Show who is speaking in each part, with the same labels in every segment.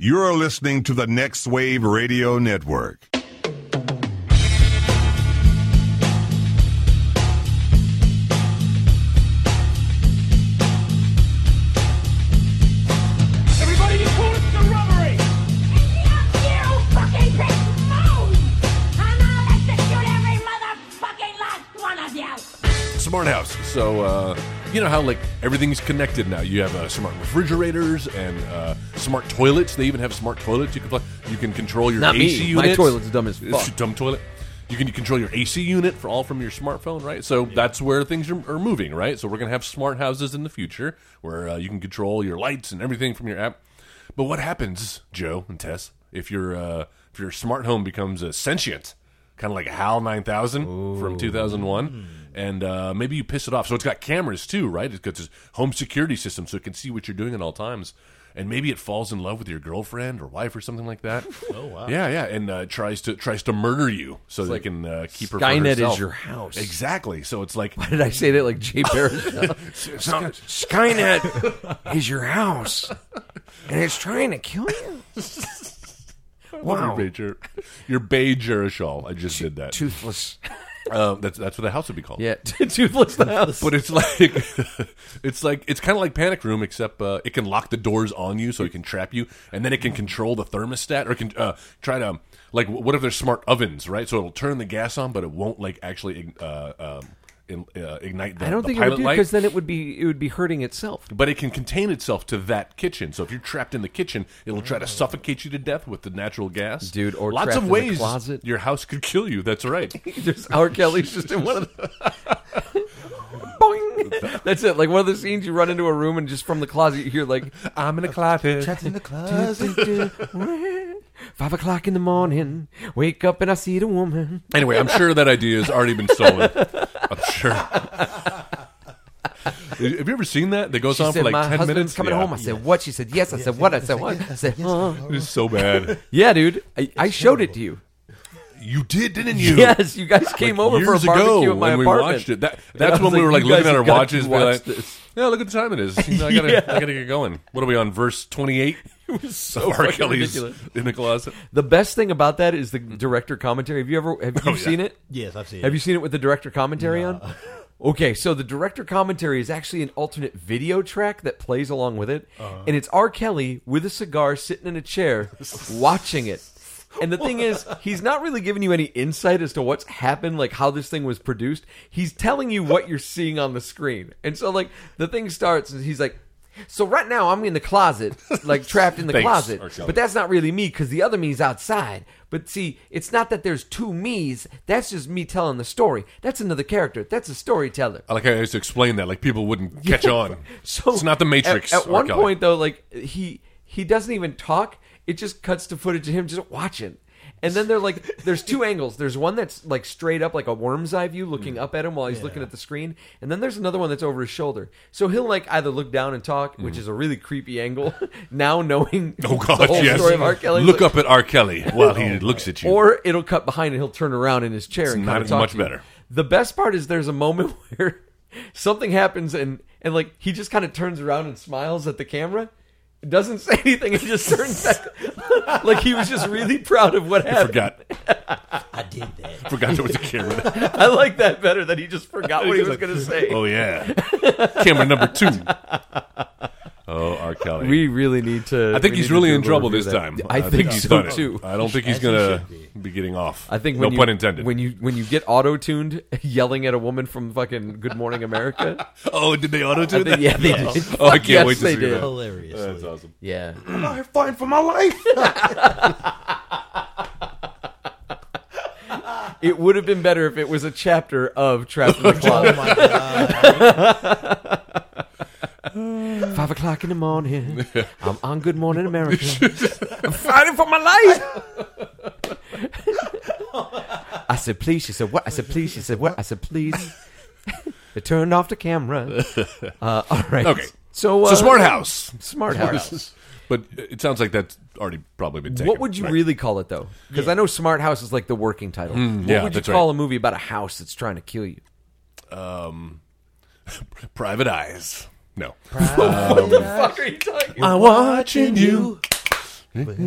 Speaker 1: You're listening to the Next Wave Radio Network.
Speaker 2: Everybody, you call it the robbery!
Speaker 3: smart house. So uh, you know how like everything's connected now. You have uh, smart refrigerators and uh, smart toilets. They even have smart toilets. You can plug, you can control your
Speaker 4: Not me.
Speaker 3: AC
Speaker 4: My
Speaker 3: unit.
Speaker 4: toilet's dumb as
Speaker 3: It's
Speaker 4: fuck.
Speaker 3: a dumb toilet. You can control your AC unit for all from your smartphone, right? So that's where things are, are moving, right? So we're gonna have smart houses in the future where uh, you can control your lights and everything from your app. But what happens, Joe and Tess, if your uh, if your smart home becomes a sentient? kind of like HAL 9000 from 2001. And uh, maybe you piss it off. So it's got cameras too, right? It's got this home security system so it can see what you're doing at all times. And maybe it falls in love with your girlfriend or wife or something like that. Oh wow! Yeah, yeah, and uh, tries to tries to murder you so they can uh, keep her. for
Speaker 4: Skynet is
Speaker 3: herself. Oh,
Speaker 4: your house.
Speaker 3: exactly. So it's like
Speaker 4: Did I say that like Jay Baruchel?
Speaker 5: Skynet is your house, and it's trying to kill you. Wow,
Speaker 3: Bajer, your Bajer shawl. I just did that.
Speaker 5: toothless.
Speaker 3: Um, that's that's what the house would be called.
Speaker 4: yeah, toothless the house.
Speaker 3: But it's like it's like it's kind of like Panic Room, except uh, it can lock the doors on you, so it can trap you, and then it can control the thermostat, or it can uh, try to like wh- what if there's smart ovens, right? So it'll turn the gas on, but it won't like actually uh, um, in, uh, ignite the,
Speaker 4: I don't
Speaker 3: the
Speaker 4: think it
Speaker 3: pilot
Speaker 4: would do
Speaker 3: light.
Speaker 4: because then it would be it would be hurting itself.
Speaker 3: but it can contain itself to that kitchen. So if you're trapped in the kitchen, it'll try to suffocate you to death with the natural gas,
Speaker 4: Mm. Dude, or
Speaker 3: lots
Speaker 4: trapped
Speaker 3: of
Speaker 4: in the
Speaker 3: ways
Speaker 4: closet.
Speaker 3: your house could kill you. That's right.
Speaker 4: There's R. Kelly's just in one of the. Boing. That's it. Like one of the scenes you run into a room and just from the closet you hear like
Speaker 3: I'm in a closet.
Speaker 4: five o'clock in the morning. Wake up and I see the woman.
Speaker 3: Anyway, I'm sure that idea has already been stolen. I'm sure. Have you ever seen that? That goes
Speaker 4: She
Speaker 3: on
Speaker 4: said
Speaker 3: for
Speaker 4: my
Speaker 3: like ten
Speaker 4: husband's
Speaker 3: minutes.
Speaker 4: coming
Speaker 3: Yeah.
Speaker 4: home. I said what? She said yes. I said what? I said what? I said huh?
Speaker 3: It's so bad.
Speaker 4: yeah, dude. I, I showed it to you.
Speaker 3: You did, didn't you?
Speaker 4: Yes, you guys came over for a
Speaker 3: Years
Speaker 4: barbecue
Speaker 3: ago,
Speaker 4: at my
Speaker 3: when we
Speaker 4: apartment.
Speaker 3: watched it, that,
Speaker 4: And I
Speaker 3: that's when
Speaker 4: was
Speaker 3: we were like
Speaker 4: you
Speaker 3: looking
Speaker 4: guys
Speaker 3: at our
Speaker 4: gotta
Speaker 3: watches, be
Speaker 4: watch
Speaker 3: like,
Speaker 4: this.
Speaker 3: "Yeah, look at the time it is. You know, I gotta, I gotta get going." What are we on? Verse twenty-eight. It was so R.
Speaker 4: fucking
Speaker 3: Kelly's
Speaker 4: ridiculous.
Speaker 3: in the closet.
Speaker 4: The best thing about that is the director commentary. Have you ever have you
Speaker 3: yeah.
Speaker 4: seen it?
Speaker 6: Yes, I've seen
Speaker 4: Have
Speaker 6: it.
Speaker 4: you seen it with the director commentary on? Okay, so the director commentary is actually an alternate video track that plays along with it, and it's R. Kelly with a cigar sitting in a chair watching it. And the thing is, he's not really giving you any insight as to what's happened, like how this thing was produced. He's telling you what you're seeing on the screen. And so, like, the thing starts, and he's like, so right now I'm in the closet, like trapped in the
Speaker 3: Thanks,
Speaker 4: closet.
Speaker 3: R. Kelly.
Speaker 4: But that's not really me because the other me's outside. But see, it's not that there's two me's. That's just me telling the story. That's another character. That's a storyteller.
Speaker 3: I like how I used to explain that, like people wouldn't catch on.
Speaker 4: So
Speaker 3: Oh, it's not the
Speaker 4: at-
Speaker 3: Matrix.
Speaker 4: At,
Speaker 3: R.
Speaker 4: one
Speaker 3: Kelly.
Speaker 4: point, though, like he he doesn't even talk. It just cuts to footage of him just watching. And then they're like, there's two angles. There's one that's like straight up, like a worm's eye view,
Speaker 3: Hmm.
Speaker 4: looking up at him while he's looking at the screen. And then there's another one that's over his shoulder. So he'll like either look down and talk, which is a really creepy angle. now knowing
Speaker 3: Hmm. Oh God!
Speaker 4: the whole
Speaker 3: yes.
Speaker 4: story of R. Kelly, Oh,
Speaker 3: Look up at R. Kelly while he looks at you.
Speaker 4: or it'll cut behind and he'll turn around in his chair and
Speaker 3: not
Speaker 4: kind of talk
Speaker 3: much
Speaker 4: to you.
Speaker 3: better.
Speaker 4: The best part is there's a moment where something happens and and like he just kind of turns around and smiles at the camera. Doesn't say anything. He just turns back, like he was just really proud of what happened.
Speaker 3: forgot
Speaker 6: I did that.
Speaker 3: forgot there was a camera.
Speaker 4: I like that better that he just forgot what
Speaker 3: He's
Speaker 4: he was
Speaker 3: like,
Speaker 4: going to say.
Speaker 3: Oh yeah, camera number two. Oh, R. Kelly.
Speaker 4: We really need to.
Speaker 3: I think
Speaker 4: we
Speaker 3: he's
Speaker 4: need to
Speaker 3: really
Speaker 4: do a
Speaker 3: in trouble
Speaker 4: review
Speaker 3: this
Speaker 4: of that.
Speaker 3: time.
Speaker 4: I, think,
Speaker 3: he's
Speaker 4: so
Speaker 3: done it.
Speaker 4: too.
Speaker 3: I don't think he's
Speaker 6: As he
Speaker 3: gonna
Speaker 6: should
Speaker 3: be getting off.
Speaker 4: I think
Speaker 3: no
Speaker 4: when you,
Speaker 3: pun intended.
Speaker 4: When you when you get auto tuned yelling at a woman from fucking Good Morning America,
Speaker 3: oh, did they auto
Speaker 4: I
Speaker 3: tune
Speaker 4: think-
Speaker 3: that?
Speaker 4: yeah, they did.
Speaker 3: Oh, I can't
Speaker 4: Yes,
Speaker 3: wait to
Speaker 4: they
Speaker 3: see
Speaker 4: did.
Speaker 3: that.
Speaker 6: Hilarious.
Speaker 4: Uh,
Speaker 3: That's awesome.
Speaker 4: Yeah,
Speaker 5: I'm fighting for my life.
Speaker 4: It would have been better if it was a chapter of Trapped in the
Speaker 6: Oh
Speaker 4: Closet.
Speaker 6: my god!
Speaker 4: Five o'clock in the morning. I'm on Good Morning America. I'm fighting for my life. I said, please. She said, what? I said, please. She said, what? I said, please. they turned off the camera. Uh, all right.
Speaker 3: Okay.
Speaker 4: So, uh,
Speaker 3: So smart house.
Speaker 4: Smart house.
Speaker 3: But it sounds like that's already probably been taken.
Speaker 4: What would you
Speaker 3: right?
Speaker 4: really call it, though? Because I know Smart House is like the working title. what
Speaker 3: yeah,
Speaker 4: would you
Speaker 3: that's right.
Speaker 4: call a movie about a house that's trying to kill you?
Speaker 3: Private eyes. No.
Speaker 4: what the fuck are you talking about?
Speaker 3: I'm watching you. Let's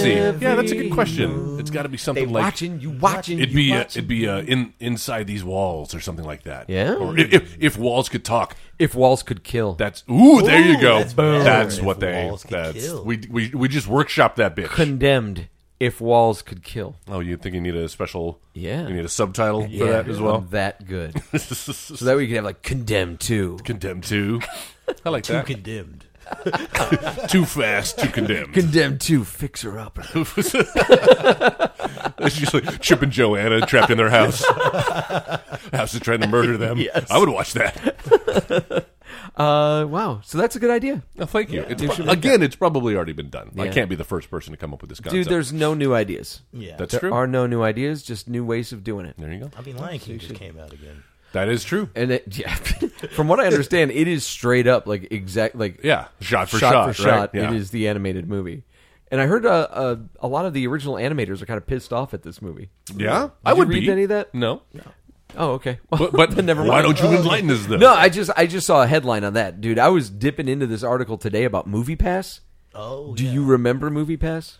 Speaker 3: see. Yeah, that's a good question. It's got to be
Speaker 4: They
Speaker 3: something like
Speaker 4: watching you watching.
Speaker 3: it'd
Speaker 4: you
Speaker 3: be uh,
Speaker 4: watching.
Speaker 3: it'd be uh, in inside these walls or something like that.
Speaker 4: Yeah.
Speaker 3: Or if, if, if walls could talk,
Speaker 4: if walls could kill.
Speaker 3: that's ooh, there you
Speaker 6: Ooh,
Speaker 3: go.
Speaker 6: that's better.
Speaker 3: That's
Speaker 6: If
Speaker 3: what they.
Speaker 6: walls could
Speaker 3: That's
Speaker 6: kill.
Speaker 3: we, we we just workshop that bitch.
Speaker 4: condemned. If walls could kill.
Speaker 3: oh, you think you need a special?
Speaker 4: Yeah.
Speaker 3: You need a subtitle for that as well.
Speaker 4: I'm that good. so that way you could have like condemned too.
Speaker 3: Condemned to. I like
Speaker 6: Too
Speaker 3: that.
Speaker 6: condemned.
Speaker 3: too fast, too condemned.
Speaker 4: Condemned to fixer up. Uh,
Speaker 3: It's just like Chip and Joanna trapped in their house. house is trying to murder them. I would watch that.
Speaker 4: Uh, wow. So that's a good idea,
Speaker 3: No, thank you. It's, again, it's probably already been done. I
Speaker 4: Yeah.
Speaker 3: can't be the first person to come up with this concept.
Speaker 4: dude. There's no new ideas.
Speaker 6: Yeah.
Speaker 3: That's
Speaker 4: there
Speaker 3: true.
Speaker 4: are no new ideas, just new ways of doing it.
Speaker 3: there you go.
Speaker 6: I mean, Lion King just came out again.
Speaker 3: That is true.
Speaker 4: And it, yeah, from what I understand, it is straight up like exact like
Speaker 3: Yeah, shot for
Speaker 4: shot,
Speaker 3: shot.
Speaker 4: for
Speaker 3: right?
Speaker 4: shot.
Speaker 3: Yeah.
Speaker 4: It is the animated movie. And I heard uh, uh, a lot of the original animators are kind of pissed off at this movie.
Speaker 3: Yeah, I would
Speaker 4: read
Speaker 3: be
Speaker 4: any of that?
Speaker 3: No,
Speaker 4: Oh, okay.
Speaker 3: but, but
Speaker 4: Then never
Speaker 3: Why
Speaker 4: mind.
Speaker 3: don't you enlighten us though?
Speaker 4: No, I just I just saw a headline on that, dude. I was dipping into this article today about Movie Pass.
Speaker 6: Oh,
Speaker 4: Do you remember Movie Pass?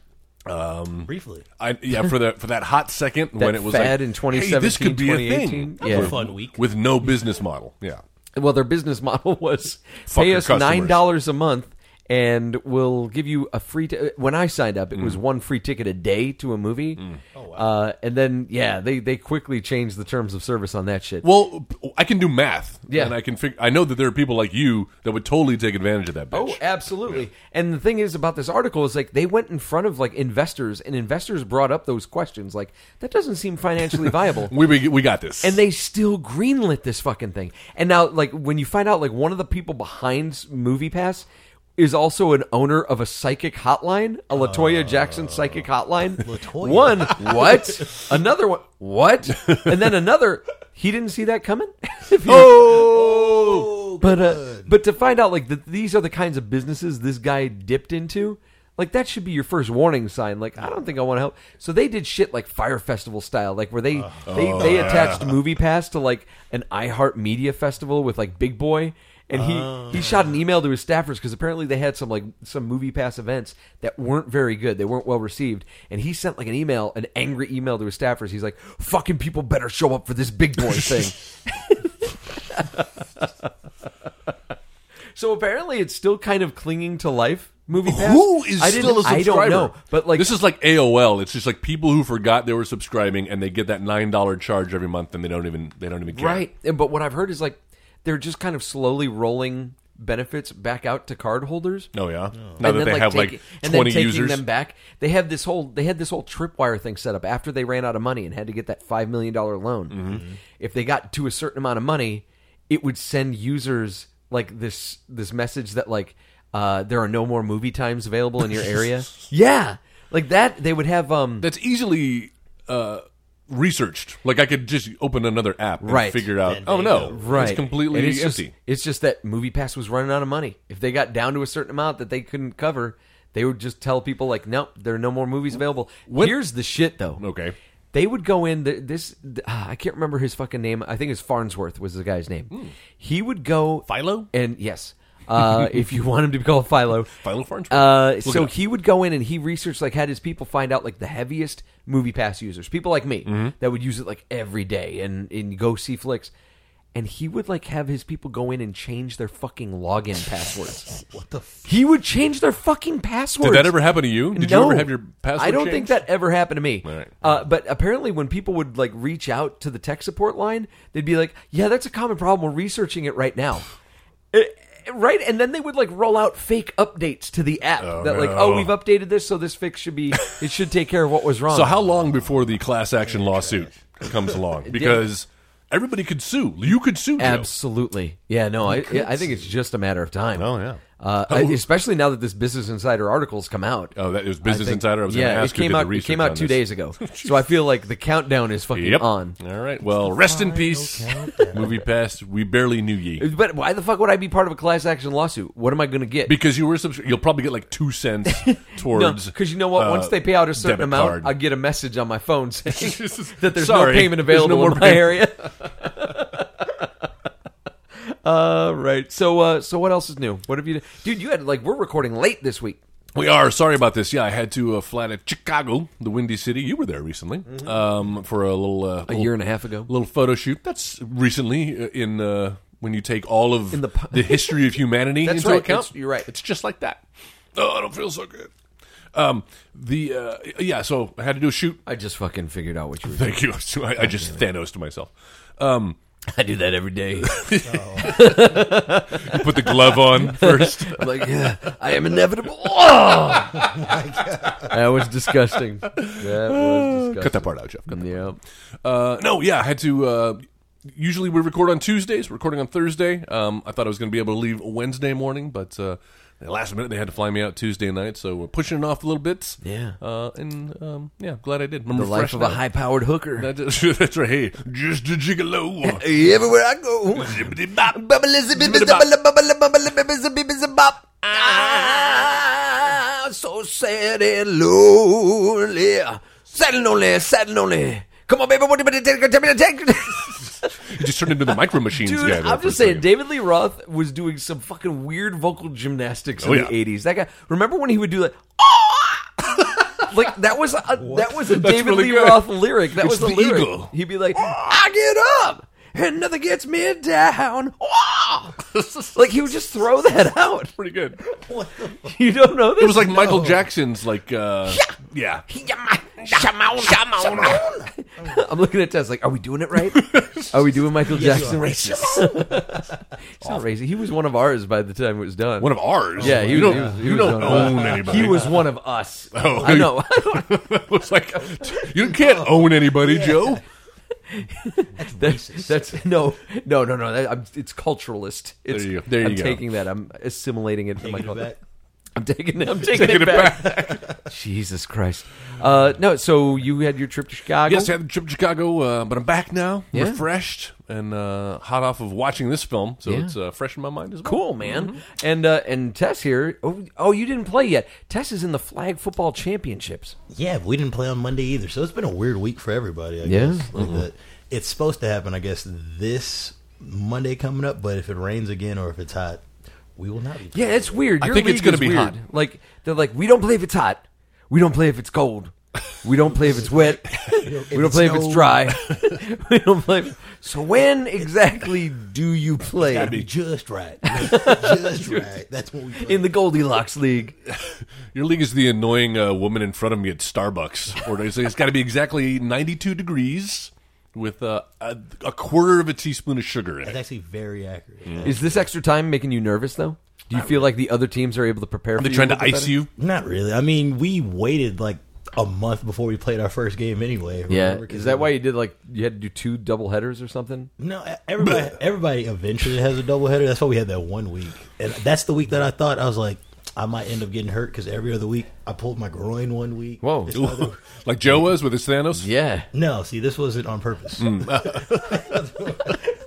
Speaker 6: briefly.
Speaker 3: I, yeah, for that for that hot second when it was
Speaker 4: fad
Speaker 3: like,
Speaker 4: in
Speaker 3: hey, this could be a
Speaker 4: 2017,
Speaker 3: thing
Speaker 4: 2018. Yeah.
Speaker 6: A fun week.
Speaker 3: with no business model. Yeah,
Speaker 4: Well, their business model was
Speaker 3: Fuck
Speaker 4: pay
Speaker 3: your
Speaker 4: us
Speaker 3: customers.
Speaker 4: nine dollars a month, and we'll give you a free. T- when I signed up, it was
Speaker 3: Mm.
Speaker 4: one free ticket a day to a movie. Oh wow! Uh, and then yeah, they they quickly changed the terms of service on that shit.
Speaker 3: Well, I can do math.
Speaker 4: Yeah.
Speaker 3: and I can figure. I know that there are people like you that would totally take advantage of that. Bitch.
Speaker 4: Oh, absolutely. And the thing is about this article is like they went in front of like investors and investors brought up those questions like that doesn't seem financially viable.
Speaker 3: we, we we got this.
Speaker 4: and they still greenlit this fucking thing. And now, like, when you find out, like, one of the people behind Movie Pass is also an owner of a psychic hotline, a Latoya Jackson psychic hotline.
Speaker 6: Latoya.
Speaker 4: One, what? another one, what? And then another. He didn't see that coming. If you-
Speaker 3: oh,
Speaker 4: but uh, but to find out like that these are the kinds of businesses this guy dipped into like that should be your first warning sign like i don't think i want to help so they did shit like fire festival style like where they they, they attached movie pass to like an iheart media festival with like big boy and he, he shot an email to his staffers because apparently they had some like some movie pass events that weren't very good they weren't well received and he sent like an email an angry email to his staffers he's like fucking people better show up for this big boy thing So apparently, it's still kind of clinging to life. Movie pass.
Speaker 3: who is
Speaker 4: I
Speaker 3: still a
Speaker 4: didn't-
Speaker 3: subscriber?
Speaker 4: I don't know, but like
Speaker 3: this is like AOL. It's just like people who forgot they were subscribing and they get that nine dollar charge every month and they don't even they don't even care.
Speaker 4: right. And- But what I've heard is like they're just kind of slowly rolling benefits back out to cardholders.
Speaker 3: Oh yeah. Now
Speaker 4: and
Speaker 3: that
Speaker 4: then
Speaker 3: they
Speaker 4: like
Speaker 3: have
Speaker 4: take,
Speaker 3: like
Speaker 4: and then
Speaker 3: twenty
Speaker 4: taking
Speaker 3: users.
Speaker 4: them back. They have this whole they had this whole tripwire thing set up after they ran out of money and had to get that five million dollar loan.
Speaker 3: Mm-hmm.
Speaker 4: Mm-hmm. If they got to a certain amount of money, it would send users like this this message that like uh, there are no more movie times available in your area. yeah, like that they would have um
Speaker 3: That's easily uh, researched. Like I could just open another app and
Speaker 4: Right.
Speaker 3: figure out.
Speaker 6: And
Speaker 3: Oh
Speaker 6: they
Speaker 3: no,
Speaker 6: go.
Speaker 4: right
Speaker 3: It's completely
Speaker 4: And it's
Speaker 3: empty.
Speaker 4: Just, it's just that MoviePass was running out of money. If they got down to a certain amount that they couldn't cover, they would just tell people like, "Nope, there are no more movies available." Here's the shit though.
Speaker 3: Okay.
Speaker 4: They would go in. th- This th- ah, I can't remember his fucking name. I think it's Farnsworth was the guy's name.
Speaker 3: Hmm.
Speaker 4: He would go
Speaker 3: Philo?
Speaker 4: and yes, uh, if you want him to be called Philo,
Speaker 3: Philo Farnsworth.
Speaker 4: Uh,
Speaker 3: Look
Speaker 4: so
Speaker 3: it up.
Speaker 4: he would go in and he researched like had his people find out like the heaviest movie pass users, people like me
Speaker 3: Mm-hmm.
Speaker 4: that would use it like every day and and go see flicks. And he would like have his people go in and change their fucking login passwords.
Speaker 6: What the f-
Speaker 4: he would change their fucking passwords.
Speaker 3: Did that ever happen to you? Did you
Speaker 4: No.
Speaker 3: ever have your password?
Speaker 4: I don't
Speaker 3: changed?
Speaker 4: think that ever happened to me.
Speaker 3: right.
Speaker 4: Uh, but apparently, when people would like reach out to the tech support line, they'd be like, "Yeah, that's a common problem. We're researching it right now." It- Right, and then they would like roll out fake updates to the app that like,
Speaker 3: no.
Speaker 4: oh, we've updated this, so this fix should be it should take care of what was wrong.
Speaker 3: So how long before the class action lawsuit comes along? Because everybody could sue. You could sue. Joe.
Speaker 4: Absolutely, yeah, no, I, I think it's just a matter of time.
Speaker 3: Oh, yeah.
Speaker 4: uh, especially now that this Business Insider article's come out.
Speaker 3: Oh, that it was
Speaker 4: I
Speaker 3: Business
Speaker 4: think-
Speaker 3: Insider. I was going
Speaker 4: yeah,
Speaker 3: to ask
Speaker 4: it came
Speaker 3: who did
Speaker 4: out.
Speaker 3: the
Speaker 4: it
Speaker 3: research
Speaker 4: came out
Speaker 3: on
Speaker 4: two
Speaker 3: this.
Speaker 4: days ago, so I feel like the countdown is fucking
Speaker 3: Yep.
Speaker 4: on.
Speaker 3: All right. Well, rest in peace. Movie passed. We barely knew ye
Speaker 4: But why the fuck would I be part of a class action lawsuit? What am I going to get?
Speaker 3: because you were subscri- You'll probably get like two cents towards.
Speaker 4: because you know what? Once
Speaker 3: uh,
Speaker 4: they pay out a certain
Speaker 3: debit
Speaker 4: amount,
Speaker 3: card.
Speaker 4: I get a message on my phone saying that there's
Speaker 3: Sorry,
Speaker 4: no payment
Speaker 3: there's no
Speaker 4: available
Speaker 3: more
Speaker 4: in my
Speaker 3: payment.
Speaker 4: area. uh, right. So, uh, so what else is new? What have you, dude? You had like we're recording late this week.
Speaker 3: We are sorry about this. Yeah, I had to uh, fly to Chicago, the Windy City. You were there recently um, for a little uh,
Speaker 4: Mm-hmm. A year and a half ago.
Speaker 3: little photo shoot. That's recently uh, in uh, when you take all of
Speaker 4: In
Speaker 3: the,
Speaker 4: the pu-
Speaker 3: history of humanity
Speaker 4: That's
Speaker 3: into
Speaker 4: right.
Speaker 3: account.
Speaker 4: It's- you're right.
Speaker 3: It's just like that. Oh, I don't feel so good. Um, the uh, yeah, so I had to do a shoot.
Speaker 4: I just fucking figured out what you were doing.
Speaker 3: Thank you. So I, I just Thanos to myself. Um,
Speaker 4: I do that every day. Oh.
Speaker 3: I put the glove on first.
Speaker 4: like, yeah, I am inevitable. Oh! that was disgusting. That was disgusting.
Speaker 3: Cut that part out, Jeff. Cut
Speaker 4: Yeah.
Speaker 3: Uh, no, yeah, I had to. Uh, usually we record on Tuesdays. We're recording on Thursday. Um, I thought I was going to be able to leave Wednesday morning, but uh, at the last minute they had to fly me out Tuesday night, so we're pushing it off a little bit.
Speaker 4: Yeah.
Speaker 3: Uh, and um, yeah, glad I did.
Speaker 4: The life of a high powered hooker.
Speaker 3: That's, that's right. Hey, just a gigolo.
Speaker 4: Everywhere I go. I'm Ah, so sad and lonely. Sad and lonely, sad and lonely. Come on, baby. What do you take? Tell me to take.
Speaker 3: You just turned into the micro machines
Speaker 4: Dude,
Speaker 3: guy. there
Speaker 4: I'm
Speaker 3: for a
Speaker 4: just saying,
Speaker 3: second.
Speaker 4: David Lee Roth was doing some fucking weird vocal gymnastics in
Speaker 3: Oh,
Speaker 4: the
Speaker 3: yeah.
Speaker 4: '80s. That guy, remember when he would do like, "Ah!" like that was a, that was a
Speaker 3: That's
Speaker 4: David
Speaker 3: really
Speaker 4: Lee
Speaker 3: good.
Speaker 4: Roth lyric. That
Speaker 3: It's
Speaker 4: was the,
Speaker 3: the
Speaker 4: lyric.
Speaker 3: eagle. Ah!
Speaker 4: He'd be like, "I get up and nothing gets me down." Ah! like he would just throw that out.
Speaker 3: pretty good.
Speaker 4: You don't know this?
Speaker 3: It was like Michael Jackson's, like uh, yeah.
Speaker 4: I'm looking at Tess like, are we doing it right? Are we doing Michael Jackson racist? it's not racist. He was one of ours by the time it was done.
Speaker 3: One of ours.
Speaker 4: Yeah, he
Speaker 3: you
Speaker 4: was-
Speaker 3: don't,
Speaker 4: he was- he
Speaker 3: you
Speaker 4: was
Speaker 3: don't
Speaker 4: one of us.
Speaker 3: own anybody. Oh.
Speaker 4: He was one of us. I know.
Speaker 3: it was like you can't
Speaker 4: Oh.
Speaker 3: own anybody, Joe.
Speaker 4: that's, that's no, no, no, no. That, I'm, it's culturalist. It's,
Speaker 3: you go. There you
Speaker 4: I'm
Speaker 3: go.
Speaker 4: taking that. I'm assimilating it. in my
Speaker 6: Taking it
Speaker 4: culture.
Speaker 6: back.
Speaker 4: I'm taking it. I'm taking, it, back. Jesus Christ. Uh, no. So you had your trip to Chicago.
Speaker 3: Yes, I had the trip to Chicago, uh, but I'm back now,
Speaker 4: Yeah.
Speaker 3: refreshed and uh, hot off of watching this film, so
Speaker 4: Yeah.
Speaker 3: it's uh, fresh in my mind as well.
Speaker 4: Cool, man.
Speaker 3: Mm-hmm.
Speaker 4: And uh, and Tess here. Oh, oh, you didn't play yet. Tess is in the flag football championships.
Speaker 6: Yeah, we didn't play on Monday either, so it's been a weird week for everybody. I
Speaker 4: Yeah. Mm-hmm.
Speaker 6: guess. Like the- it's supposed to happen, I guess, this Monday coming up. But if it rains again or if it's hot, we will not be.
Speaker 4: Yeah,
Speaker 6: playing.
Speaker 4: it's weird.
Speaker 3: I
Speaker 4: Your
Speaker 3: think it's
Speaker 4: league
Speaker 3: gonna
Speaker 4: is
Speaker 3: be
Speaker 4: weird.
Speaker 3: hot.
Speaker 4: Like they're like, we don't play if it's hot. We don't play if it's cold. We don't play if it's wet. we don't
Speaker 6: it
Speaker 4: play if it's
Speaker 6: snows.
Speaker 4: dry. we don't play. if- So when exactly do you
Speaker 6: gotta
Speaker 4: play
Speaker 6: be just right, just right. That's what we. Play.
Speaker 4: in the Goldilocks league?
Speaker 3: Your league is the annoying uh, woman in front of me at Starbucks. Or it's, it's got to be exactly 92 degrees with uh, a, a quarter of a teaspoon of sugar in
Speaker 6: That's
Speaker 3: it.
Speaker 6: actually very accurate.
Speaker 4: Is this extra time making you nervous though? Do you feel like the other teams are able to prepare? for
Speaker 3: They're
Speaker 4: you
Speaker 3: trying
Speaker 4: a
Speaker 3: to
Speaker 4: little bit
Speaker 3: ice
Speaker 4: better?
Speaker 3: you.
Speaker 6: Not really. I mean, we waited like a month before we played our first game anyway.
Speaker 4: Yeah.
Speaker 6: remember? 'Cause
Speaker 4: Is that why you did like you had to do two double headers or something?
Speaker 6: No, e, everybody everybody eventually has a doubleheader. That's why we had that one week, and that's the week that I thought I was like I might end up getting hurt because every other week I pulled my groin one week.
Speaker 4: Whoa.
Speaker 6: This other-
Speaker 3: like Joe was with his Thanos.
Speaker 4: Yeah.
Speaker 6: no, see, this wasn't on purpose.
Speaker 4: Mm.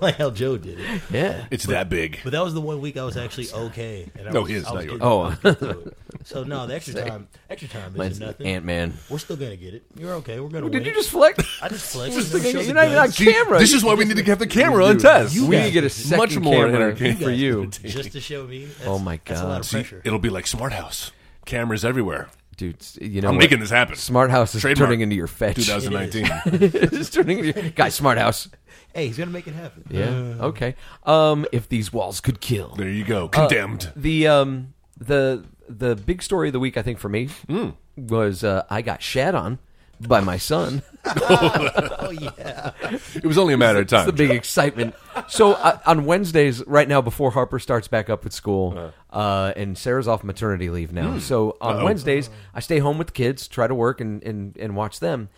Speaker 6: like how Joe did it,
Speaker 4: Yeah.
Speaker 3: It's that big.
Speaker 6: but that was the one week I was actually okay. And I
Speaker 3: No,
Speaker 6: was,
Speaker 3: his,
Speaker 6: I
Speaker 3: not
Speaker 6: was
Speaker 3: yours.
Speaker 6: getting- I was getting through it. so no, the extra time, extra time is
Speaker 4: Oh. Mine's
Speaker 6: nothing.
Speaker 4: Ant Man.
Speaker 6: We're still gonna get it. You're okay. We're gonna.
Speaker 4: Did
Speaker 6: win.
Speaker 4: you just flex?
Speaker 6: I just flexed.
Speaker 4: Just
Speaker 6: and
Speaker 4: thinking,
Speaker 6: then showed
Speaker 4: you're
Speaker 6: the
Speaker 4: not even on
Speaker 6: guns.
Speaker 3: See,
Speaker 4: camera.
Speaker 3: This is why we need to have the camera on test.
Speaker 4: we need
Speaker 6: guys
Speaker 4: to get a
Speaker 6: did
Speaker 4: second
Speaker 3: much more
Speaker 4: camera
Speaker 3: entertaining.
Speaker 4: for you,
Speaker 6: just to show me. That's-
Speaker 4: Oh my
Speaker 6: that's a lot
Speaker 4: God.
Speaker 6: of
Speaker 3: See,
Speaker 6: pressure.
Speaker 3: it'll be like Smart House. Cameras everywhere.
Speaker 4: dude. s- You know,
Speaker 3: I'm
Speaker 4: what?
Speaker 3: making this happen.
Speaker 4: Smart House is
Speaker 3: Trademark.
Speaker 4: turning into your fetch.
Speaker 3: 2019.
Speaker 4: it's turning into your guy. Smart House.
Speaker 6: Hey, he's gonna make it happen.
Speaker 4: Yeah.
Speaker 3: Uh.
Speaker 4: okay. Um, if these walls could kill.
Speaker 3: there you go. Condemned.
Speaker 4: The um the the big story of the week I think for me
Speaker 3: Hmm.
Speaker 4: was uh, I got shat on by my son.
Speaker 6: Oh yeah.
Speaker 3: it was only a matter of time.
Speaker 4: That's the big excitement. So uh, on Wednesdays, right now, before Harper starts back up at school, uh, and Sarah's off maternity leave now. So on Wednesdays, I stay home with the kids, try to work and and, and watch them.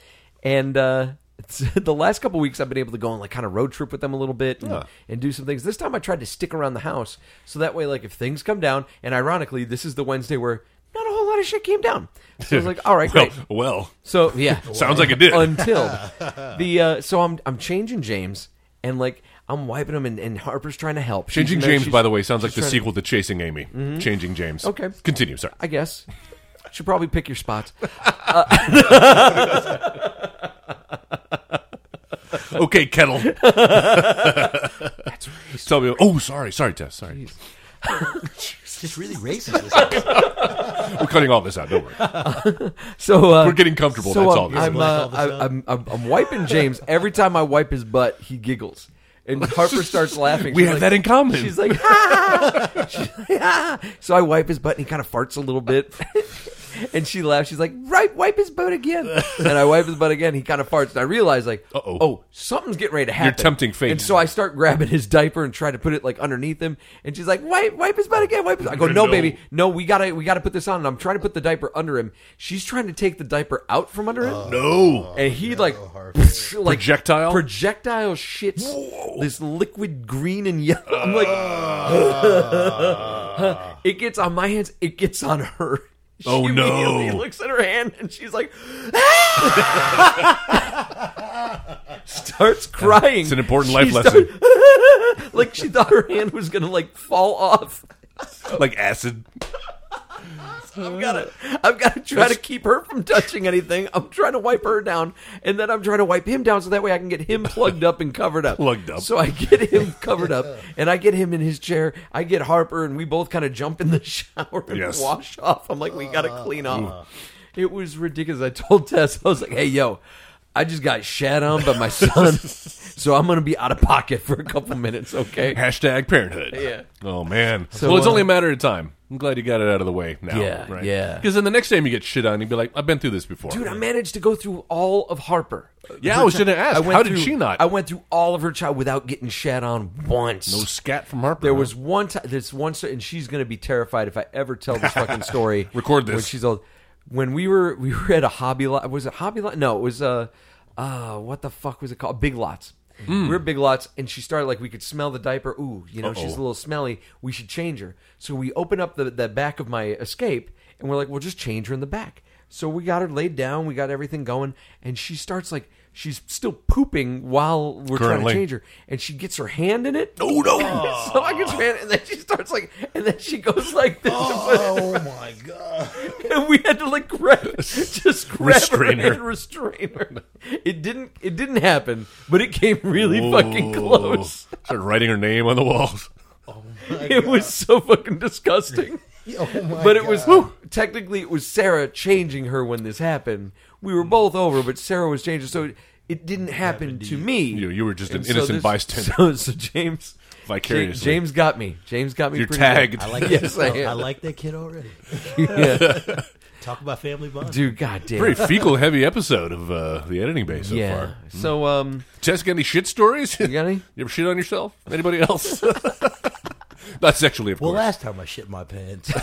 Speaker 4: And uh, it's, the last couple weeks, I've been able to go on like kind of road trip with them a little bit and, and do some things. This time, I tried to stick around the house so that way, like if things come down, and ironically, this is the Wednesday where. Not a whole lot of shit came down. So I was like, all right,
Speaker 3: well,
Speaker 4: great.
Speaker 3: well,
Speaker 4: So yeah,
Speaker 3: Sounds like it did.
Speaker 4: Until the uh, so I'm I'm changing James and like I'm wiping him and, and Harper's trying to help. She's-
Speaker 3: Changing
Speaker 4: you know,
Speaker 3: James,
Speaker 4: she's-
Speaker 3: by the way, sounds like the
Speaker 4: she's trying to-
Speaker 3: sequel to Mm-hmm. Chasing Amy. Changing James.
Speaker 4: Okay.
Speaker 3: Continue, sir.
Speaker 4: I guess should probably pick your spots.
Speaker 3: Okay, Kettle. That's Tell me. Oh, sorry. Sorry, Tess. Sorry.
Speaker 6: It's just really racist.
Speaker 3: We're cutting all this out. Don't worry.
Speaker 4: So uh,
Speaker 3: We're getting comfortable.
Speaker 4: So
Speaker 3: That's
Speaker 4: I'm,
Speaker 3: all this
Speaker 4: I'm,
Speaker 3: is.
Speaker 4: uh, I- I'm, I'm, I'm wiping James. Every time I wipe his butt, he giggles. And Harper starts laughing.
Speaker 3: We
Speaker 4: She's
Speaker 3: have
Speaker 4: like-
Speaker 3: that in common.
Speaker 4: She's like, "Ah!" She's like, "Ah!" So I wipe his butt and he kind of farts a little bit. and she laughs. She's like, right, wipe his butt again. And I wipe his butt again. He kind of farts. And I realize, like,
Speaker 3: Uh-oh.
Speaker 4: oh, something's getting ready to happen.
Speaker 3: tempting fate.
Speaker 4: And so I start grabbing his diaper and try to put it, like, underneath him. And she's like, wipe, wipe his butt again. Wipe his I go, no,
Speaker 3: No.
Speaker 4: baby. No, we gotta we gotta put this on. And I'm trying to put the diaper under him. She's trying to take the diaper out from under him.
Speaker 3: Oh. no.
Speaker 4: And he like, like
Speaker 3: Projectile?
Speaker 4: projectile shits this liquid green and yellow. I'm like, it gets on my hands. It gets on her. She
Speaker 3: Oh, no.
Speaker 4: immediately looks at her hand and she's like, "Ah!" starts crying.
Speaker 3: It's an important
Speaker 4: She
Speaker 3: life
Speaker 4: start- like she thought her hand was gonna like fall off.
Speaker 3: Like acid.
Speaker 4: I've got to,
Speaker 3: Uh,
Speaker 4: I've got to try to keep her from touching anything. I'm trying to wipe her down, and then I'm trying to wipe him down so that way I can get him plugged up and covered up.
Speaker 3: Plugged up.
Speaker 4: So I get him covered up, and I get him in his chair. I get Harper, and we both kind of jump in the shower and
Speaker 3: Yes.
Speaker 4: wash off. I'm like, we got to clean off. It was ridiculous. I told Tess, I was like, hey, yo. I just got shat on by my son, so I'm gonna be out of pocket for a couple minutes. Okay,
Speaker 3: Hashtag parenthood.
Speaker 4: Yeah.
Speaker 3: Oh man.
Speaker 4: So,
Speaker 3: well, it's
Speaker 4: uh,
Speaker 3: only a matter of time. I'm glad you got it out of the way now.
Speaker 4: Yeah,
Speaker 3: Right?
Speaker 4: yeah.
Speaker 3: Because then the next time you get shit on, you'd be like, I've been through this before.
Speaker 4: Dude, I managed to go through all of Harper.
Speaker 3: Yeah, I was gonna ask, how did
Speaker 4: through-
Speaker 3: she not?
Speaker 4: I went through all of her child without getting shat on once.
Speaker 3: no scat from Harper.
Speaker 4: there
Speaker 3: huh?
Speaker 4: was one time. This one, sto- and she's gonna be terrified if I ever tell this fucking story.
Speaker 3: Record this.
Speaker 4: when she's old. When we were we were at a Hobby Lot. Was it Hobby Lot? No, it was uh, uh what the fuck was it called? Big Lots.
Speaker 3: Hmm.
Speaker 4: We were at Big Lots, and she started like we could smell the diaper. Ooh, you know she's a little smelly. We should change her. So we open up the the back of my escape, and we're like, we'll just change her in the back. So we got her laid down. We got everything going, and she starts like she's still pooping while we're trying
Speaker 3: Currently.
Speaker 4: to change her, and she gets her hand in it.
Speaker 3: Oh no.
Speaker 4: So I gets ran, and then she starts like, and then she goes like this,
Speaker 6: Oh my god!
Speaker 4: and we had to like grab, just grab
Speaker 3: Restrain
Speaker 4: her,
Speaker 3: her.
Speaker 4: and restrain her. It didn't, it didn't happen, but it came really fucking
Speaker 3: Whoa.
Speaker 4: close.
Speaker 3: Started writing her name on the walls.
Speaker 4: It was so fucking disgusting.
Speaker 6: Oh my
Speaker 4: But it was
Speaker 6: God.
Speaker 4: technically it was Sarah changing her when this happened. We were both over, but Sarah was changing, so it didn't happen to me.
Speaker 3: You- you were just an
Speaker 4: And so
Speaker 3: innocent
Speaker 4: this-
Speaker 3: bystander.
Speaker 4: So, so James,
Speaker 3: Vicariously.
Speaker 4: James got me. James got me.
Speaker 3: You're
Speaker 4: pretty good.
Speaker 3: tagged.
Speaker 6: I like
Speaker 4: Yes,
Speaker 6: that.
Speaker 4: I
Speaker 6: I,
Speaker 4: am.
Speaker 6: like that kid already.
Speaker 4: Yeah.
Speaker 6: Talk about family bond.
Speaker 4: dude. God damn.
Speaker 3: Very fecal heavy episode of uh, the editing bay so
Speaker 4: yeah.
Speaker 3: far.
Speaker 4: So um,
Speaker 3: Jess, got any shit stories? You
Speaker 4: got any?
Speaker 3: you ever shit on yourself? Anybody else? Not sexually, of
Speaker 6: Well,
Speaker 3: course.
Speaker 6: last time I shit my pants.
Speaker 4: you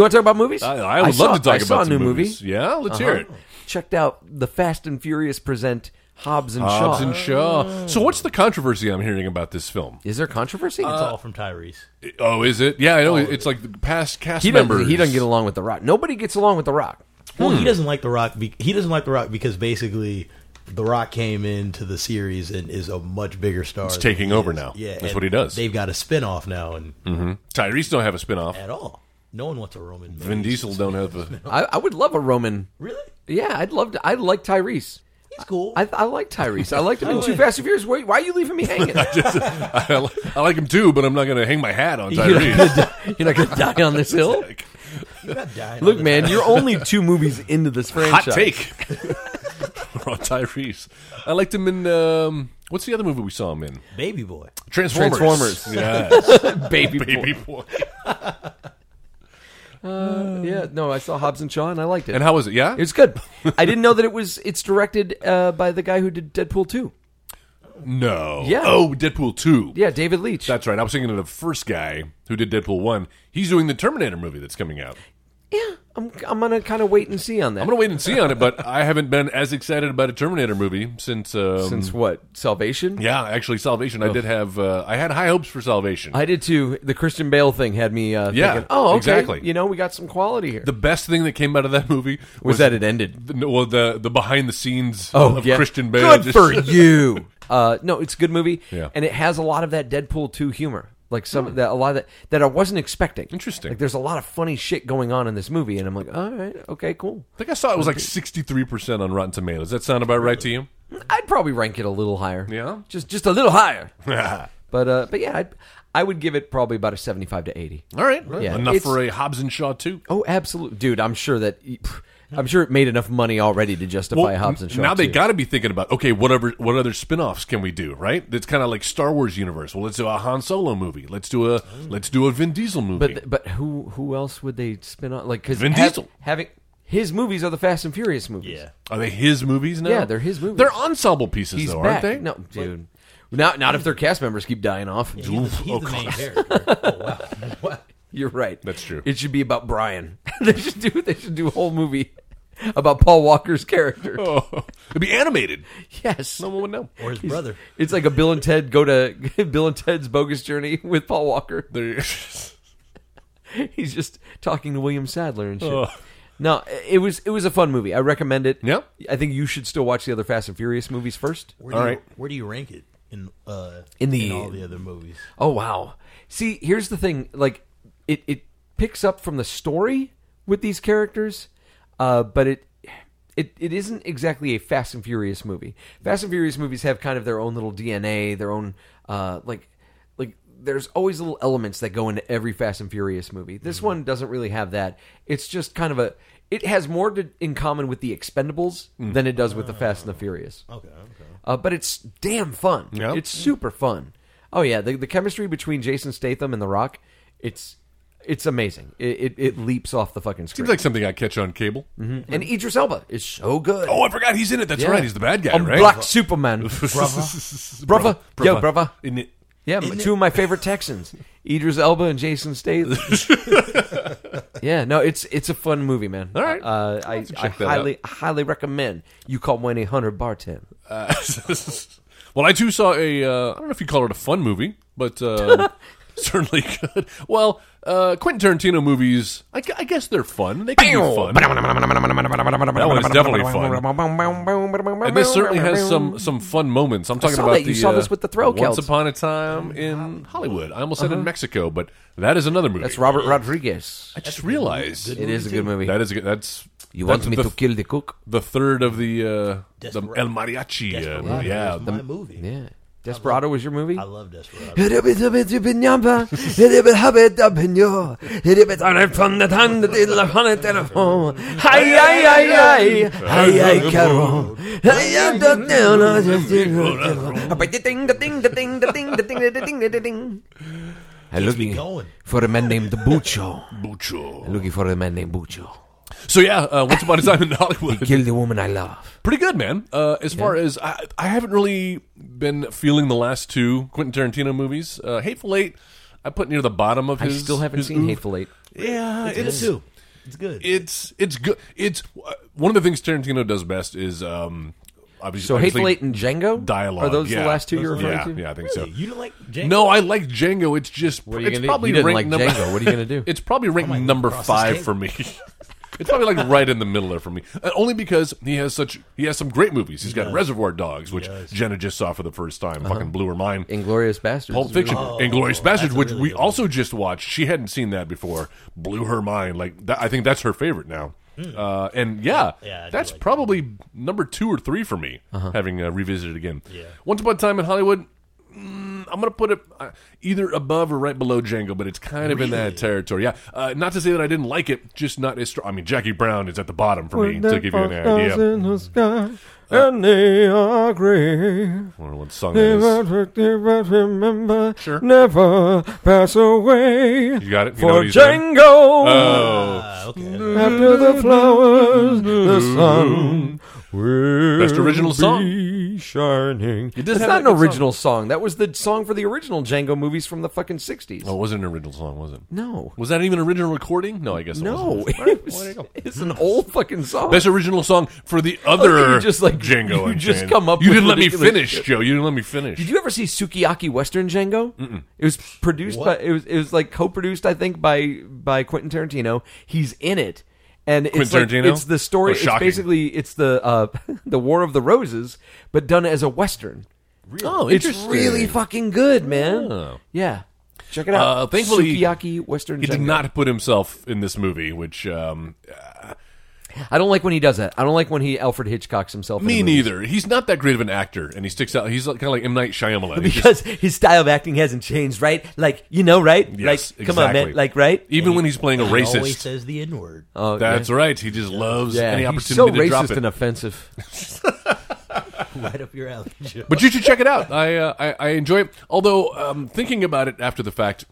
Speaker 4: want to talk about movies?
Speaker 3: I, I would
Speaker 4: saw-
Speaker 3: love to talk
Speaker 4: I
Speaker 3: about
Speaker 4: saw a
Speaker 3: some
Speaker 4: new
Speaker 3: movies.
Speaker 4: movie. Uh-huh. Oh.
Speaker 3: Yeah, let's hear it.
Speaker 4: Checked out the Fast and Furious present Hobbs and
Speaker 3: Hobbs
Speaker 4: Shaw.
Speaker 3: and Shaw.
Speaker 4: Mm.
Speaker 3: So, what's the controversy I'm hearing about this film?
Speaker 4: Is there controversy?
Speaker 3: Uh,
Speaker 6: It's all from Tyrese.
Speaker 3: Oh, is it? Yeah, I know. It's like the past cast
Speaker 4: he
Speaker 3: members.
Speaker 4: doesn't. He doesn't get along with the Rock. Nobody gets along with the Rock.
Speaker 6: Well, he doesn't like the Rock. Be- he doesn't like the Rock because basically, the Rock came into the series and is a much bigger star.
Speaker 3: It's
Speaker 6: than
Speaker 3: taking
Speaker 6: he
Speaker 3: over
Speaker 6: is.
Speaker 3: now.
Speaker 6: Yeah,
Speaker 3: That's
Speaker 6: and
Speaker 3: what he does.
Speaker 6: They've got a spinoff now, and
Speaker 3: Tyrese don't have a spinoff.
Speaker 6: at all, no one wants a Roman.
Speaker 3: Vin
Speaker 6: Reigns.
Speaker 3: Diesel don't have a.
Speaker 4: I, I would love a Roman.
Speaker 6: Really?
Speaker 4: Yeah, I'd love to. I like Tyrese.
Speaker 6: He's cool.
Speaker 4: I, I like Tyrese. I liked him in Too Fast and Furious. Why, why are you leaving me hanging?
Speaker 3: I, like, I like him too, but I'm not going to hang my hat on
Speaker 4: You're not
Speaker 3: Tyrese.
Speaker 4: gonna die- you're not going to die on this hill.
Speaker 6: You're not dying
Speaker 4: Look,
Speaker 6: on
Speaker 4: man, you're only two movies into this
Speaker 3: Hot
Speaker 4: franchise.
Speaker 3: take. We're on Tyrese. I liked him in. Um, what's the other movie we saw him in?
Speaker 6: the baby boy.
Speaker 3: Transformers.
Speaker 4: Transformers.
Speaker 3: Yes.
Speaker 4: baby,
Speaker 3: Baby
Speaker 4: boy.
Speaker 3: boy.
Speaker 4: Yeah, no, I saw Hobbs and Shaw and I liked it.
Speaker 3: And how was it? Yeah?
Speaker 4: It was good. I didn't know that it was. It's directed uh, by the guy who did Deadpool two.
Speaker 3: no.
Speaker 4: Yeah.
Speaker 3: Oh, Deadpool 2.
Speaker 4: Yeah, David Leitch.
Speaker 3: That's right. I was thinking of the first guy who did Deadpool 1. He's doing the Terminator movie that's coming out.
Speaker 4: yeah, I'm. I'm gonna kind of wait and see on that.
Speaker 3: I'm going to wait and see on it, but I haven't been as excited about a Terminator movie since. Um,
Speaker 4: Since what Salvation?
Speaker 3: yeah, actually, Salvation. I did have. Uh, I had high hopes for Salvation.
Speaker 4: I did too. The Christian Bale thing had me. Uh,
Speaker 3: Yeah,
Speaker 4: thinking, oh, okay.
Speaker 3: exactly.
Speaker 4: You know, we got some quality here.
Speaker 3: the best thing that came out of that movie was,
Speaker 4: was that it ended?
Speaker 3: The, no, well, the the behind the scenes
Speaker 4: Oh,
Speaker 3: of
Speaker 4: yeah.
Speaker 3: Christian Bale.
Speaker 4: Good for you. Uh, no, it's a good movie,
Speaker 3: Yeah. Hmm.
Speaker 4: and it has a lot of that Deadpool two humor. Like some that a lot of that that I wasn't expecting.
Speaker 3: Interesting.
Speaker 4: Like there's a lot of funny shit going on in this movie, and I'm like, all right, okay, cool.
Speaker 3: I think I saw it was like 63 percent on Rotten Tomatoes. Does that sound about right to you?
Speaker 4: I'd probably rank it a little higher.
Speaker 3: Yeah?
Speaker 4: just just a little higher. But uh, but yeah, I'd, I would give it probably about a 75 to 80.
Speaker 3: All right, right.
Speaker 4: Yeah.
Speaker 3: enough
Speaker 4: It's-
Speaker 3: for a Hobbs and Shaw too.
Speaker 4: Oh, absolutely. Dude, I'm sure that I'm sure it made enough money already to justify a Hobbs and Shaw.
Speaker 3: now they
Speaker 4: too.
Speaker 3: got to be thinking about okay, whatever, what other spin-offs can we do? Right, it's kind of like Star Wars universe. Well, let's do a Han Solo movie. Let's do a let's do a Vin Diesel movie.
Speaker 4: But but who who else would they spin on like cuz
Speaker 3: Vin Diesel.
Speaker 4: having his movies are the Fast and Furious movies.
Speaker 6: Yeah.
Speaker 3: Are they his movies now?
Speaker 4: Yeah, they're his movies.
Speaker 3: They're ensemble pieces,
Speaker 4: He's
Speaker 3: though,
Speaker 4: back.
Speaker 3: aren't they?
Speaker 4: No, dude. not not if their cast members keep dying off.
Speaker 6: He's, the- he's the main character. Oh, wow. Wow.
Speaker 4: You're right.
Speaker 3: That's true.
Speaker 4: It should be about Brian. they should do they should do a whole movie about Paul Walker's character.
Speaker 3: Oh, it'd be animated.
Speaker 4: Yes.
Speaker 3: No one would know.
Speaker 6: Or his brother.
Speaker 4: It's like a Bill and Ted go to Bill and Ted's bogus journey with Paul Walker.
Speaker 3: They're-
Speaker 4: He's just talking to William Sadler and shit.
Speaker 3: Ugh.
Speaker 4: No, it was it was a fun movie. I recommend it.
Speaker 3: Yeah.
Speaker 4: I think you should still watch the other Fast and Furious movies first.
Speaker 6: Where do
Speaker 3: All
Speaker 6: you,
Speaker 3: right.
Speaker 6: Where do you rank it in uh
Speaker 4: In the-
Speaker 6: all the other movies?
Speaker 4: Oh wow. See, here's the thing, like it it picks up from the story with these characters, uh, but it it, it isn't exactly a Fast and Furious movie. Fast and Furious movies have kind of their own little DNA, their own uh, like like there's always little elements that go into every Fast and Furious movie. This
Speaker 6: Mm-hmm.
Speaker 4: one doesn't really have that. It's just kind of a it has more to, in common with the Expendables than it does with the Fast and the Furious.
Speaker 6: Mm. Ah. Okay, okay.
Speaker 4: Uh, but it's damn fun.
Speaker 3: Yeah.
Speaker 4: It's super fun. Oh yeah, the, the chemistry between Jason Statham and The Rock, it's it's amazing. It, it, it leaps off the fucking screen.
Speaker 3: Seems like something I catch on cable.
Speaker 4: and Idris Elba is so good.
Speaker 3: Oh, I forgot he's in it. That's
Speaker 4: Mm-hmm. Yeah.
Speaker 3: right. He's the bad guy,
Speaker 4: I'm
Speaker 3: right?
Speaker 4: Black Superman,
Speaker 3: brother,
Speaker 4: brother. Yo, brother.
Speaker 3: In it.
Speaker 4: Yeah, two of my favorite Texans, Idris Elba and Jason Statham. yeah, no, it's it's a fun movie, man. All
Speaker 3: right.
Speaker 4: uh, I,
Speaker 3: have to
Speaker 4: I
Speaker 3: check that
Speaker 4: highly highly recommend. You call one eight hundred bartend.
Speaker 3: Uh, well, I too saw a. Uh, I don't know if you call it a fun movie, but um, certainly good. Well, uh, Quentin Tarantino movies. I, gu- I guess they're fun. They can be fun. That one is definitely fun. And this certainly has some some fun moments. I'm talking
Speaker 4: saw
Speaker 3: about
Speaker 4: that. You
Speaker 3: the
Speaker 4: saw
Speaker 3: uh,
Speaker 4: this with the throw
Speaker 3: Once
Speaker 4: celts.
Speaker 3: upon a time in Hollywood. I almost said in Mexico, but that is another movie.
Speaker 4: That's Robert Rodriguez.
Speaker 3: I just realized
Speaker 4: It is a good movie.
Speaker 3: that is a good, that's
Speaker 4: You
Speaker 3: that's
Speaker 4: want me
Speaker 3: the,
Speaker 4: to kill the cook?
Speaker 3: the third of the uh, the
Speaker 6: Desperado.
Speaker 3: El Mariachi. Uh,
Speaker 6: Desperado
Speaker 3: movie. yeah,
Speaker 6: was
Speaker 3: the-
Speaker 6: my movie.
Speaker 4: Yeah. Desperado was your movie?
Speaker 6: I love Desperado.
Speaker 4: I'm
Speaker 6: Keeps me
Speaker 4: looking
Speaker 6: going.
Speaker 4: for a man named Bucho.
Speaker 3: Mucho.
Speaker 4: Looking for a man named Bucho.
Speaker 3: So yeah, uh, Once Upon a Time in Hollywood.
Speaker 4: Kill the woman I love.
Speaker 3: Pretty good, man. Uh, as far as I, I haven't really been feeling the last two Quentin Tarantino movies. Uh, Hateful Eight, I put near the bottom of
Speaker 4: I
Speaker 3: his.
Speaker 4: still haven't
Speaker 3: his
Speaker 4: seen
Speaker 3: oeuvre.
Speaker 4: Hateful Eight.
Speaker 3: Yeah,
Speaker 6: It's, good too. It's good.
Speaker 3: it's it's good. It's uh, one of the things Tarantino does best is um obviously
Speaker 4: So Hateful
Speaker 3: obviously
Speaker 4: Eight and Django?
Speaker 3: dialogue.
Speaker 4: Are those
Speaker 3: yeah.
Speaker 4: the last two you're
Speaker 3: Those are-
Speaker 4: referring
Speaker 3: yeah,
Speaker 4: to?
Speaker 3: Yeah, I think
Speaker 6: Really?
Speaker 3: so.
Speaker 6: You don't like Django?
Speaker 3: No, I like Django. It's just
Speaker 4: are you
Speaker 3: it's
Speaker 4: gonna do?
Speaker 3: probably
Speaker 4: You didn't
Speaker 3: ranked
Speaker 4: like
Speaker 3: number,
Speaker 4: Django. What are you gonna do?
Speaker 3: It's probably ranked
Speaker 6: might
Speaker 3: number
Speaker 6: cross this
Speaker 3: five
Speaker 6: table.
Speaker 3: for me. It's probably like right in the middle of for me, uh, only because he has such he has some great movies. He's got Reservoir Dogs, which Jenna just saw for the first time,
Speaker 4: Uh-huh.
Speaker 3: fucking blew her mind.
Speaker 4: Inglorious Bastards.
Speaker 3: Pulp Fiction, Inglorious
Speaker 6: Oh, that's
Speaker 3: Bastards,
Speaker 6: a
Speaker 3: which
Speaker 6: really
Speaker 3: we
Speaker 6: good one.
Speaker 3: also just watched. She hadn't seen that before, blew her mind. Like that, I think that's her favorite now. Uh, and yeah,
Speaker 6: Hmm. Yeah, I do
Speaker 3: that's
Speaker 6: like that.
Speaker 3: probably number two or three for me, having uh, revisited again.
Speaker 6: Yeah.
Speaker 3: Once Upon a Time in Hollywood, mm, I'm gonna put it uh, either above or right below Django, but it's kind of in that territory. Yeah, uh, not to say that I didn't like it, just not as strong. I mean, Jackie Brown is at the bottom for me to give you an idea.
Speaker 4: in the sky, and they are gray.
Speaker 3: I don't know what song that is.
Speaker 4: remember,
Speaker 3: Sure.
Speaker 4: never pass away.
Speaker 3: You got it. You know what he's doing? Oh.
Speaker 6: Ah, okay.
Speaker 4: after the flowers, the sun will
Speaker 3: Best original
Speaker 4: be shining.
Speaker 3: does
Speaker 4: It's
Speaker 3: have
Speaker 4: not
Speaker 3: that
Speaker 4: an
Speaker 3: good
Speaker 4: original song. That was the song for the original Django movies from the fucking sixties.
Speaker 3: Oh, it wasn't an original song, was it?
Speaker 4: No,
Speaker 3: Was that even an original recording? No, I guess it
Speaker 4: no,
Speaker 3: wasn't.
Speaker 4: it was, it's an old fucking song.
Speaker 3: Best original song for the other
Speaker 4: Oh, you just, like,
Speaker 3: Django
Speaker 4: you
Speaker 3: and
Speaker 4: just come up
Speaker 3: You
Speaker 4: with
Speaker 3: didn't let me
Speaker 4: ridiculous
Speaker 3: finish,
Speaker 4: shit.
Speaker 3: Joe. You didn't let me finish.
Speaker 4: Did you ever see Sukiyaki Western Django? Mm-mm. It was produced by it was it was like co-produced I think by by Quentin Tarantino. He's in it. And it's,
Speaker 3: Quentin
Speaker 4: like,
Speaker 3: Tarantino?
Speaker 4: it's the
Speaker 3: Oh,
Speaker 4: story. it's
Speaker 3: shocking.
Speaker 4: basically it's the uh, the War of the Roses, but done as a western.
Speaker 3: oh,
Speaker 4: It's
Speaker 3: interesting.
Speaker 4: really fucking good, man.
Speaker 3: Oh.
Speaker 4: Yeah, check it out.
Speaker 3: Uh, thankfully,
Speaker 4: Sukiyaki Western.
Speaker 3: He did
Speaker 4: Django.
Speaker 3: not put himself in this movie, which um,
Speaker 4: I don't like when he does that. I don't like when he Alfred Hitchcocks himself. in a
Speaker 3: Me
Speaker 4: movie.
Speaker 3: neither. He's not that great of an actor, and he sticks out. He's like, kind of like M Night Shyamalan. He just-
Speaker 5: Because his style of acting hasn't changed, right? Like, you know, right?
Speaker 3: Yes,
Speaker 5: like, come on,
Speaker 3: exactly.
Speaker 5: man. Like, right?
Speaker 3: even when he's playing a
Speaker 6: He always
Speaker 3: racist,
Speaker 6: says the N word.
Speaker 4: Uh-huh. Oh,
Speaker 3: that's right. He just loves
Speaker 4: Yeah,
Speaker 3: any
Speaker 4: he's
Speaker 3: opportunity
Speaker 4: so
Speaker 3: to drop
Speaker 4: racist
Speaker 3: it.
Speaker 4: and offensive.
Speaker 6: right up your alley, Joe.
Speaker 3: But you should check it out. I uh, I, I enjoy it. Although um, thinking about it after the fact,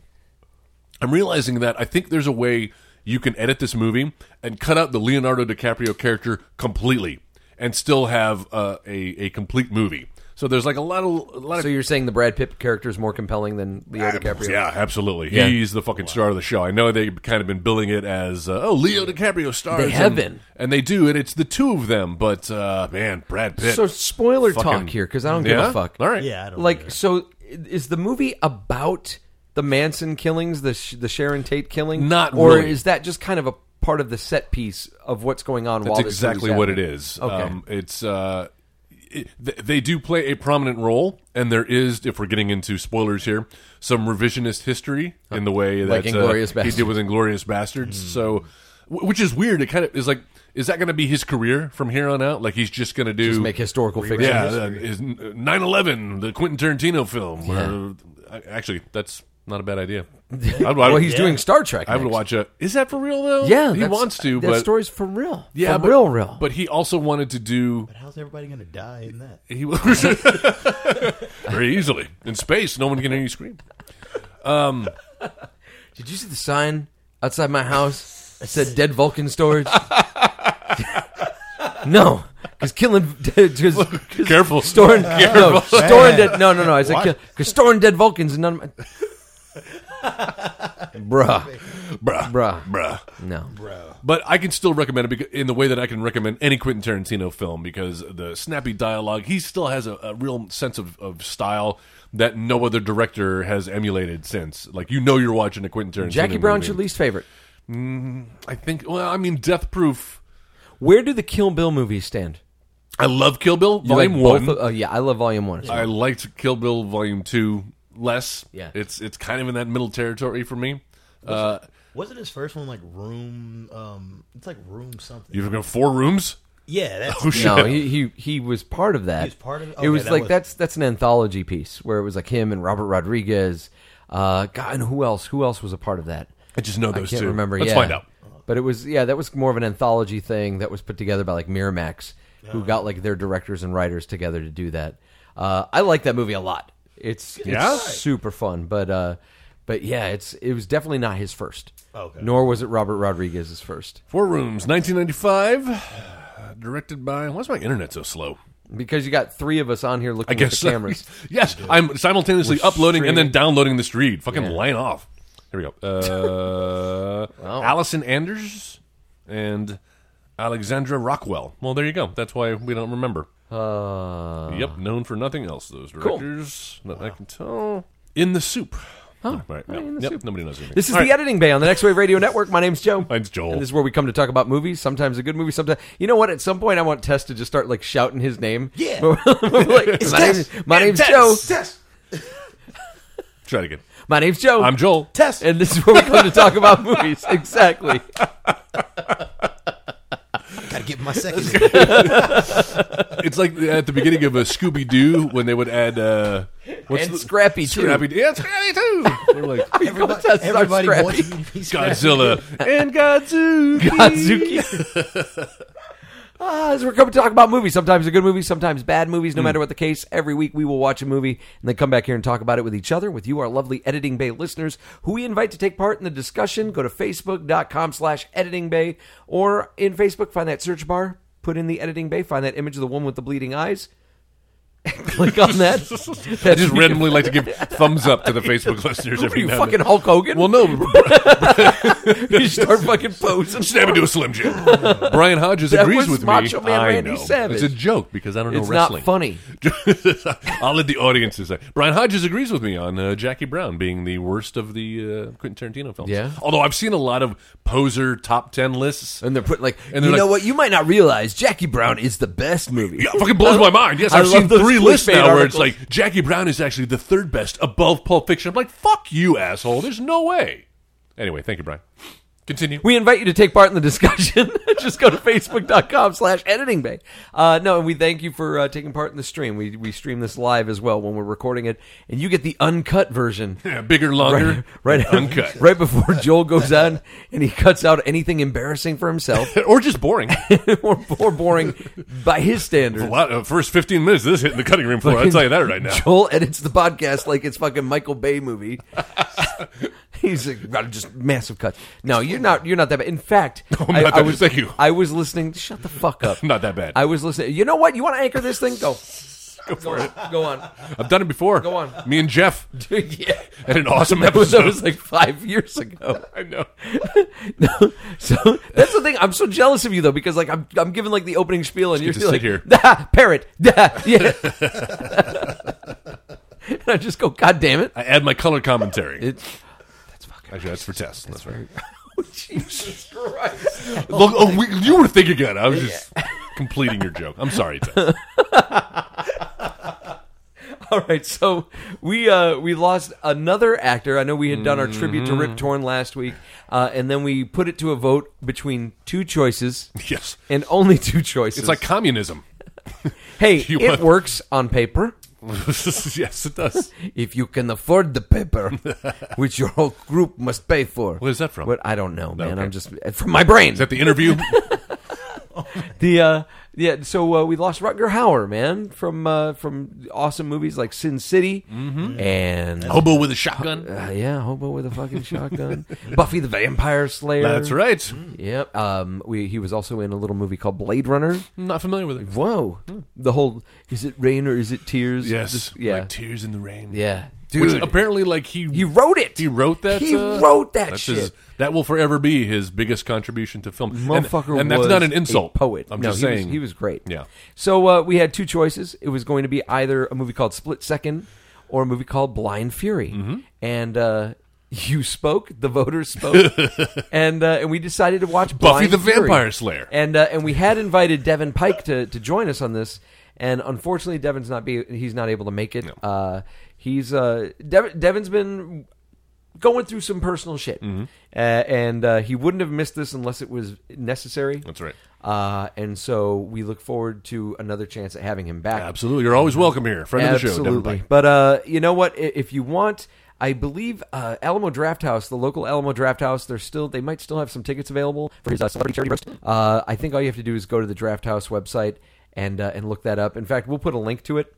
Speaker 3: I'm realizing that I think there's a way you can edit this movie and cut out the Leonardo DiCaprio character completely, and still have uh, a a complete movie. So there's like a lot of a lot of
Speaker 4: So you're saying the Brad Pitt character is more compelling than Leo DiCaprio?
Speaker 3: Yeah, absolutely.
Speaker 4: Yeah.
Speaker 3: He's the fucking star of the show. I know they've kind of been billing it as, uh, oh, Leo DiCaprio stars.
Speaker 4: They have
Speaker 3: and,
Speaker 4: been.
Speaker 3: And they do, and it's the two of them, but uh, man, Brad Pitt.
Speaker 4: So spoiler
Speaker 3: fucking-
Speaker 4: talk here because I don't give
Speaker 3: yeah?
Speaker 4: a fuck.
Speaker 3: All right.
Speaker 6: Yeah, I don't
Speaker 4: Like, so is the movie about the Manson killings, the Sh- the Sharon Tate killing?
Speaker 3: Not
Speaker 4: or
Speaker 3: really.
Speaker 4: is that just kind of a part of the set piece of what's going on?
Speaker 3: That's
Speaker 4: while this
Speaker 3: exactly
Speaker 4: movie's
Speaker 3: what it
Speaker 4: happening?
Speaker 3: is.
Speaker 4: Okay.
Speaker 3: Um, it's. Uh, it, th- they do play a prominent role, and there is, if we're getting into spoilers here, some revisionist history in the way that
Speaker 4: Like Hmm. Inglourious
Speaker 3: uh, he did
Speaker 4: Basterds.
Speaker 3: with Inglorious Bastards. So, w- which is weird. It kind of is like, is that going to be his career from here on out? Like he's just going to do
Speaker 4: Just make historical fiction.
Speaker 3: Yeah, uh, is 9/11, the Quentin Tarantino film. Or, I- actually, that's not a bad idea. I'd, I'd-
Speaker 4: Well, he's
Speaker 3: yeah.
Speaker 4: doing Star Trek.
Speaker 3: I would
Speaker 4: next.
Speaker 3: watch a. Is that for real though?
Speaker 4: Yeah,
Speaker 3: he
Speaker 4: that's-
Speaker 3: wants to,
Speaker 4: That
Speaker 3: but
Speaker 4: story's for real.
Speaker 3: yeah,
Speaker 4: for
Speaker 3: but-
Speaker 4: real, real.
Speaker 3: But he also wanted to do.
Speaker 6: But how's everybody going to die in that?
Speaker 3: He was very easily in space. No one can hear you scream.
Speaker 4: Did you see the sign outside my house that said "Dead Vulcan Storage"? no, because killing, because
Speaker 3: Careful.
Speaker 4: storing, no, storing dead. No, no, no. I
Speaker 6: What?
Speaker 4: said because storing dead Vulcans and none of my. Bruh,
Speaker 3: bruh,
Speaker 4: Bruh.
Speaker 3: bruh.
Speaker 4: no.
Speaker 3: But I can still recommend it because, in the way that I can recommend any Quentin Tarantino film because the snappy dialogue, he still has a, a real sense of, of style that no other director has emulated since. Like, you know, you're watching a Quentin Tarantino.
Speaker 4: Jackie Brown's your
Speaker 3: movie.
Speaker 4: least favorite.
Speaker 3: I think, well, I mean, Death Proof.
Speaker 4: Where do the Kill Bill movies stand?
Speaker 3: I love Kill Bill,
Speaker 4: You like
Speaker 3: Volume
Speaker 4: both
Speaker 3: 1.
Speaker 4: of- oh, yeah, I love Volume One. as well.
Speaker 3: I liked Kill Bill Volume 2 less.
Speaker 4: Yeah.
Speaker 3: It's, it's kind of in that middle territory for me. Uh,
Speaker 6: Wasn't his first one like room? Um, it's like room something.
Speaker 3: you've got four rooms?
Speaker 6: yeah, that's
Speaker 3: Oh, shit.
Speaker 4: No, he, he he was part of that.
Speaker 6: was part of it?
Speaker 4: it
Speaker 6: Okay,
Speaker 4: was
Speaker 6: that
Speaker 4: like
Speaker 6: was-
Speaker 4: that's that's an anthology piece where it was like him and Robert Rodriguez. Uh, God, and who else? Who else was a part of that?
Speaker 3: I just know
Speaker 4: I
Speaker 3: those
Speaker 4: can't
Speaker 3: two.
Speaker 4: remember.
Speaker 3: Let's
Speaker 4: yeah.
Speaker 3: find out.
Speaker 4: But it was yeah, that was more of an anthology thing that was put together by like Miramax, who got like their directors and writers together to do that. Uh, I like that movie a lot. It's
Speaker 3: Yeah?
Speaker 4: it's super fun, but uh, but yeah, it's it was definitely not his first.
Speaker 6: Okay.
Speaker 4: Nor was it Robert Rodriguez's first
Speaker 3: Four Rooms, 1995, directed by. Why's my internet so slow?
Speaker 4: because you got three of us on here looking
Speaker 3: I guess
Speaker 4: at the cameras.
Speaker 3: yes, I'm simultaneously uploading and then
Speaker 4: streaming.
Speaker 3: downloading this read. Fucking
Speaker 4: Yeah.
Speaker 3: line off. Here we go. Uh, Allison Anders and Alexandra Rockwell. Well, there you go. That's why we don't remember.
Speaker 4: Uh,
Speaker 3: yep, known for nothing else. Those directors, that I can tell. In the soup. Oh, right. Yep,
Speaker 4: In the
Speaker 3: yep,
Speaker 4: Soup.
Speaker 3: nobody knows anything.
Speaker 4: This is
Speaker 3: All
Speaker 4: the
Speaker 3: right.
Speaker 4: Editing Bay on the Next Wave Radio Network. My name's Joe.
Speaker 3: Mine's Joel.
Speaker 4: And this is where we come to talk about movies. Sometimes a good movie, sometimes. You know what? At some point, I want Tess to just start like shouting his name.
Speaker 6: Yeah.
Speaker 4: We're like, my name's, my name's Joe.
Speaker 6: Test. Test.
Speaker 3: Try it again.
Speaker 4: My name's Joe.
Speaker 3: I'm Joel.
Speaker 6: Test.
Speaker 4: And this is where we come to talk about movies. Exactly.
Speaker 6: Gotta get my second. in.
Speaker 3: It's like at the beginning of a Scooby Doo when they would add uh, what's
Speaker 4: And Scrappy, too.
Speaker 3: Scrappy, yeah, Scrappy too. They're like
Speaker 6: everybody
Speaker 4: Test is our
Speaker 6: everybody
Speaker 4: scrappy.
Speaker 6: wants you to be scrappy.
Speaker 3: Godzilla and Godzuki.
Speaker 4: Godzuki. Ah, as we're coming to talk about movies, sometimes a good movie, sometimes bad movies,
Speaker 3: Hmm.
Speaker 4: no matter what the case. Every week we will watch a movie and then come back here and talk about it with each other, with you, our lovely Editing Bay listeners, who we invite to take part in the discussion. Go to facebook.com slash editing bay or in Facebook, find that search bar, put in the editing bay, find that image of the woman with the bleeding eyes. Click on that.
Speaker 3: I just randomly like to give thumbs up to the Facebook listeners
Speaker 4: What are
Speaker 3: every
Speaker 4: you
Speaker 3: now and
Speaker 4: fucking
Speaker 3: then.
Speaker 4: Hulk Hogan?
Speaker 3: Well, no,
Speaker 4: you start fucking posing.
Speaker 3: stab into a Slim Jim. Brian Hodges
Speaker 4: That
Speaker 3: agrees
Speaker 4: was
Speaker 3: with
Speaker 4: Macho
Speaker 3: me.
Speaker 4: Man
Speaker 3: I
Speaker 4: Randy
Speaker 3: know.
Speaker 4: Savage.
Speaker 3: It's a joke because I don't know
Speaker 4: It's
Speaker 3: wrestling.
Speaker 4: not funny.
Speaker 3: I'll let the audience decide. Brian Hodges agrees with me on uh, Jackie Brown being the worst of the uh, Quentin Tarantino films.
Speaker 4: Yeah.
Speaker 3: Although I've seen a lot of poser top ten lists.
Speaker 4: And they're putting like,
Speaker 3: And
Speaker 4: you
Speaker 3: they're
Speaker 4: know
Speaker 3: like-
Speaker 4: what? You might not realize Jackie Brown is the best movie.
Speaker 3: Yeah, it fucking blows my mind. Yes,
Speaker 4: I
Speaker 3: I've
Speaker 4: love
Speaker 3: seen
Speaker 4: those
Speaker 3: three lists
Speaker 4: clickbait
Speaker 3: now where it's
Speaker 4: articles.
Speaker 3: like Jackie Brown is actually the third best above Pulp Fiction. I'm like, fuck you, asshole. There's no way. Anyway, thank you, Brian. Continue.
Speaker 4: We invite you to take part in the discussion. Just go to facebook.com slash editing bay. Uh, no, and we thank you for uh, taking part in the stream. We, we stream this live as well when we're recording it, and you get the uncut version.
Speaker 3: Yeah, bigger, longer,
Speaker 4: Right,
Speaker 3: uncut,
Speaker 4: right before Joel goes on and he cuts out anything embarrassing for himself
Speaker 3: or just boring.
Speaker 4: or, or boring by his standards.
Speaker 3: A lot of uh, first fifteen minutes of this hitting the cutting room floor. I'll
Speaker 4: Fucking
Speaker 3: tell you that right now.
Speaker 4: Joel edits the podcast like it's fucking Michael Bay movie. He's like, "Gotta just massive cuts. No, you're not. You're not that bad. In fact,
Speaker 3: I'm not that bad. Thank you.
Speaker 4: I was listening. Shut the fuck up.
Speaker 3: Not that bad.
Speaker 4: I was listening. You know what? You want to anchor this thing? Go. Go for it. Go on.
Speaker 3: I've done it before.
Speaker 4: Go on.
Speaker 3: Me and Jeff
Speaker 4: Dude, yeah.
Speaker 3: had an awesome
Speaker 4: That was, that
Speaker 3: episode.
Speaker 4: was like five years ago.
Speaker 3: I know.
Speaker 4: No, so that's the thing. I'm so jealous of you though, because like I'm I'm giving like the opening spiel and you're
Speaker 3: to
Speaker 4: just like
Speaker 3: sit here.
Speaker 4: "Dah, parrot, dah, yeah. and I just go, God damn it!
Speaker 3: I add my color commentary.
Speaker 4: It,
Speaker 3: Actually, that's for tests. That's right. Oh,
Speaker 4: Jesus Christ!
Speaker 3: Look, oh, we, you were thinking good. I was just completing your joke. I'm sorry. Tess.
Speaker 4: All right, so we uh we lost another actor. I know we had done our tribute to
Speaker 3: Mm-hmm.
Speaker 4: Rip Torn last week, uh, and then we put it to a vote between two choices.
Speaker 3: Yes.
Speaker 4: And only two choices.
Speaker 3: It's like communism.
Speaker 4: hey,
Speaker 3: you
Speaker 4: it
Speaker 3: want-
Speaker 4: works on paper.
Speaker 3: yes, it does.
Speaker 4: if you can afford the paper, which your whole group must pay for.
Speaker 3: Where is that from?
Speaker 4: What I don't know, man.
Speaker 3: okay.
Speaker 4: I'm just uh, from my brain.
Speaker 3: Is that the interview?
Speaker 4: the uh, yeah. So uh, we lost Rutger Hauer, man, from uh, from awesome movies like Sin City
Speaker 3: Mm-hmm.
Speaker 4: and
Speaker 3: Hobo with a shotgun.
Speaker 4: uh, yeah, Hobo with a fucking shotgun, Buffy the Vampire Slayer.
Speaker 3: That's right.
Speaker 4: Yep. Um, we he was also in a little movie called Blade Runner.
Speaker 3: I'm not familiar with it.
Speaker 4: Whoa, the whole is it rain or is it tears?
Speaker 3: Yes.
Speaker 4: This- yeah,
Speaker 3: Like tears in the rain.
Speaker 4: yeah,
Speaker 3: Which
Speaker 4: dude.
Speaker 3: apparently, like he
Speaker 4: he wrote it.
Speaker 3: He wrote that.
Speaker 4: He
Speaker 3: uh,
Speaker 4: wrote that
Speaker 3: that's
Speaker 4: shit.
Speaker 3: his- that will forever be his biggest contribution to film. And-
Speaker 4: Motherfucker
Speaker 3: and, that's
Speaker 4: was
Speaker 3: not an insult.
Speaker 4: a poet.
Speaker 3: I'm
Speaker 4: No,
Speaker 3: just
Speaker 4: he
Speaker 3: saying
Speaker 4: was, he was great.
Speaker 3: Yeah.
Speaker 4: So uh, we had two choices. It was going to be either a movie called Split Second or a movie called Blind Fury,
Speaker 3: Mm-hmm.
Speaker 4: and uh, you spoke. The voters spoke, and uh, and we decided to watch
Speaker 3: Buffy
Speaker 4: Blind
Speaker 3: the
Speaker 4: Fury.
Speaker 3: Vampire Slayer.
Speaker 4: and uh, and we had invited Devin Pike to to join us on this, and unfortunately, Devin's not be he's not able to make it. Uh, he's uh, Devin, Devin's been going through some personal shit,
Speaker 3: Mm-hmm.
Speaker 4: uh, and uh, he wouldn't have missed this unless it was necessary.
Speaker 3: That's right.
Speaker 4: Uh, and so we look forward to another chance at having him back.
Speaker 3: Absolutely. You're always welcome here. Friend of the show. Devin
Speaker 4: Mm-hmm. Absolutely.
Speaker 3: Pike.
Speaker 4: But uh, you know what? I- If you want, I believe uh, Alamo Draft House, the local Alamo Draft House, they're still they might still have some tickets available for his uh, celebrity charity roast. Uh, I think all you have to do is go to the Draft House website and uh, and look that up. In fact, we'll put a link to it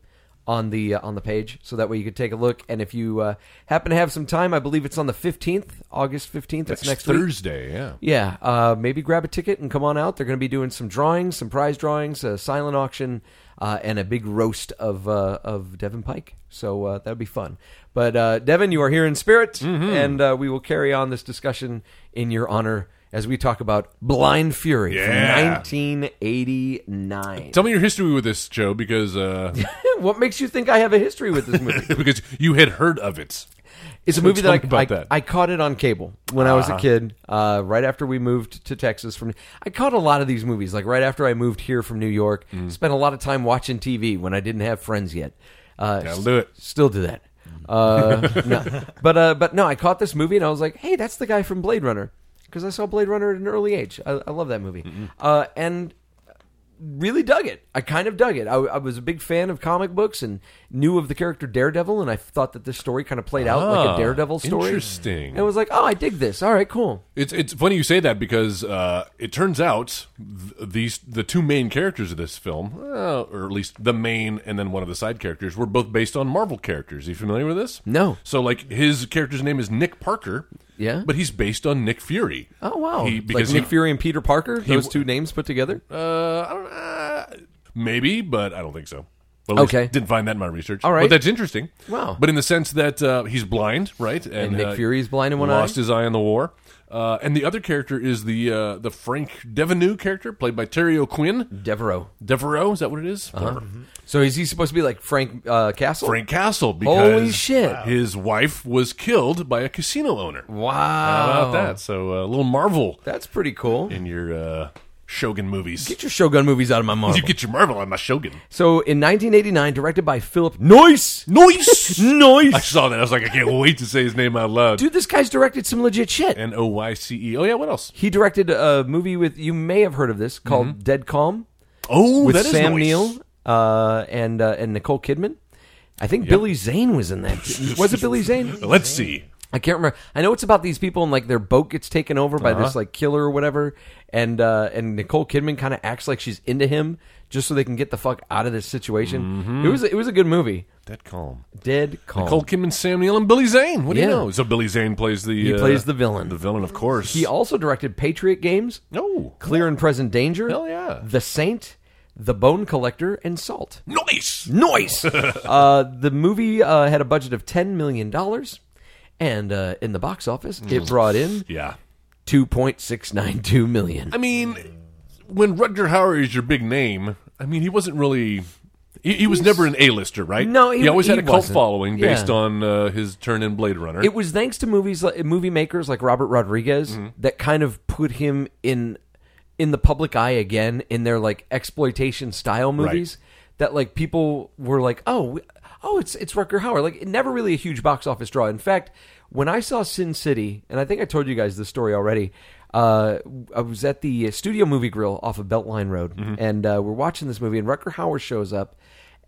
Speaker 4: on the uh, on the page so that way you can take a look. And if you uh, happen to have some time, I believe it's on the fifteenth, August fifteenth. That's
Speaker 3: It's
Speaker 4: next week.
Speaker 3: Thursday. Yeah.
Speaker 4: Yeah, uh, maybe grab a ticket and come on out. They're going to be doing some drawings, some prize drawings, a silent auction, uh, and a big roast of uh, of Devin Pike. So uh, that'd be fun. But uh, Devin, you are here in spirit, and uh, we will carry on this discussion in your honor as we talk about Blind Fury
Speaker 3: Yeah.
Speaker 4: from 1989.
Speaker 3: Tell me your history with this, Joe, because uh,
Speaker 4: what makes you think I have a history with this movie?
Speaker 3: because you had heard of it.
Speaker 4: It's a movie
Speaker 3: Tell
Speaker 4: that I,
Speaker 3: me about
Speaker 4: I,
Speaker 3: that. Uh-huh.
Speaker 4: I caught it on cable when I was a kid. Uh, right after we moved to Texas from, I caught a lot of these movies. Like right after I moved here from New York,
Speaker 3: Mm-hmm.
Speaker 4: spent a lot of time watching TV when I didn't have friends yet. Uh,
Speaker 3: Gotta do it.
Speaker 4: Still do that. Uh, no. But uh, but no, I caught this movie and I was like, hey, that's the guy from Blade Runner because I saw Blade Runner at an early age. I, I love that movie. Uh, and really dug it. I kind of dug it. I, I was a big fan of comic books and knew of the character Daredevil, and I thought that this story kind of played out like
Speaker 3: Ah,
Speaker 4: a Daredevil story.
Speaker 3: interesting.
Speaker 4: And I was like, oh, I dig this. All right, cool.
Speaker 3: It's it's funny you say that because uh, it turns out th- these the two main characters of this film, uh, or at least the main and then one of the side characters, were both based on Marvel characters. you familiar with this?
Speaker 4: No.
Speaker 3: So like his character's name is Nick Parker.
Speaker 4: Yeah.
Speaker 3: But he's based on Nick Fury.
Speaker 4: Oh wow!
Speaker 3: He,
Speaker 4: like
Speaker 3: because
Speaker 4: Nick
Speaker 3: he,
Speaker 4: Fury and Peter Parker, those two names put together.
Speaker 3: Uh, I don't. Uh, maybe, but I don't think so. But at least
Speaker 4: Okay.
Speaker 3: Didn't find that in my research.
Speaker 4: All right.
Speaker 3: But that's interesting.
Speaker 4: Wow.
Speaker 3: But in the sense that uh, he's blind, right? And,
Speaker 4: Nick
Speaker 3: uh,
Speaker 4: Fury is blind in one
Speaker 3: lost
Speaker 4: eye?
Speaker 3: his eye in the war. Uh, and the other character is the uh, the Frank Devenue character, played by Terry O'Quinn.
Speaker 4: Devereaux.
Speaker 3: Devereaux, is that what it is?
Speaker 4: Uh-huh.
Speaker 3: Whatever.
Speaker 4: So is he supposed to be like Frank uh, Castle?
Speaker 3: Frank Castle, because
Speaker 4: Holy shit.
Speaker 3: his wife was killed by a casino owner.
Speaker 4: Wow. Oh.
Speaker 3: How about that? So uh, a little Marvel
Speaker 4: That's pretty cool.
Speaker 3: in your uh, Shogun movies.
Speaker 4: Get your Shogun movies out of my
Speaker 3: You
Speaker 4: Marvel.
Speaker 3: get your Marvel on my Shogun.
Speaker 4: so in 1989, directed by Philip Noyce.
Speaker 3: Noise. I
Speaker 4: Noyce.
Speaker 3: saw that. I was like, I can't wait to say his name out loud.
Speaker 4: Dude, this guy's directed some legit shit.
Speaker 3: N O Y C E. Oh yeah, what else?
Speaker 4: He directed a movie with you may have heard of this called Dead Calm
Speaker 3: Oh,
Speaker 4: with
Speaker 3: Mm-hmm. that is
Speaker 4: Sam
Speaker 3: Noyce.
Speaker 4: Neill uh, and uh, and Nicole Kidman. I think Billy Zane was in that. didn't- was it Billy Zane?
Speaker 3: Let's see.
Speaker 4: I can't remember. I know it's about these people and like their boat gets taken over by
Speaker 3: Uh-huh.
Speaker 4: this like killer or whatever, and uh, and Nicole Kidman kind of acts like she's into him just so they can get the fuck out of this situation.
Speaker 3: Mm-hmm.
Speaker 4: It was it was a good movie.
Speaker 3: Dead calm.
Speaker 4: Dead Calm.
Speaker 3: Cole Kim and Sam Neill and Billy Zane. What do
Speaker 4: Yeah.
Speaker 3: you know? So Billy Zane plays the
Speaker 4: He
Speaker 3: uh,
Speaker 4: plays the villain.
Speaker 3: The villain, of course.
Speaker 4: He also directed Patriot Games,
Speaker 3: no.
Speaker 4: Clear and Present Danger,
Speaker 3: Hell yeah.
Speaker 4: The Saint, The Bone Collector, and Salt.
Speaker 3: Noise.
Speaker 4: Noise. uh, the movie uh, had a budget of ten million dollars, and uh, in the box office, it brought in
Speaker 3: Yeah.
Speaker 4: two point six nine two million.
Speaker 3: I mean, when Rutger Hauer is your big name, I mean, he wasn't really. He, he was never an A-lister, right?
Speaker 4: No, he-
Speaker 3: he always had
Speaker 4: he
Speaker 3: a cult
Speaker 4: wasn't.
Speaker 3: following based
Speaker 4: Yeah.
Speaker 3: on uh, his turn in Blade Runner.
Speaker 4: It was thanks to movies, like, movie makers like Robert Rodriguez that kind of put him in in the public eye again in their like exploitation style movies. That like people were like, oh, we- oh, it's it's Rucker Hauer. Like, it never really a huge box office draw. In fact, when I saw Sin City, and I think I told you guys this story already. Uh, I was at the Studio Movie Grill off of Beltline Road, and uh, we're watching this movie, and Rucker Hauer shows up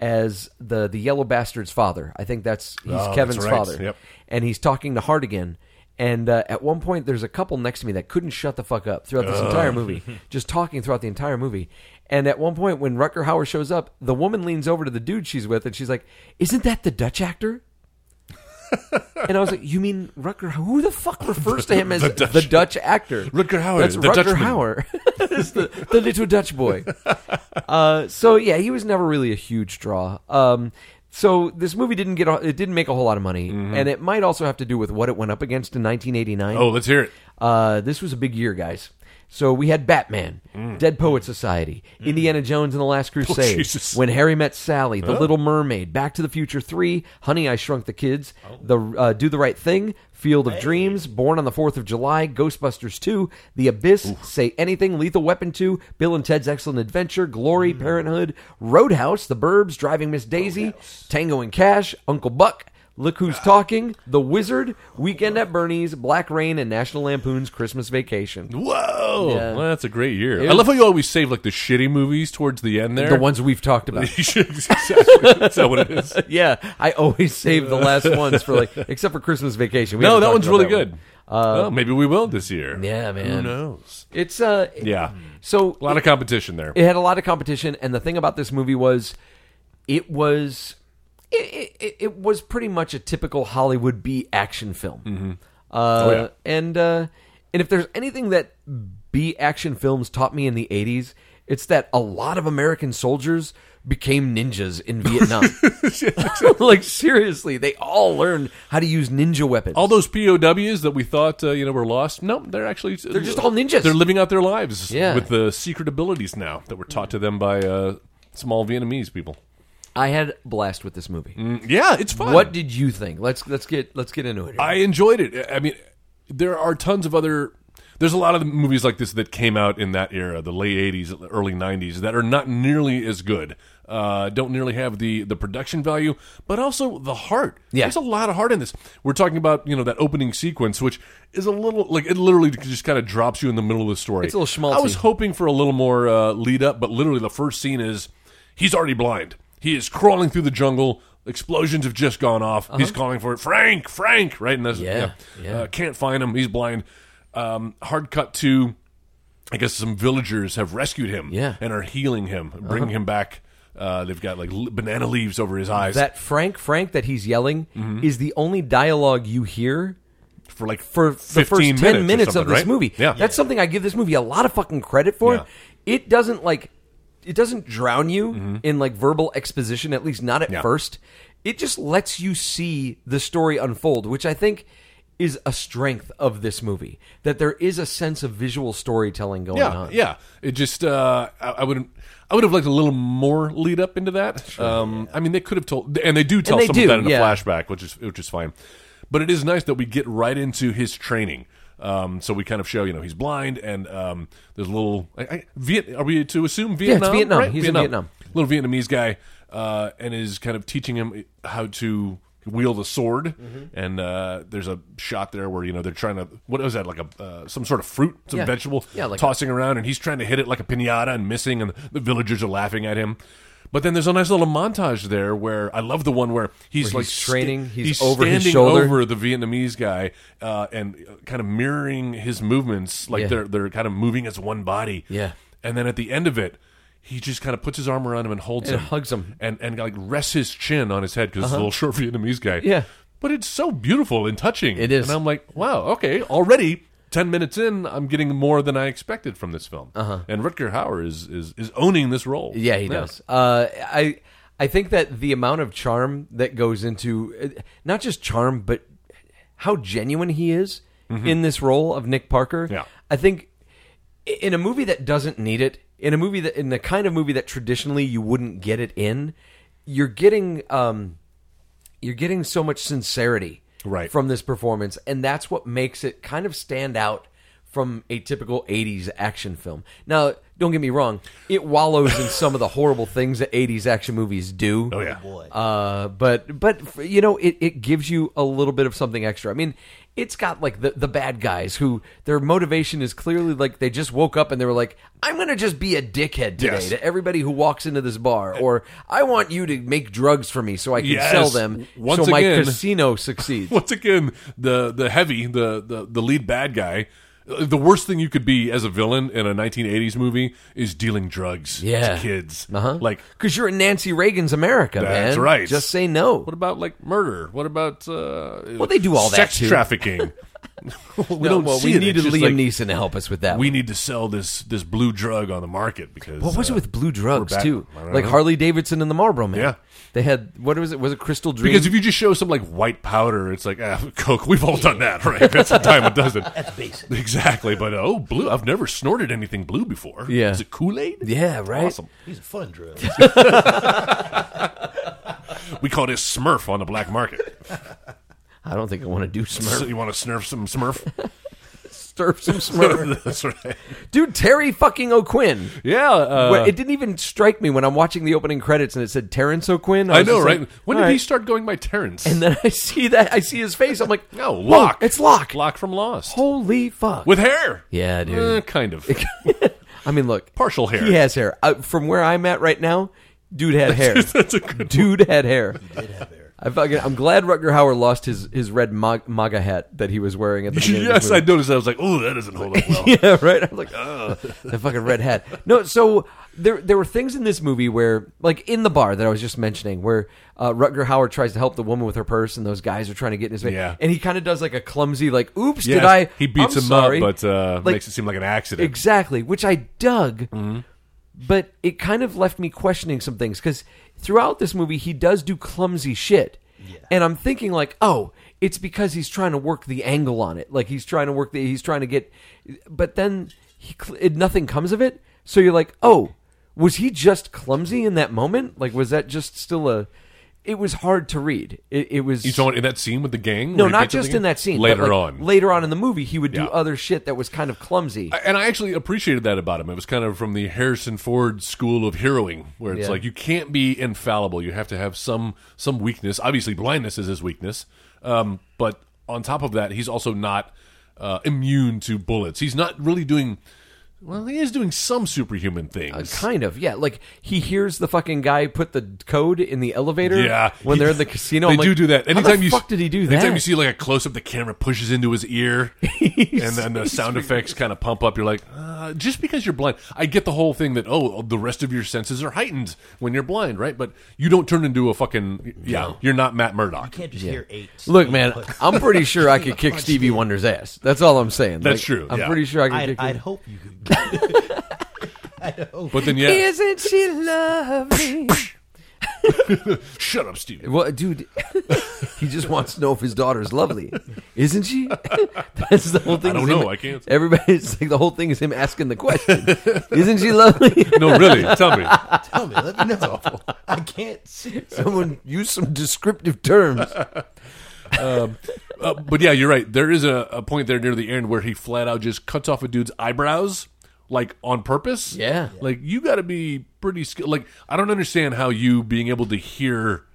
Speaker 4: as the the yellow bastard's father. I think that's he's Kevin's
Speaker 3: right.
Speaker 4: father
Speaker 3: Yep.
Speaker 4: and he's talking to Hardigan. And uh, at one point, there's a couple next to me that couldn't shut the fuck up throughout this entire movie, just talking throughout the entire movie. And at one point, when Rucker Hauer shows up, the woman leans over to the dude she's with, and she's like, "Isn't that the Dutch actor?" and I was like, "You mean Rucker? Who the fuck refers to him as the Dutch,
Speaker 3: Dutch-
Speaker 4: actor?
Speaker 3: Rutger Hauer,
Speaker 4: That's
Speaker 3: the
Speaker 4: Rucker
Speaker 3: Dutchman.
Speaker 4: Hauer. That's the, the little Dutch boy." Uh, so yeah, he was never really a huge draw. Um, so this movie didn't get a- it didn't make a whole lot of money,
Speaker 3: Mm-hmm.
Speaker 4: and it might also have to do with what it went up against in 1989.
Speaker 3: oh, let's hear it.
Speaker 4: Uh, this was a big year, guys. So we had Batman,
Speaker 3: Mm.
Speaker 4: Dead Poet Society, Indiana Jones and the Last Crusade,
Speaker 3: Oh, Jesus.
Speaker 4: When Harry Met Sally, The Little Mermaid, Back to the Future 3, Honey, I Shrunk the Kids, The uh, Do the Right Thing, Field of Dreams, Born on the 4th of July, Ghostbusters 2, The Abyss, Say Anything, Lethal Weapon 2, Bill and Ted's Excellent Adventure, Glory, Parenthood, Roadhouse, The Burbs, Driving Miss Daisy, Tango and Cash, Uncle Buck, Look Who's Talking, The Wizard, Weekend at Bernie's, Black Rain, and National Lampoon's Christmas Vacation.
Speaker 3: Whoa,
Speaker 4: Yeah.
Speaker 3: well, that's a great year. I love how you always save like the shitty movies towards the end there.
Speaker 4: The ones we've talked about.
Speaker 3: You should- Is that what it is?
Speaker 4: yeah, I always save the last ones for like, except for Christmas Vacation. We
Speaker 3: No,
Speaker 4: haven't
Speaker 3: that
Speaker 4: talked
Speaker 3: one's
Speaker 4: about
Speaker 3: really good.
Speaker 4: that one. Uh,
Speaker 3: well, maybe we will this year.
Speaker 4: Yeah, man.
Speaker 3: Who knows?
Speaker 4: It's uh,
Speaker 3: Yeah,
Speaker 4: So
Speaker 3: Mm-hmm. a lot of competition there.
Speaker 4: it had a lot of competition, and the thing about this movie was, it was, it, it, it was pretty much a typical Hollywood B action film. Uh,
Speaker 3: yeah.
Speaker 4: And uh, and if there's anything that B action films taught me in the '80s, it's that a lot of American soldiers became ninjas in Vietnam. like seriously, they all learned how to use ninja weapons.
Speaker 3: all those POWs that we thought uh, you know were lost. No, they're actually they're
Speaker 4: just all ninjas.
Speaker 3: They're living out their lives
Speaker 4: Yeah.
Speaker 3: with the secret abilities now that were taught to them by uh, small Vietnamese people. Mm,
Speaker 4: I had a blast with this movie.
Speaker 3: Yeah, it's fun.
Speaker 4: What did you think? Let's let's get let's get into it. Here.
Speaker 3: I enjoyed it. I mean, there are tons of other. There's a lot of movies like this that came out in that era, the late '80s, early '90s, that are not nearly as good. Uh, don't nearly have the the production value, but also the heart.
Speaker 4: Yeah.
Speaker 3: There's a lot of heart in this. We're talking about you know that opening sequence, which is a little like it literally just kind of drops you in the middle of the story.
Speaker 4: It's a little schmaltzy.
Speaker 3: I was hoping for a little more uh, lead up, but literally the first scene is he's already blind. He is crawling through the jungle. Explosions have just gone off. He's calling for it, Frank, Frank, right? And that's
Speaker 4: Uh-huh. Yeah, yeah.
Speaker 3: Uh, can't find him. He's blind. Um, hard cut to, I guess some villagers have rescued him.
Speaker 4: Yeah. Uh-huh.
Speaker 3: and are healing him, bringing him back. Uh, they've got like l- banana leaves over his eyes
Speaker 4: that Frank Frank that he's yelling
Speaker 3: Mm-hmm.
Speaker 4: is the only dialogue you hear
Speaker 3: for like
Speaker 4: for the first 10
Speaker 3: 15
Speaker 4: minutes,
Speaker 3: minutes or
Speaker 4: of this
Speaker 3: something, right?
Speaker 4: movie.
Speaker 3: Yeah,
Speaker 4: That's something I give this movie a lot of fucking credit for.
Speaker 3: Yeah.
Speaker 4: It doesn't like it doesn't drown you in like verbal exposition at least not at
Speaker 3: Mm-hmm. Yeah.
Speaker 4: first. It just lets you see the story unfold, which I think is a strength of this movie that there is a sense of visual storytelling going
Speaker 3: yeah,
Speaker 4: on.
Speaker 3: yeah. It just uh, I, I would I would have liked a little more lead up into that. um, I mean, they could have told, and they do tell
Speaker 4: they
Speaker 3: some
Speaker 4: do,
Speaker 3: of that in
Speaker 4: yeah.
Speaker 3: a flashback, which is which is fine. But it is nice that we get right into his training. Um, so we kind of show, you know, he's blind, and um, there's a little. I, I, Viet, are we to assume
Speaker 4: it's
Speaker 3: Vietnam?
Speaker 4: Vietnam.
Speaker 3: right?
Speaker 4: He's in Vietnam.
Speaker 3: little Vietnamese guy, uh, and is kind of teaching him how to wield a sword.
Speaker 4: Mm-hmm.
Speaker 3: And uh, there's a shot there where you know they're trying to what was that like a uh, some sort of fruit, some
Speaker 4: Yeah.
Speaker 3: vegetable,
Speaker 4: Yeah, like
Speaker 3: tossing around, and he's trying to hit it like a pinata and missing, and the villagers are laughing at him. But then there's a nice little montage there where I love the one where he's
Speaker 4: Where
Speaker 3: like
Speaker 4: he's training,
Speaker 3: sta-
Speaker 4: he's over his
Speaker 3: standing
Speaker 4: shoulder.
Speaker 3: over the Vietnamese guy uh, and uh, kind of mirroring his movements, like
Speaker 4: Yeah.
Speaker 3: they're they're kind of moving as one body.
Speaker 4: Yeah.
Speaker 3: And then at the end of it, he just kind of puts his arm around him and holds
Speaker 4: And
Speaker 3: him,
Speaker 4: hugs him. Uh-huh.
Speaker 3: and and like rests his chin on his head because it's a little short Vietnamese guy.
Speaker 4: Yeah.
Speaker 3: But it's so beautiful and touching.
Speaker 4: It is.
Speaker 3: And I'm like, wow, okay, already. Ten minutes in, I'm getting more than I expected from this film, uh-huh. and Rutger Hauer is, is is owning this role.
Speaker 4: Yeah, he does. Uh, I I think that the amount of charm that goes into uh, not just charm, but how genuine he is in this role of Nick Parker.
Speaker 3: Mm-hmm. Yeah.
Speaker 4: I think i- in a movie that doesn't need it, in a movie that in the kind of movie that traditionally you wouldn't get it in, you're getting um, you're getting so much sincerity
Speaker 3: Right.
Speaker 4: from this performance, and that's what makes it kind of stand out from a typical 80s action film. Now, don't get me wrong, it wallows in some of the horrible things that 80s action movies do.
Speaker 3: Oh yeah.
Speaker 4: Uh, but but you know it, it gives you a little bit of something extra. I mean, it's got like the the bad guys who their motivation is clearly like they just woke up and they were like, I'm gonna just be a dickhead today
Speaker 3: Yes.
Speaker 4: to everybody who walks into this bar, or I want you to make drugs for me so I can
Speaker 3: Yes.
Speaker 4: sell them
Speaker 3: Once
Speaker 4: so my
Speaker 3: again-
Speaker 4: casino succeeds.
Speaker 3: once again the the heavy the the, the lead bad guy uh, the worst thing you could be as a villain in a 1980s movie is dealing drugs
Speaker 4: Yeah.
Speaker 3: to kids
Speaker 4: Uh-huh.
Speaker 3: like
Speaker 4: because you're in Nancy Reagan's America, man.
Speaker 3: That's right.
Speaker 4: Just say no.
Speaker 3: what about like murder what about uh well
Speaker 4: they do all that,
Speaker 3: sex
Speaker 4: too.
Speaker 3: trafficking we
Speaker 4: no,
Speaker 3: don't
Speaker 4: well,
Speaker 3: see
Speaker 4: we
Speaker 3: it.
Speaker 4: needed
Speaker 3: It's just
Speaker 4: Liam
Speaker 3: like,
Speaker 4: Neeson to help us with that.
Speaker 3: we
Speaker 4: one.
Speaker 3: need to sell this this blue drug on the market because
Speaker 4: What was
Speaker 3: uh,
Speaker 4: it with blue drugs
Speaker 3: we're back-
Speaker 4: too?
Speaker 3: I don't
Speaker 4: Like
Speaker 3: know.
Speaker 4: Harley Davidson and the Marlboro Man.
Speaker 3: Yeah.
Speaker 4: they had what was it? Was it Crystal Dream?
Speaker 3: because if you just show some like white powder, it's like ah, coke. We've all done that, right? That's the time it does it.
Speaker 6: That's basic.
Speaker 3: Exactly, but oh, blue! I've never snorted anything blue before.
Speaker 4: Yeah.
Speaker 3: is it Kool Aid?
Speaker 4: yeah, right.
Speaker 3: Awesome.
Speaker 6: He's a fun drug.
Speaker 3: We call this Smurf on the black market.
Speaker 4: I don't think I want to do
Speaker 3: So
Speaker 4: Smurf.
Speaker 3: you want to snurf some Smurf?
Speaker 4: Stir some Smurf,
Speaker 3: That's right.
Speaker 4: dude. Terry fucking O'Quinn.
Speaker 3: Yeah, uh,
Speaker 4: Well, it didn't even strike me when I'm watching the opening credits and it said Terrence O'Quinn.
Speaker 3: I
Speaker 4: was
Speaker 3: know,
Speaker 4: just
Speaker 3: right?
Speaker 4: like,
Speaker 3: when did
Speaker 4: all
Speaker 3: he
Speaker 4: right.
Speaker 3: start going by Terrence? Oh,
Speaker 4: And then I see that I see his face. I'm like,
Speaker 3: no,
Speaker 4: whoa,
Speaker 3: Locke.
Speaker 4: It's Locke.
Speaker 3: Locke from Lost.
Speaker 4: Holy fuck.
Speaker 3: With hair.
Speaker 4: Yeah, dude.
Speaker 3: Eh, kind of.
Speaker 4: I mean, look,
Speaker 3: Partial hair.
Speaker 4: He has hair. Uh, from where I'm at right now, dude had hair.
Speaker 3: That's a good
Speaker 4: dude had hair. I fucking, I'm glad Rutger Hauer lost his, his red mag, MAGA hat that he was wearing at the beginning.
Speaker 3: yes, I
Speaker 4: of
Speaker 3: noticed. that. I was like, oh, that doesn't hold up well.
Speaker 4: this movie. yeah, right. I'm like, ugh, the fucking red hat. No, so there there were things in this movie where, like in the bar that I was just mentioning, where uh, Rutger Hauer tries to help the woman with her purse, and those guys are trying to get in his way,
Speaker 3: Yeah.
Speaker 4: and he kind of does like a clumsy, like, oops,
Speaker 3: Yes,
Speaker 4: did I?
Speaker 3: He beats
Speaker 4: I'm
Speaker 3: him
Speaker 4: sorry.
Speaker 3: up, but uh,
Speaker 4: Like,
Speaker 3: makes it seem like an accident.
Speaker 4: Exactly, which I dug,
Speaker 3: Mm-hmm.
Speaker 4: but it kind of left me questioning some things because throughout this movie he does do clumsy shit, and I'm thinking like, oh, it's because he's trying to work the angle on it, like he's trying to work the, he's trying to get, but then he cl- it, nothing comes of it, so you're like, oh, was he just clumsy in that moment? Like, was that just still a? It was hard to read. It, it was.
Speaker 3: You saw it in that scene with the gang?
Speaker 4: no,
Speaker 3: where he
Speaker 4: not
Speaker 3: beats up the
Speaker 4: just
Speaker 3: gang?
Speaker 4: in that scene. but,
Speaker 3: Later
Speaker 4: like,
Speaker 3: on.
Speaker 4: later on in the movie, he would do
Speaker 3: Yeah.
Speaker 4: other shit that was kind of clumsy.
Speaker 3: I- and I actually appreciated that about him. It was kind of from the Harrison Ford school of heroing, where it's
Speaker 4: Yeah.
Speaker 3: like you can't be infallible. You have to have some some weakness. Obviously, blindness is his weakness, um, but on top of that, he's also not uh, immune to bullets. He's not really doing. Well, he is doing some superhuman things.
Speaker 4: Kind of, yeah. Like he hears the fucking guy put the code in the elevator.
Speaker 3: yeah,
Speaker 4: when
Speaker 3: He-
Speaker 4: they're in the casino,
Speaker 3: they
Speaker 4: I'm like,
Speaker 3: do do that.
Speaker 4: how the
Speaker 3: Anytime you
Speaker 4: fuck did he do
Speaker 3: anytime
Speaker 4: that?
Speaker 3: you see like a close up, the camera pushes into his ear, and then the sound effects kind of pump up. You're like, uh, just because you're blind, I get the whole thing that oh, the rest of your senses are heightened when you're blind, right? But you don't turn into a fucking yeah. You're not Matt Murdock.
Speaker 6: Can't just hear eight.
Speaker 4: Look, man, I'm pretty sure I could kick Stevie Wonder's ass. That's all I'm saying.
Speaker 3: That's
Speaker 4: Like,
Speaker 3: true,
Speaker 4: I'm
Speaker 3: yeah.
Speaker 4: pretty sure I could
Speaker 6: I'd,
Speaker 4: kick.
Speaker 6: I'd
Speaker 4: him.
Speaker 6: hope you could.
Speaker 3: But then yeah,
Speaker 4: Isn't she lovely?
Speaker 3: shut up, Steve.
Speaker 4: well, dude, he just wants to know if his daughter's lovely, isn't she? That's the whole thing.
Speaker 3: I don't
Speaker 4: is him-
Speaker 3: know. I can't.
Speaker 4: Everybody's like the whole thing is him asking the question. isn't she lovely?
Speaker 3: No, really, tell me.
Speaker 6: Tell me, let me know. I can't see.
Speaker 4: Someone use some descriptive terms.
Speaker 3: Um, uh, but yeah, you're right. There is a, a point there near the end where he flat out just cuts off a dude's eyebrows, like on purpose.
Speaker 4: Yeah.
Speaker 3: Like you got to be pretty skilled. Like I don't understand how you being able to hear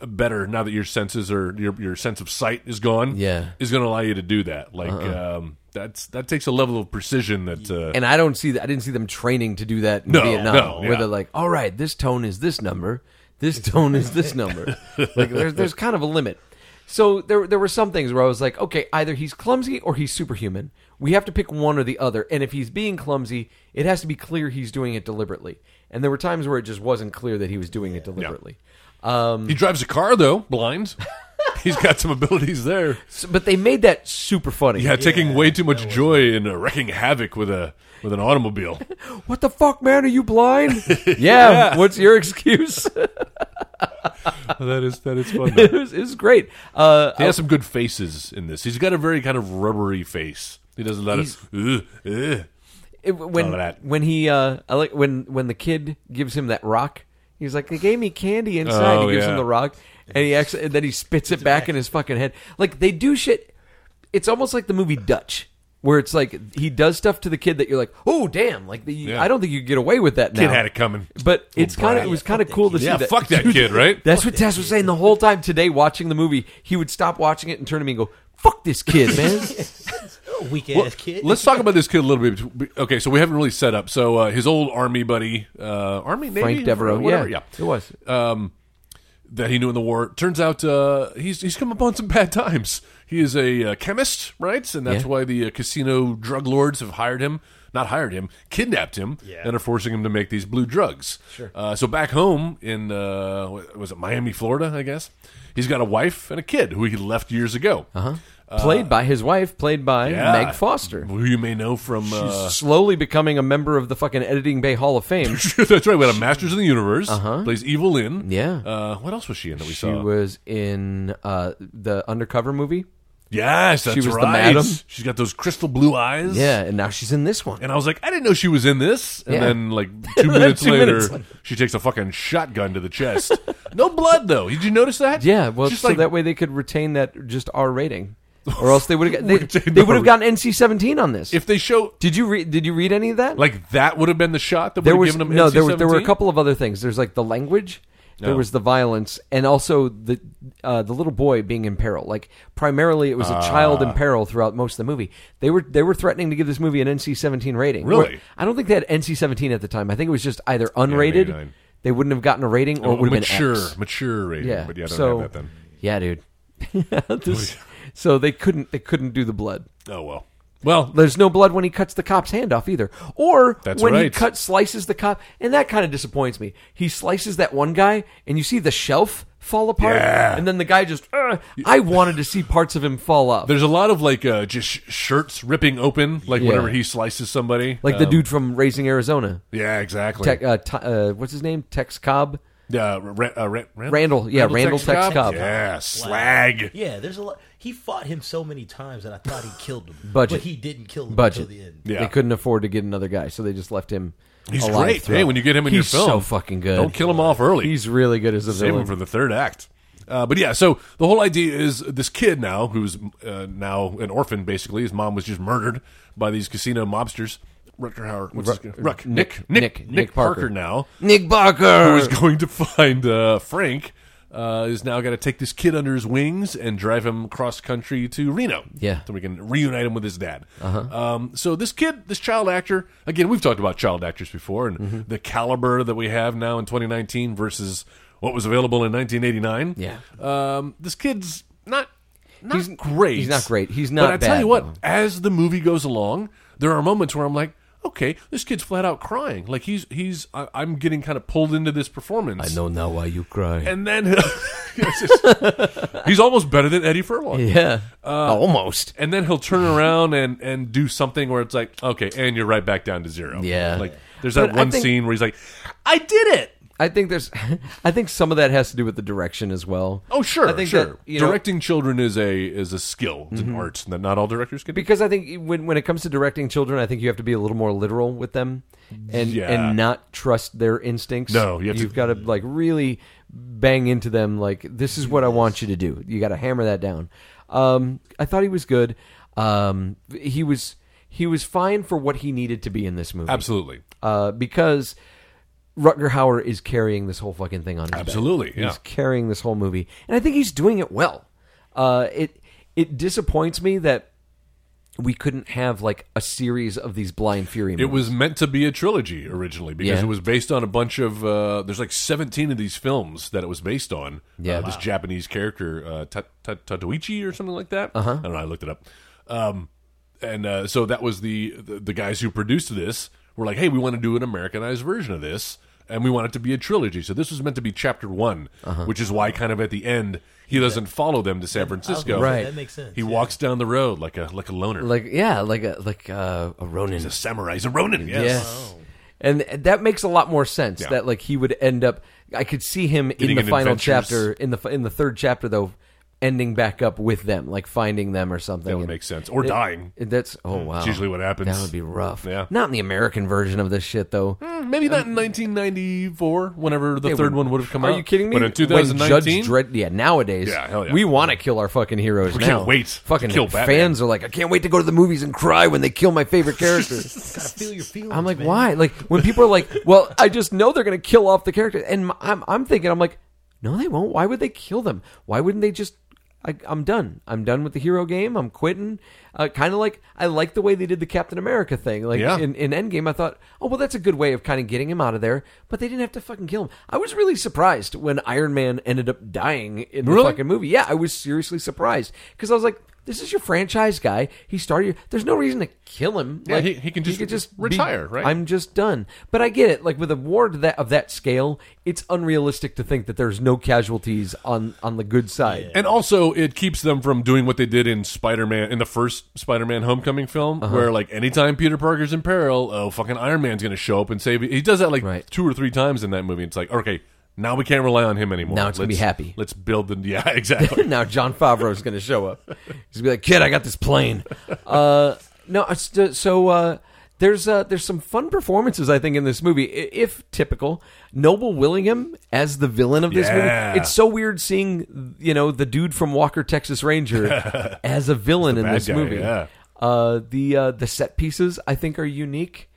Speaker 3: uh, better now that your senses or your your sense of sight is gone.
Speaker 4: Yeah. Uh-uh.
Speaker 3: Is going to allow you to do that. Like um, that's that takes a level of precision that. Uh,
Speaker 4: And I don't see that. I didn't see them training to do that in
Speaker 3: No,
Speaker 4: Vietnam,
Speaker 3: no, yeah.
Speaker 4: where they're like, "All right, this tone is this number, this tone is this number." like there's there's kind of a limit. So there there were some things where I was like, "Okay, either he's clumsy or he's superhuman. We have to pick one or the other." And if he's being clumsy, it has to be clear he's doing it deliberately. And there were times where it just wasn't clear that he was doing it deliberately. um,
Speaker 3: he drives a car though, blind. He's got some abilities there.
Speaker 4: So- but they made that super funny.
Speaker 3: Yeah, taking way too much joy in uh, wrecking havoc with a with an automobile.
Speaker 4: What the fuck, man? Are you blind? yeah. What's your excuse?
Speaker 3: that is that is fun.
Speaker 4: it, was, it was great. Uh,
Speaker 3: He has some good faces in this. He's got a very kind of rubbery face. He doesn't let us. Ugh, ugh.
Speaker 4: It- when
Speaker 3: All of that.
Speaker 4: when he uh I like when when the kid gives him that rock he's like they gave me candy inside
Speaker 3: Oh,
Speaker 4: he gives
Speaker 3: yeah.
Speaker 4: him the rock and he actually and then he spits it back in his fucking head like they do shit it's almost like the movie Dutch where it's like he does stuff to the kid that you're like oh damn like the,
Speaker 3: Yeah.
Speaker 4: I don't think you get away with that now
Speaker 3: Kid had it coming. Oh,
Speaker 4: but it's kind of it
Speaker 6: brat.
Speaker 4: was
Speaker 6: Yeah, fuck
Speaker 4: kind of
Speaker 6: that
Speaker 4: cool to see
Speaker 3: Yeah,
Speaker 4: that
Speaker 3: fuck that kid, right?
Speaker 4: that's what Tess was saying the whole time today watching the movie he would stop watching it and turn to me and go fuck this kid man
Speaker 6: Weak ass kid.
Speaker 3: Let's talk about this kid a little bit. Okay, so we haven't really set up. So uh, his old army buddy, uh, army Navy,
Speaker 4: Frank Devereaux
Speaker 3: whatever,
Speaker 4: yeah
Speaker 3: yeah, Um,
Speaker 4: it was
Speaker 3: that he knew in the war. Turns out uh, he's he's come upon some bad times. He is a uh, chemist, right? And that's
Speaker 4: Yeah.
Speaker 3: why the uh, casino drug lords have hired him. Not hired him, kidnapped him,
Speaker 6: Yeah.
Speaker 3: and are forcing him to make these blue drugs. Sure. Uh, so back home in uh, wh- was it Miami, Florida? I guess he's got a wife and a kid who he left years ago. Uh-huh.
Speaker 4: played by his wife, played by
Speaker 3: yeah.
Speaker 4: Meg Foster.
Speaker 3: who you may know from. Uh,
Speaker 4: Slowly becoming a member of the fucking Editing Bay Hall of Fame.
Speaker 3: that's right. We had a Masters of the Universe. Plays Evil Lynn.
Speaker 4: Uh-huh. Yeah.
Speaker 3: Uh, what else was she in that we
Speaker 4: She
Speaker 3: saw?
Speaker 4: was in uh, the undercover movie.
Speaker 3: yes, that's
Speaker 4: she was the
Speaker 3: right.
Speaker 4: madam.
Speaker 3: She's got those crystal blue eyes.
Speaker 4: Yeah, and now she's in this one.
Speaker 3: And I was like, I didn't know she was in this. And
Speaker 4: Yeah.
Speaker 3: then, like, two minutes
Speaker 4: Two
Speaker 3: later,
Speaker 4: minutes later.
Speaker 3: she takes a fucking shotgun to the chest. no blood, though. Did you notice that?
Speaker 4: Yeah, well,
Speaker 3: Just
Speaker 4: so
Speaker 3: like-
Speaker 4: that way they could retain that just R rating, or else they would have they,
Speaker 3: Retain
Speaker 4: they
Speaker 3: the
Speaker 4: would have
Speaker 3: R-
Speaker 4: gotten NC seventeen on this.
Speaker 3: if they show,
Speaker 4: did you read? Did you read any of that?
Speaker 3: like, that would have been the shot that would
Speaker 4: there
Speaker 3: have
Speaker 4: was
Speaker 3: given them
Speaker 4: no there were there were a
Speaker 3: NC-17?
Speaker 4: couple of other things. There's like the language, there
Speaker 3: No.
Speaker 4: was the violence, and also the uh, the little boy being in peril. Like primarily, it was a child
Speaker 3: Ah.
Speaker 4: in peril throughout most of the movie. They were they were threatening to give this movie an NC-17 rating.
Speaker 3: Really?
Speaker 4: Or- I don't think they had NC-17 at the time. I think it was just either unrated.
Speaker 3: 99.
Speaker 4: they wouldn't have gotten a rating, or it would have
Speaker 3: mature,
Speaker 4: been X.
Speaker 3: mature rating.
Speaker 4: Yeah.
Speaker 3: But yeah, I don't
Speaker 4: so,
Speaker 3: have that then.
Speaker 4: Yeah, dude. This- so they couldn't they couldn't do the blood.
Speaker 3: Oh, well. Well,
Speaker 4: There's no blood when he cuts the cop's hand off either. Or
Speaker 3: That's
Speaker 4: when he
Speaker 3: right.
Speaker 4: cut slices the cop, and that kind of disappoints me. He slices that one guy, and you see the shelf fall apart,
Speaker 3: Yeah.
Speaker 4: and then the guy just. "Ugh." I wanted to see parts of him fall up,
Speaker 3: there's a lot of, like, uh, just sh- shirts ripping open, like,
Speaker 4: Yeah.
Speaker 3: whenever he slices somebody.
Speaker 4: like the
Speaker 3: Um,
Speaker 4: dude from Raising Arizona.
Speaker 3: Yeah, exactly.
Speaker 4: Tech, uh, t- uh, what's his name? Tex Cobb.
Speaker 3: uh, Ra- uh, Ra- Randall?
Speaker 4: Randall, yeah, Randall Tex Cobb.
Speaker 3: Yeah, slag.
Speaker 6: Yeah, there's a lot. He fought him so many times that I thought he killed him,
Speaker 4: Budget.
Speaker 6: but he didn't kill him
Speaker 4: Budget.
Speaker 6: until the end.
Speaker 3: Yeah.
Speaker 4: They couldn't afford to get another guy, so they just left him.
Speaker 3: He's
Speaker 4: alive
Speaker 3: great.
Speaker 4: throughout.
Speaker 3: Hey, when you get him in
Speaker 4: He's
Speaker 3: your film,
Speaker 4: so fucking good.
Speaker 3: Don't kill him off early.
Speaker 4: He's really good as a
Speaker 3: Save him
Speaker 4: villain.
Speaker 3: for the third act. Uh, but yeah, so the whole idea is this kid now, who's uh, now an orphan, basically. His mom was just murdered by these casino mobsters. Rutger Howard. What's his name? Ruck. Nick. Nick. Nick,
Speaker 4: Nick- Nick
Speaker 3: Parker.
Speaker 4: Parker.
Speaker 3: now,
Speaker 4: Nick Barker.
Speaker 3: who is going to find uh, Frank, uh, is now got to take this kid under his wings and drive him cross country to Reno.
Speaker 4: Yeah.
Speaker 3: So we can reunite him with his dad. Uh-huh. Um, so this kid, this child actor, again, we've talked about child actors before and
Speaker 4: Mm-hmm.
Speaker 3: the caliber that we have now in 2019 versus what was available in 1989.
Speaker 4: Yeah.
Speaker 3: Um, this kid's not not
Speaker 4: He's-
Speaker 3: great.
Speaker 4: he's not great. He's
Speaker 3: But
Speaker 4: not
Speaker 3: I tell
Speaker 4: bad,
Speaker 3: you what,
Speaker 4: though.
Speaker 3: as the movie goes along, there are moments where I'm like, okay, this kid's flat out crying. Like he's he's I, I'm getting kind of pulled into this performance.
Speaker 4: I know now why you cry.
Speaker 3: And then It's just- he's almost better than Eddie Furlong.
Speaker 4: yeah,
Speaker 3: uh,
Speaker 4: almost.
Speaker 3: And then he'll turn around and and do something where it's like, okay, and you're right back down to zero.
Speaker 4: Yeah.
Speaker 3: Like There's that
Speaker 4: But I
Speaker 3: one
Speaker 4: think-
Speaker 3: scene where he's like, "I did it."
Speaker 4: I think there's, I think some of that has to do with the direction as well.
Speaker 3: Oh sure,
Speaker 4: I think
Speaker 3: sure.
Speaker 4: that, you know-
Speaker 3: Directing children is a is a skill, it's
Speaker 4: Mm-hmm.
Speaker 3: an art that not all directors can. do.
Speaker 4: because I think when when it comes to directing children, I think you have to be a little more literal with them, and
Speaker 3: Yeah.
Speaker 4: and not trust their instincts.
Speaker 3: No, you have to-
Speaker 4: have got to like really bang into them. Like this is what I want you to do. You got to hammer that down. Um, I thought he was good. Um, he was he was fine for what he needed to be in this movie.
Speaker 3: Absolutely,
Speaker 4: uh, because Rutger Hauer is carrying this whole fucking thing on his back.
Speaker 3: Absolutely, yeah.
Speaker 4: He's carrying this whole movie, and I think he's doing it well. Uh, it it disappoints me that we couldn't have like a series of these Blind Fury movies.
Speaker 3: It was meant to be a trilogy originally because
Speaker 4: Yeah.
Speaker 3: it was based on a bunch of. Uh, there's like 17 of these films that it was based on.
Speaker 4: Yeah.
Speaker 3: Uh, this Japanese character uh, Ta- Ta- Tatoichi or something like that. Uh-huh. I don't know. I looked it up. Um, and uh, so that was the, the the guys who produced this were like, hey, we want to do an Americanized version of this. And we want it to be a trilogy, so this was meant to be chapter one,
Speaker 4: Uh-huh.
Speaker 3: which is why, kind of at the end, he doesn't follow them to San Francisco.
Speaker 4: Right.
Speaker 6: That makes sense,
Speaker 3: He
Speaker 6: yeah.
Speaker 3: walks down the road like a like a loner,
Speaker 4: like yeah, like a like uh, a Ronin.
Speaker 3: a samurai, he's a Ronin. Yes.
Speaker 4: Yes. And that makes a lot more sense.
Speaker 3: Yeah.
Speaker 4: That like he would end up. I could see him
Speaker 3: Getting
Speaker 4: in
Speaker 3: an
Speaker 4: the final
Speaker 3: adventures-
Speaker 4: chapter, in the in the third chapter though, ending back up with them, like finding them or something.
Speaker 3: That would
Speaker 4: And-
Speaker 3: make sense. Or
Speaker 4: It-
Speaker 3: dying.
Speaker 4: it- That's oh wow.
Speaker 3: It's usually what happens.
Speaker 4: That would be rough.
Speaker 3: Yeah.
Speaker 4: Not in the American version of this shit though.
Speaker 3: Maybe not in 1994, whenever the
Speaker 4: They
Speaker 3: third
Speaker 4: would-
Speaker 3: one would have come
Speaker 4: Are
Speaker 3: out.
Speaker 4: you kidding me?
Speaker 3: But in
Speaker 4: When Judge
Speaker 3: 2019,
Speaker 4: Dredd, yeah, nowadays,
Speaker 3: Yeah, hell yeah.
Speaker 4: we want to kill our fucking heroes.
Speaker 3: We can't
Speaker 4: now.
Speaker 3: wait to
Speaker 4: Fucking
Speaker 3: kill Batman.
Speaker 4: fans are like, I can't wait to go to the movies and cry when they kill my favorite character.
Speaker 6: Gotta feel your feelings.
Speaker 4: I'm like,
Speaker 6: man.
Speaker 4: why? Like when people are like, well, I just know they're going to kill off the character, and m- I'm I'm thinking, I'm like, no, they won't. Why would they kill them? Why wouldn't they just? I, I'm done. I'm done with the hero game. I'm quitting. Uh, kind of like I like the way they did the Captain America thing. Like
Speaker 3: Yeah.
Speaker 4: in, in Endgame, I thought, oh well, that's a good way of kind of getting him out of there. But they didn't have to fucking kill him. I was really surprised when Iron Man ended up dying in the
Speaker 3: Really?
Speaker 4: fucking movie. Yeah, I was seriously surprised because I was like. This is your franchise guy. He started. Your, there's no reason to kill him.
Speaker 3: Yeah, he- he can just
Speaker 4: be-
Speaker 3: retire, right?
Speaker 4: I'm just done. But I get it. Like with a war to that of that scale, it's unrealistic to think that there's no casualties on on the good side.
Speaker 3: and also it keeps them from doing what they did in Spider-Man in the first Spider-Man Homecoming film,
Speaker 4: Uh-huh.
Speaker 3: where like anytime Peter Parker's in peril, oh fucking Iron Man's gonna show up and save. you. He does that like
Speaker 4: Right.
Speaker 3: two or three times in that movie. It's like okay. Now we can't rely on him anymore.
Speaker 4: Now it's gonna be
Speaker 3: Let's-
Speaker 4: happy.
Speaker 3: Let's build the yeah exactly.
Speaker 4: now John Favreau's going to show up. He's going to be like, "Kid, I got this plane." Uh, no, it's the- so uh, there's uh, there's some fun performances I think in this movie, i- if typical. Noble Willingham as the villain of this
Speaker 3: Yeah.
Speaker 4: movie. It's so weird seeing you know the dude from Walker Texas Ranger as a villain in
Speaker 3: bad
Speaker 4: this
Speaker 3: guy,
Speaker 4: movie.
Speaker 3: yeah.
Speaker 4: Uh, the uh, the set pieces I think are unique.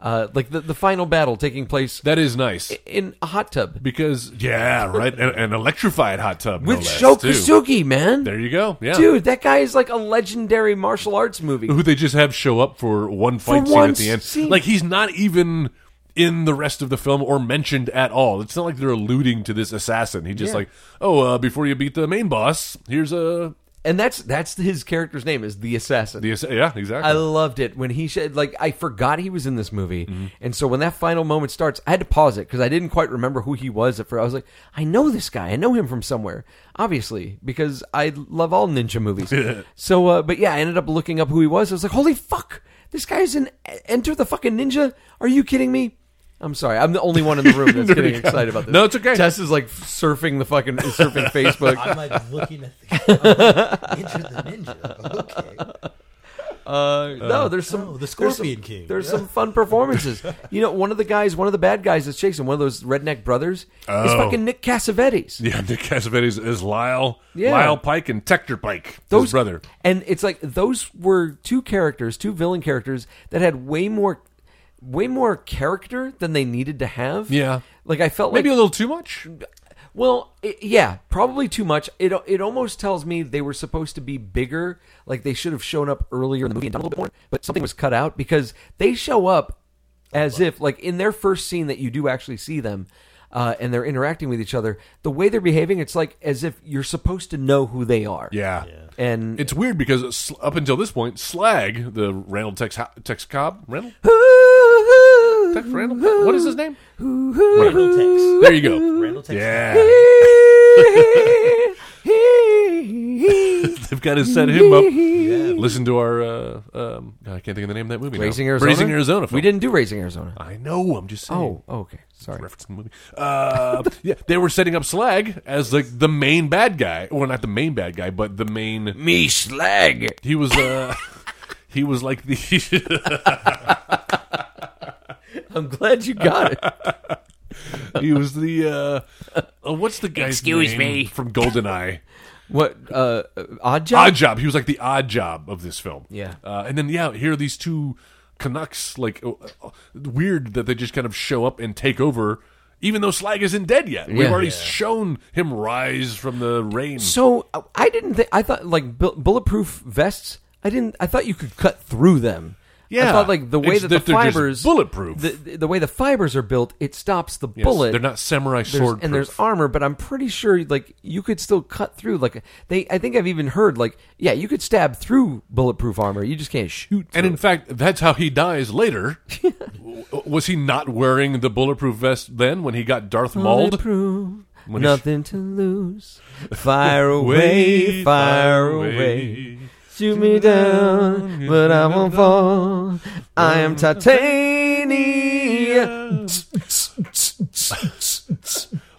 Speaker 4: Uh, like the, the final battle taking place
Speaker 3: that is nice
Speaker 4: in a hot tub
Speaker 3: because yeah right an, an electrified hot tub no
Speaker 4: with
Speaker 3: less,
Speaker 4: Sho
Speaker 3: too.
Speaker 4: Kosugi, man.
Speaker 3: There you go. Yeah,
Speaker 4: Dude, that guy is like a legendary martial arts movie.
Speaker 3: who they just have show up for one fight scene
Speaker 4: one
Speaker 3: at the end.
Speaker 4: scene.
Speaker 3: Like he's not even in the rest of the film or mentioned at all. It's not like they're alluding to this assassin. He just
Speaker 4: Yeah.
Speaker 3: like, oh, uh, before you beat the main boss, here's a
Speaker 4: And that's that's his character's name is the assassin.
Speaker 3: the assa- yeah exactly.
Speaker 4: I loved it when he said like I forgot he was in this movie,
Speaker 3: Mm-hmm.
Speaker 4: and so when that final moment starts, I had to pause it because I didn't quite remember who he was at first. I was like, I know this guy, I know him from somewhere, obviously because I love all ninja movies. so, uh, but yeah, I ended up looking up who he was. I was like, holy fuck, this guy's in Enter the fucking Ninja. Are you kidding me? I'm sorry, I'm the only one in the room that's getting excited about this.
Speaker 3: No, it's okay.
Speaker 4: Tess is like surfing the fucking surfing Facebook.
Speaker 6: I'm like looking at the I'm like, Enter the Ninja. Okay.
Speaker 4: Uh, no, there's some
Speaker 6: oh, the
Speaker 4: there's
Speaker 6: Scorpion
Speaker 4: some-
Speaker 6: King.
Speaker 4: There's some fun performances. you know, one of the guys, one of the bad guys that's chasing one of those redneck brothers is
Speaker 3: Oh.
Speaker 4: fucking Nick Cassavetes.
Speaker 3: yeah, Nick Cassavetes is Lyle,
Speaker 4: Yeah.
Speaker 3: Lyle Pike and Tector Pike, his brother.
Speaker 4: and it's like those were two characters, two villain characters that had way more, way more character than they needed to have.
Speaker 3: Yeah.
Speaker 4: like I felt
Speaker 3: Maybe
Speaker 4: like
Speaker 3: a little too much.
Speaker 4: Well, i yeah, probably too much. It it almost tells me they were supposed to be bigger, like they should have shown up earlier in the movie and done a little bit more. But something was cut out because they show up as if, like in their first scene that you do actually see them, uh, and they're interacting with each other. The way they're behaving, it's like as if you're supposed to know who they are.
Speaker 3: Yeah.
Speaker 4: and
Speaker 3: It's weird because sl- up until this point, Slag, the Randall Tex, Tex Cobb, Randall? Tex Randall? What is his name?
Speaker 6: Randall Tex.
Speaker 3: There you go.
Speaker 6: Randall Tex.
Speaker 3: Yeah. They've got to set him up. listen to our. Uh, um, God, I can't think of the name of that movie. now.
Speaker 4: Raising Arizona.
Speaker 3: Raising Arizona.
Speaker 4: We
Speaker 3: film.
Speaker 4: didn't do Raising Arizona.
Speaker 3: I know. I'm just saying.
Speaker 4: Oh, oh, okay. Sorry.
Speaker 3: referencing the movie. Uh, yeah, they were setting up Slag as like the main bad guy. Well, not the main bad guy, but the main.
Speaker 5: Me slag.
Speaker 3: He was. Uh, he was like the.
Speaker 4: I'm glad you got it.
Speaker 3: he was the. Uh, uh, what's the guy's
Speaker 5: Excuse
Speaker 3: name
Speaker 5: me.
Speaker 3: from Goldeneye?
Speaker 4: What uh, odd job?
Speaker 3: odd job. He was like the odd job of this film.
Speaker 4: Yeah.
Speaker 3: Uh, and then yeah, here are these two Canucks. Like uh, uh, weird that they just kind of show up and take over. Even though Slag isn't dead yet, we've
Speaker 4: Yeah.
Speaker 3: already shown him rise from the rain.
Speaker 4: So uh, I didn't think I thought like bu- bulletproof vests. I didn't. I thought you could cut through them. I
Speaker 3: Yeah.
Speaker 4: thought like the way
Speaker 3: It's
Speaker 4: that the
Speaker 3: that they're just
Speaker 4: fibers
Speaker 3: bulletproof.
Speaker 4: The, the way the fibers are built, it stops the
Speaker 3: Yes,
Speaker 4: bullet.
Speaker 3: They're not samurai
Speaker 4: There's-
Speaker 3: sword.
Speaker 4: and there's armor, but I'm pretty sure like you could still cut through. Like they, I think I've even heard like yeah, you could stab through bulletproof armor. You just can't shoot.
Speaker 3: And in fact, that's how he dies later. W- Was he not wearing the bulletproof vest then when he got Darth Mauled?
Speaker 4: Bulletproof,
Speaker 3: When he-
Speaker 4: nothing to lose. Fire away, fire away. Shoot me down, but I won't fall. I am titanium.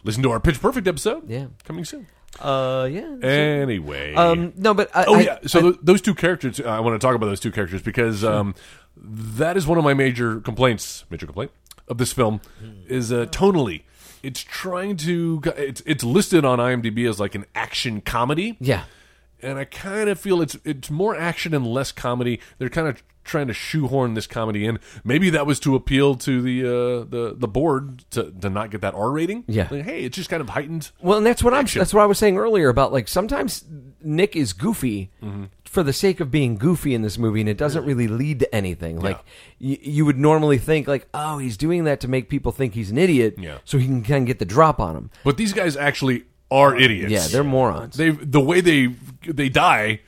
Speaker 3: Listen to our Pitch Perfect episode.
Speaker 4: Yeah.
Speaker 3: coming soon.
Speaker 4: Uh, yeah.
Speaker 3: Anyway,
Speaker 4: Um, no, but I,
Speaker 3: oh
Speaker 4: I-
Speaker 3: yeah. So
Speaker 4: I-
Speaker 3: th- those two characters, uh, I want to talk about those two characters because um, that is one of my major complaints. Major complaint of this film
Speaker 4: Hmm.
Speaker 3: is uh, tonally. It's trying to. It's it's listed on IMDb as like an action comedy.
Speaker 4: yeah.
Speaker 3: and I kind of feel it's it's more action and less comedy. They're kind of trying to shoehorn this comedy in. Maybe that was to appeal to the uh, the the board to, to not get that R rating.
Speaker 4: Yeah.
Speaker 3: Like, hey, it's just kind of heightened.
Speaker 4: Well, and that's what I'm.
Speaker 3: Action.
Speaker 4: That's what I was saying earlier about like sometimes Nick is goofy
Speaker 3: Mm-hmm.
Speaker 4: for the sake of being goofy in this movie, and it doesn't really lead to anything. Like y- you would normally think, like, oh, he's doing that to make people think he's an idiot,
Speaker 3: Yeah.
Speaker 4: so he can kind of get the drop on him.
Speaker 3: But these guys actually are idiots.
Speaker 4: Yeah, they're morons.
Speaker 3: they the way they they die.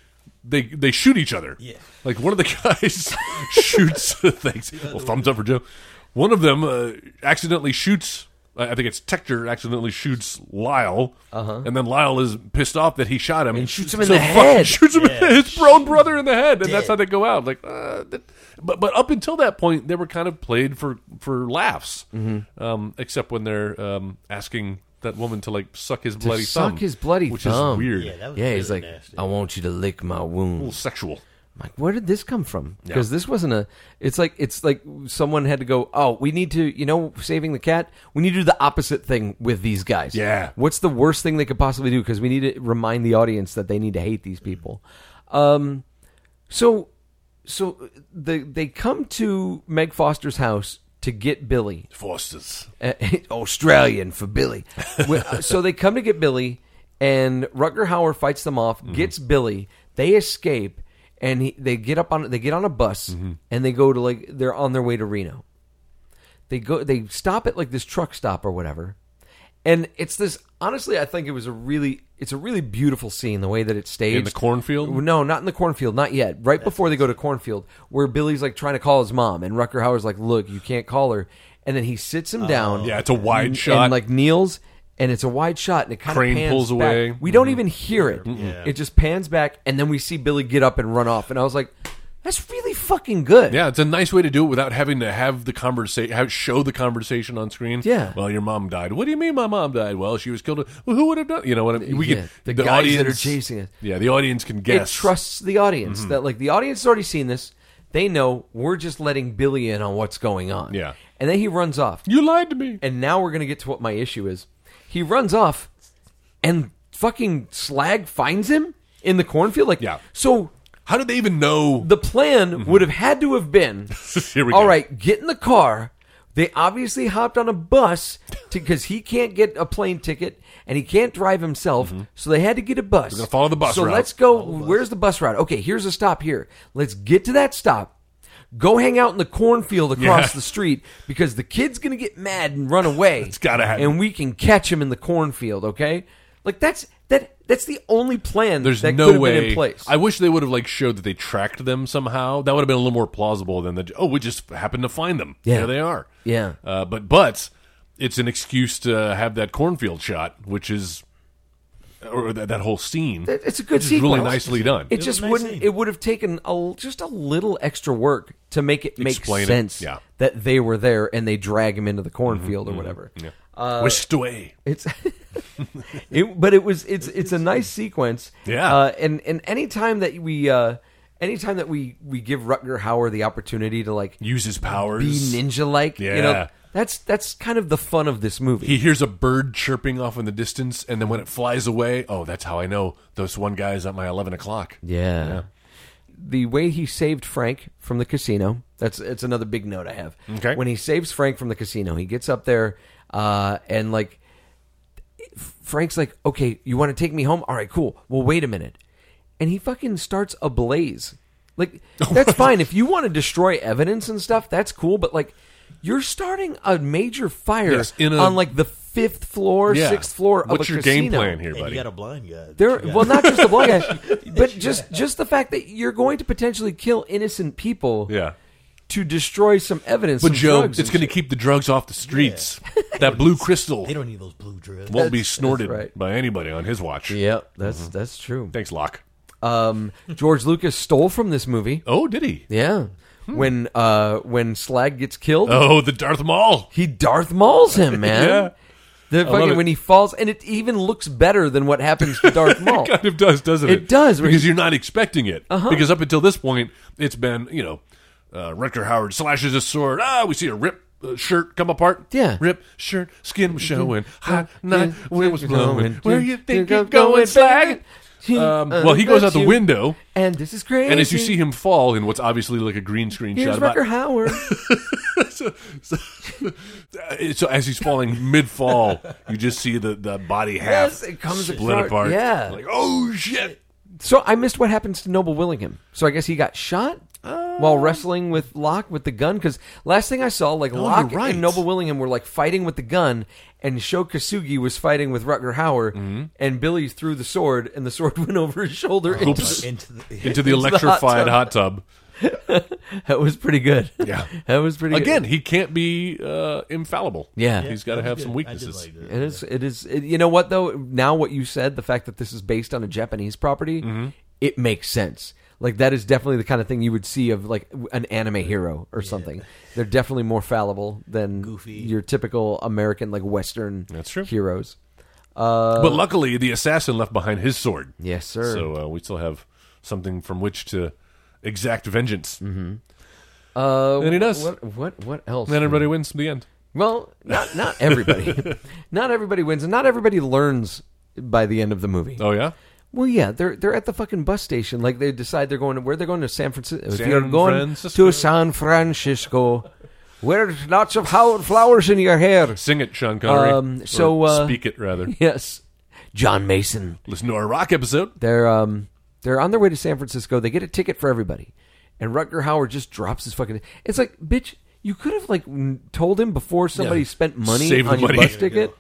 Speaker 3: They they shoot each other. Yeah. Like one of the guys shoots. thanks. Well, thumbs up for Joe. One of them uh, accidentally shoots. I I think it's Tector accidentally shoots Lyle, uh-huh. and then Lyle is pissed off that he shot him and
Speaker 4: shoots him in the head.
Speaker 3: Shoots him his own brother in the head, and that's how they go out. Like, uh, that, but but up until that point, they were kind of played for for laughs,
Speaker 4: Mm-hmm.
Speaker 3: um, except when they're um, asking that woman to like suck his bloody
Speaker 4: suck
Speaker 3: thumb,
Speaker 4: his bloody
Speaker 3: which
Speaker 4: thumb.
Speaker 3: is weird,
Speaker 6: Yeah, that was
Speaker 4: Yeah, he's
Speaker 6: really
Speaker 4: like,
Speaker 6: nasty.
Speaker 4: I want you to lick my
Speaker 3: little
Speaker 4: wounds.
Speaker 3: sexual.
Speaker 4: I'm like, where did this come from? Because this wasn't a. It's like it's like someone had to go. Oh, we need to. You know, saving the cat. We need to do the opposite thing with these guys.
Speaker 3: Yeah.
Speaker 4: What's the worst thing they could possibly do? Because we need to remind the audience that they need to hate these people. Um, so, so the, they come to Meg Foster's house to get Billy,
Speaker 3: Foster's.
Speaker 4: uh, Australian for Billy. Well, uh, so they come to get Billy, and Rutger Hauer fights them off, gets Billy. They escape, and he, they get up on they get on a bus, and they go to like they're on their way to Reno. They go they stop at like this truck stop or whatever, and it's this. Honestly, I think it was a really it's a really beautiful scene the way that it's staged
Speaker 3: In the cornfield?
Speaker 4: no, not in the cornfield, not yet. Right before they go to cornfield, where Billy's like trying to call his mom, and Rucker Hauer's like, "Look, you can't call her." And then he sits him down.
Speaker 3: Oh, Yeah, it's a wide
Speaker 4: and,
Speaker 3: shot.
Speaker 4: and like kneels, and it's a wide shot, and it kind
Speaker 3: Crane
Speaker 4: of pans
Speaker 3: pulls
Speaker 4: back.
Speaker 3: away. Mm-hmm.
Speaker 4: We don't even hear it. It just pans back, and then we see Billy get up and run off. And I was like, "That's really fucking good."
Speaker 3: Yeah, it's a nice way to do it without having to have the conversation, have, show the conversation on screen.
Speaker 4: Yeah.
Speaker 3: Well, your mom died. What do you mean my mom died? Well, she was killed. Well, who would have done? You know what I mean? We
Speaker 4: Yeah,
Speaker 3: can,
Speaker 4: the guys that are chasing it.
Speaker 3: Yeah, the audience can guess.
Speaker 4: It trusts the audience
Speaker 3: Mm-hmm.
Speaker 4: that like the audience has already seen this. They know we're just letting Billy in on what's going on.
Speaker 3: Yeah.
Speaker 4: and then he runs off.
Speaker 3: You lied to me.
Speaker 4: and now we're gonna get to what my issue is. He runs off, and fucking Slag finds him in the cornfield. Like,
Speaker 3: Yeah.
Speaker 4: So
Speaker 3: How did they even know?
Speaker 4: the plan would have had to have been,
Speaker 3: Here we
Speaker 4: all
Speaker 3: go.
Speaker 4: right, get in the car. They obviously hopped on a bus because he can't get a plane ticket and he can't drive himself, so they had to get a bus. We're
Speaker 3: Mm-hmm. gonna follow the bus
Speaker 4: So
Speaker 3: route.
Speaker 4: let's go. Where's the bus route? Okay, here's a stop here. Let's get to that stop. Go hang out in the cornfield across
Speaker 3: Yeah.
Speaker 4: the street because the kid's gonna get mad and run away. it's
Speaker 3: gotta happen.
Speaker 4: And we can catch him in the cornfield. Okay, like that's that. That's the only plan
Speaker 3: There's
Speaker 4: that could
Speaker 3: no
Speaker 4: have
Speaker 3: way.
Speaker 4: been in place.
Speaker 3: I wish they would have like showed that they tracked them somehow. That would have been a little more plausible than that. Oh, we just happened to find them.
Speaker 4: Yeah.
Speaker 3: there they are.
Speaker 4: Yeah.
Speaker 3: Uh, but but it's an excuse to have that cornfield shot, which is or that, that whole scene.
Speaker 4: It- It's a good
Speaker 3: It's
Speaker 4: sequence.
Speaker 3: really nicely done.
Speaker 4: It
Speaker 6: was
Speaker 4: just
Speaker 6: a nice
Speaker 4: wouldn't.
Speaker 6: scene.
Speaker 4: It would have taken a, just a little extra work to make it make
Speaker 3: Explain it,
Speaker 4: sense
Speaker 3: yeah. Mm-hmm,
Speaker 4: that they were there and they drag him into the cornfield or whatever.
Speaker 3: Whisked away.
Speaker 4: It's, it, but it was it's it's a nice sequence.
Speaker 3: Yeah.
Speaker 4: Uh, and and anytime that we uh, anytime that we we give Rutger Hauer the opportunity to like
Speaker 3: Use his powers.
Speaker 4: be ninja like, you know,
Speaker 3: Yeah.
Speaker 4: that's that's kind of the fun of this movie.
Speaker 3: he hears a bird chirping off in the distance, and then when it flies away, oh, that's how I know those one guy's at my eleven o'clock.
Speaker 4: Yeah. The way he saved Frank from the casino, that's it's another big note I have.
Speaker 3: Okay.
Speaker 4: When he saves Frank from the casino, he gets up there uh, and like Frank's like, "Okay, you want to take me home? All right, cool. Well, wait a minute." And he fucking starts a blaze. Like that's fine if you want to destroy evidence and stuff, that's cool, but like you're starting a major fire
Speaker 3: Yes, in a-
Speaker 4: on like the 5th floor, 6th floor of
Speaker 3: What's
Speaker 4: a
Speaker 3: your
Speaker 4: casino.
Speaker 3: game plan here,
Speaker 6: And you
Speaker 3: buddy?
Speaker 6: got a blind guy. that
Speaker 4: There,
Speaker 6: you got-
Speaker 4: well, not just the black guy, but just just the fact that you're going to potentially kill innocent people
Speaker 3: Yeah.
Speaker 4: to destroy some evidence.
Speaker 3: But
Speaker 4: some
Speaker 3: Joe,
Speaker 4: drugs
Speaker 3: it's
Speaker 4: and
Speaker 3: going to keep the drugs off the streets. that blue crystal
Speaker 6: they don't need those blue drugs.
Speaker 3: won't be snorted
Speaker 4: right.
Speaker 3: by anybody on his watch.
Speaker 4: shit. Yep, that's
Speaker 3: Mm-hmm.
Speaker 4: that's true.
Speaker 3: Thanks, Locke.
Speaker 4: Um, George Lucas stole from this movie.
Speaker 3: Oh, did he?
Speaker 4: Yeah, when uh when Slag gets killed,
Speaker 3: Hmm. Oh, the Darth Maul.
Speaker 4: he Darth Mauls him, man.
Speaker 3: Yeah.
Speaker 4: The fucking,
Speaker 3: it.
Speaker 4: when he falls, and it even looks better than what happens to Darth Maul.
Speaker 3: kind of does, doesn't it?
Speaker 4: It does, where
Speaker 3: because
Speaker 4: he- Uh-huh.
Speaker 3: you're not expecting it. Because up until this point, it's been you know, uh, Rutger Howard slashes his sword. Ah, we see a rip uh, shirt come apart.
Speaker 4: Yeah.
Speaker 3: rip shirt, skin was showing, hot night, wind was blowing.
Speaker 4: Going,
Speaker 3: Where
Speaker 4: do-
Speaker 3: you think
Speaker 4: do-
Speaker 3: you're going, slag? Um, well, he goes out the
Speaker 4: you.
Speaker 3: window,
Speaker 4: And this is crazy.
Speaker 3: and as you see him fall in what's obviously like a green screen
Speaker 4: here's
Speaker 3: shot. about-
Speaker 4: Rucker Howard.
Speaker 3: Uh, so as he's falling mid fall, you just see the, the body half
Speaker 4: Yes, it comes
Speaker 3: split
Speaker 4: apart.
Speaker 3: apart.
Speaker 4: Yeah.
Speaker 3: like oh shit.
Speaker 4: So I missed what happens to Noble Willingham. So I guess he got shot
Speaker 3: Uh,
Speaker 4: while wrestling with Locke with the gun. Because last thing I saw, like Locke
Speaker 3: Oh, you're right.
Speaker 4: and Noble Willingham were like fighting with the gun, and Shokasugi was fighting with Rutger Hauer,
Speaker 3: Mm-hmm.
Speaker 4: and Billy threw the sword, and the sword went over his shoulder. into-
Speaker 3: Oops.
Speaker 6: into the,
Speaker 3: Into the
Speaker 4: hot
Speaker 3: electrified
Speaker 4: tub.
Speaker 3: hot tub.
Speaker 4: that was pretty good.
Speaker 3: Yeah.
Speaker 4: that was pretty
Speaker 3: Again,
Speaker 4: Good.
Speaker 3: he can't be uh, infallible.
Speaker 4: Yeah.
Speaker 3: he's got to have some
Speaker 6: I did
Speaker 3: weaknesses.
Speaker 6: like that.
Speaker 4: It is. It is. It, you know what though? Now what you said, the fact that this is based on a Japanese property,
Speaker 3: Mm-hmm.
Speaker 4: it makes sense. Like that is definitely the kind of thing you would see of like w- an anime hero or something. They're definitely more fallible than
Speaker 6: Goofy.
Speaker 4: your typical American like Western
Speaker 3: That's true.
Speaker 4: heroes.
Speaker 3: but luckily, the assassin left behind his sword.
Speaker 4: Yes, sir.
Speaker 3: So uh, we still have something from which to exact vengeance. Mm-hmm.
Speaker 4: uh,
Speaker 3: and he does.
Speaker 4: What? What? What else?
Speaker 3: And then everybody wins in the end.
Speaker 4: Well, not not everybody. not everybody wins, and not everybody learns by the end of the movie.
Speaker 3: Oh yeah,
Speaker 4: Well, yeah, they're they're at the fucking bus station. Like they decide they're going to where they're going to San Francisco. If
Speaker 3: San
Speaker 4: you're going
Speaker 3: Francisco.
Speaker 4: to San Francisco, wear lots of how- flowers in your hair.
Speaker 3: sing it, Sean Connery.
Speaker 4: Um,
Speaker 3: Or
Speaker 4: so, uh,
Speaker 3: speak it rather.
Speaker 4: Yes, John Mason.
Speaker 3: Listen to our rock episode.
Speaker 4: They're um they're on their way to San Francisco. They get a ticket for everybody, and Rutger Howard just drops his fucking. It's like bitch, you could have like n- told him before somebody
Speaker 3: Yeah.
Speaker 4: spent money
Speaker 3: Save the
Speaker 4: on your
Speaker 3: money.
Speaker 4: bus
Speaker 3: There you
Speaker 4: ticket.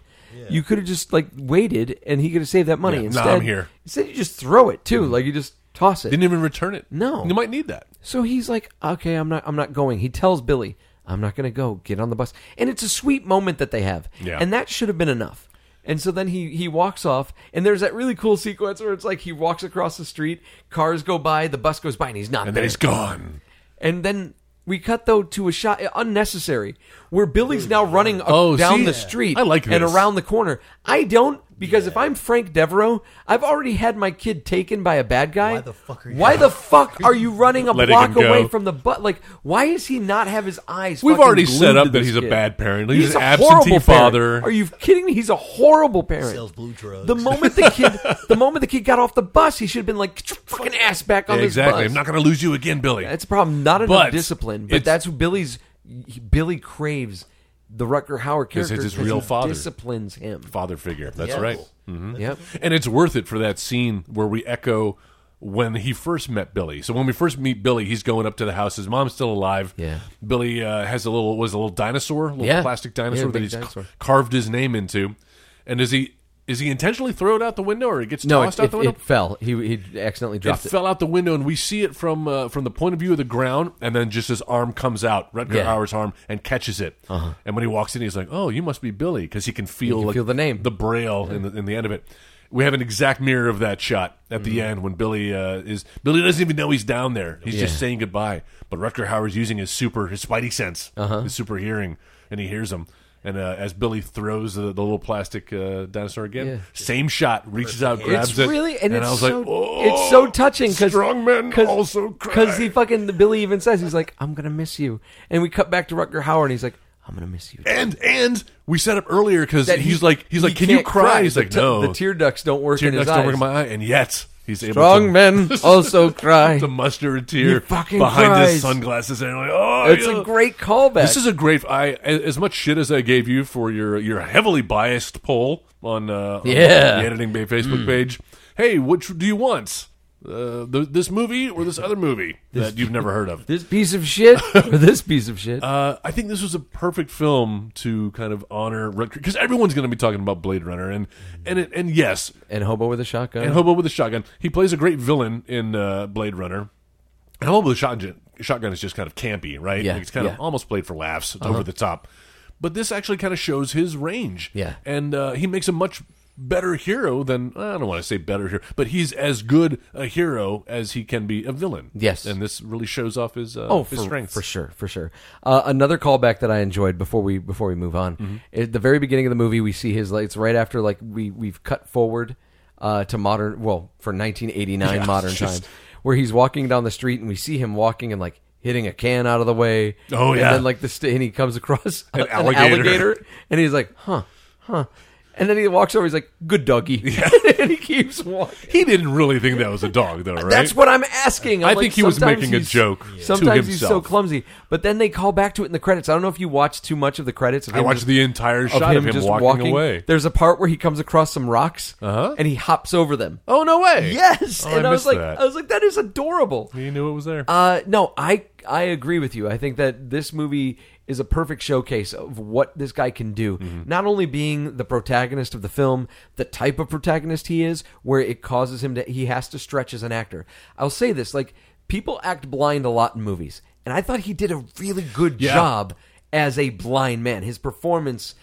Speaker 4: You could have just like waited, and he could have saved that money.
Speaker 3: Yeah, nah,
Speaker 4: instead,
Speaker 3: I'm here.
Speaker 4: Instead, you just throw it too. Like you just toss it.
Speaker 3: Didn't even return it.
Speaker 4: No.
Speaker 3: you might need that.
Speaker 4: So he's like, "Okay, I'm not I'm not going." He tells Billy, "I'm not going to go. Get on the bus." And it's a sweet moment that they have.
Speaker 3: Yeah.
Speaker 4: And that should have been enough. And so then he he walks off and there's that really cool sequence where it's like he walks across the street, cars go by, the bus goes by and he's not
Speaker 3: And
Speaker 4: there.
Speaker 3: then he's gone.
Speaker 4: And then we cut though to a shot uh, unnecessary where Billy's now running
Speaker 3: Oh,
Speaker 4: down
Speaker 3: see?
Speaker 4: the
Speaker 3: Yeah.
Speaker 4: street
Speaker 3: I like
Speaker 4: and
Speaker 3: this.
Speaker 4: around the corner. I don't because if I'm Frank Devereaux, I've already had my kid taken by a bad guy.
Speaker 6: Why the fuck are you-
Speaker 4: Why the fuck are you running a
Speaker 3: Letting
Speaker 4: block
Speaker 3: him go.
Speaker 4: away from the butt? Like, why is he not have his eyes?
Speaker 3: We've
Speaker 4: fucking
Speaker 3: already
Speaker 4: glued
Speaker 3: set
Speaker 4: to
Speaker 3: up that
Speaker 4: this
Speaker 3: he's a
Speaker 4: kid?
Speaker 3: bad parent. He's an
Speaker 4: a
Speaker 3: absentee
Speaker 4: horrible parent.
Speaker 3: father.
Speaker 4: Are you kidding me? He's a horrible parent.
Speaker 6: Sells blue drugs.
Speaker 4: The moment the kid, the moment the kid got off the bus, he should have been like, "Get your fucking ass back on
Speaker 3: Yeah,
Speaker 4: this
Speaker 3: exactly.
Speaker 4: bus."
Speaker 3: I'm not going to lose you again, Billy.
Speaker 4: That's a problem. Not enough
Speaker 3: But
Speaker 4: discipline. But
Speaker 3: it's-
Speaker 4: that's what Billy's. he- Billy craves the Rucker Howard
Speaker 3: Because
Speaker 4: character.
Speaker 3: it's his
Speaker 4: 'cause
Speaker 3: real
Speaker 4: he
Speaker 3: father.
Speaker 4: Disciplines him.
Speaker 3: father figure. That's right.
Speaker 4: Yep.
Speaker 3: And it's worth it for that scene where we echo when he first met Billy. So when we first meet Billy, he's going up to the house. His mom's still alive.
Speaker 4: Yeah.
Speaker 3: Billy uh, has a little was a little dinosaur, a little
Speaker 4: Yeah.
Speaker 3: plastic
Speaker 4: Yeah,
Speaker 3: dinosaur that
Speaker 4: big
Speaker 3: he's ca-
Speaker 4: dinosaur.
Speaker 3: carved his name into. And is he is he intentionally throw it out the window or it gets
Speaker 4: No, it,
Speaker 3: tossed out
Speaker 4: it,
Speaker 3: the window?
Speaker 4: it fell. He he accidentally
Speaker 3: It
Speaker 4: dropped it.
Speaker 3: fell out the window, and we see it from uh, from the point of view of the ground, and then just his arm comes out, Rutger
Speaker 4: Yeah. Uh-huh.
Speaker 3: Hauer's arm, and catches it. And when he walks in, he's like, "Oh, you must be Billy," because he can feel
Speaker 4: can
Speaker 3: like,
Speaker 4: feel the name.
Speaker 3: the braille in the in the end of it. We have an exact mirror of that shot at the end when Billy uh, is Billy doesn't even know he's down there. He's just
Speaker 4: Mm-hmm. Yeah.
Speaker 3: saying goodbye. But Rutger Hauer's using his super his spidey sense,
Speaker 4: Uh-huh.
Speaker 3: his super hearing, and he hears him. And uh, as Billy throws the, the little plastic uh, dinosaur again,
Speaker 4: Yeah.
Speaker 3: same shot, reaches out, grabs
Speaker 4: It's
Speaker 3: it,
Speaker 4: really and, it's
Speaker 3: I was
Speaker 4: so
Speaker 3: like, oh,
Speaker 4: it's so touching because
Speaker 3: strong men also cry.
Speaker 4: because he fucking the Billy even says he's like I'm gonna miss you and we cut back to Rutger Hauer and he's like I'm gonna miss you
Speaker 3: and and we set up earlier because
Speaker 4: That he-
Speaker 3: he's like he's
Speaker 4: he
Speaker 3: like can you
Speaker 4: can't
Speaker 3: cry? He's
Speaker 4: The
Speaker 3: like
Speaker 4: t-
Speaker 3: no
Speaker 4: the tear ducts don't work
Speaker 3: tear
Speaker 4: in his
Speaker 3: ducts don't work
Speaker 4: eyes
Speaker 3: in my eye and yet he's able to,
Speaker 4: strong men also cry
Speaker 3: to muster a tear
Speaker 4: fucking
Speaker 3: behind
Speaker 4: cries.
Speaker 3: his sunglasses and like oh
Speaker 4: it's
Speaker 3: yeah.
Speaker 4: a great callback
Speaker 3: This is a great. I as much shit as I gave you for your your heavily biased poll on, uh, on
Speaker 4: Yeah. Mm.
Speaker 3: the editing bay Facebook page. Hey, which do you want? Uh, th this movie or this other movie that you've never heard of?
Speaker 4: this piece of shit or this piece of shit
Speaker 3: Uh, I think this was a perfect film to kind of honor Rutger because everyone's going to be talking about Blade Runner and and it, and yes,
Speaker 4: and hobo with a shotgun
Speaker 3: and Hobo with a Shotgun. He plays a great villain in uh, Blade Runner. And Hobo with a Shotgun, shotgun is just kind of campy, right?
Speaker 4: Yeah,
Speaker 3: Like, it's kind
Speaker 4: yeah. Uh-huh.
Speaker 3: of almost played for laughs. It's over the top. But this actually kind of shows his range.
Speaker 4: Yeah.
Speaker 3: And uh, he makes a much better hero than, I don't want to say better hero, but he's as good a hero as he can be a villain.
Speaker 4: Yes.
Speaker 3: And this really shows off his, uh,
Speaker 4: Oh,
Speaker 3: his
Speaker 4: for,
Speaker 3: strengths.
Speaker 4: for sure, for sure. Uh, another callback that I enjoyed before we before we move on.
Speaker 3: Mm-hmm.
Speaker 4: At the very beginning of the movie, we see his. like, It's right after like we we've cut forward uh, to modern. Well, for 1989 modern
Speaker 3: just-
Speaker 4: time, where he's walking down the street and we see him walking and like hitting a can out of the way.
Speaker 3: Oh, yeah.
Speaker 4: and then like the st- and he comes across
Speaker 3: An
Speaker 4: a-
Speaker 3: alligator.
Speaker 4: and he's like, huh, huh. And then he walks over. He's like, "Good doggy," and he keeps walking.
Speaker 3: He didn't really think that was a dog, though, right?
Speaker 4: That's what I'm asking. I'm
Speaker 3: I
Speaker 4: like,
Speaker 3: think he was
Speaker 4: sometimes
Speaker 3: making a
Speaker 4: he's-
Speaker 3: joke to
Speaker 4: Sometimes he's so
Speaker 3: himself.
Speaker 4: clumsy, but then they call back to it in the credits. I don't know if you watched too much of the credits. Of
Speaker 3: I
Speaker 4: him
Speaker 3: watched
Speaker 4: just-
Speaker 3: the entire shot of him, walking, away. Uh-huh.
Speaker 4: There's a part where he comes across some rocks and he hops over them.
Speaker 3: Oh, no way.
Speaker 4: Yes,
Speaker 3: Oh,
Speaker 4: and
Speaker 3: I
Speaker 4: I, was
Speaker 3: missed
Speaker 4: like,
Speaker 3: that.
Speaker 4: I was like, that is adorable.
Speaker 3: He knew it was there.
Speaker 4: Uh, no, I I agree with you. I think that this movie is a perfect showcase of what this guy can do. Not only being the protagonist of the film, the type of protagonist he is, where it causes him to he has to stretch as an actor. I'll say this: like people act blind a lot in movies, and I thought he did a really good
Speaker 3: Yeah.
Speaker 4: job as a blind man. His performance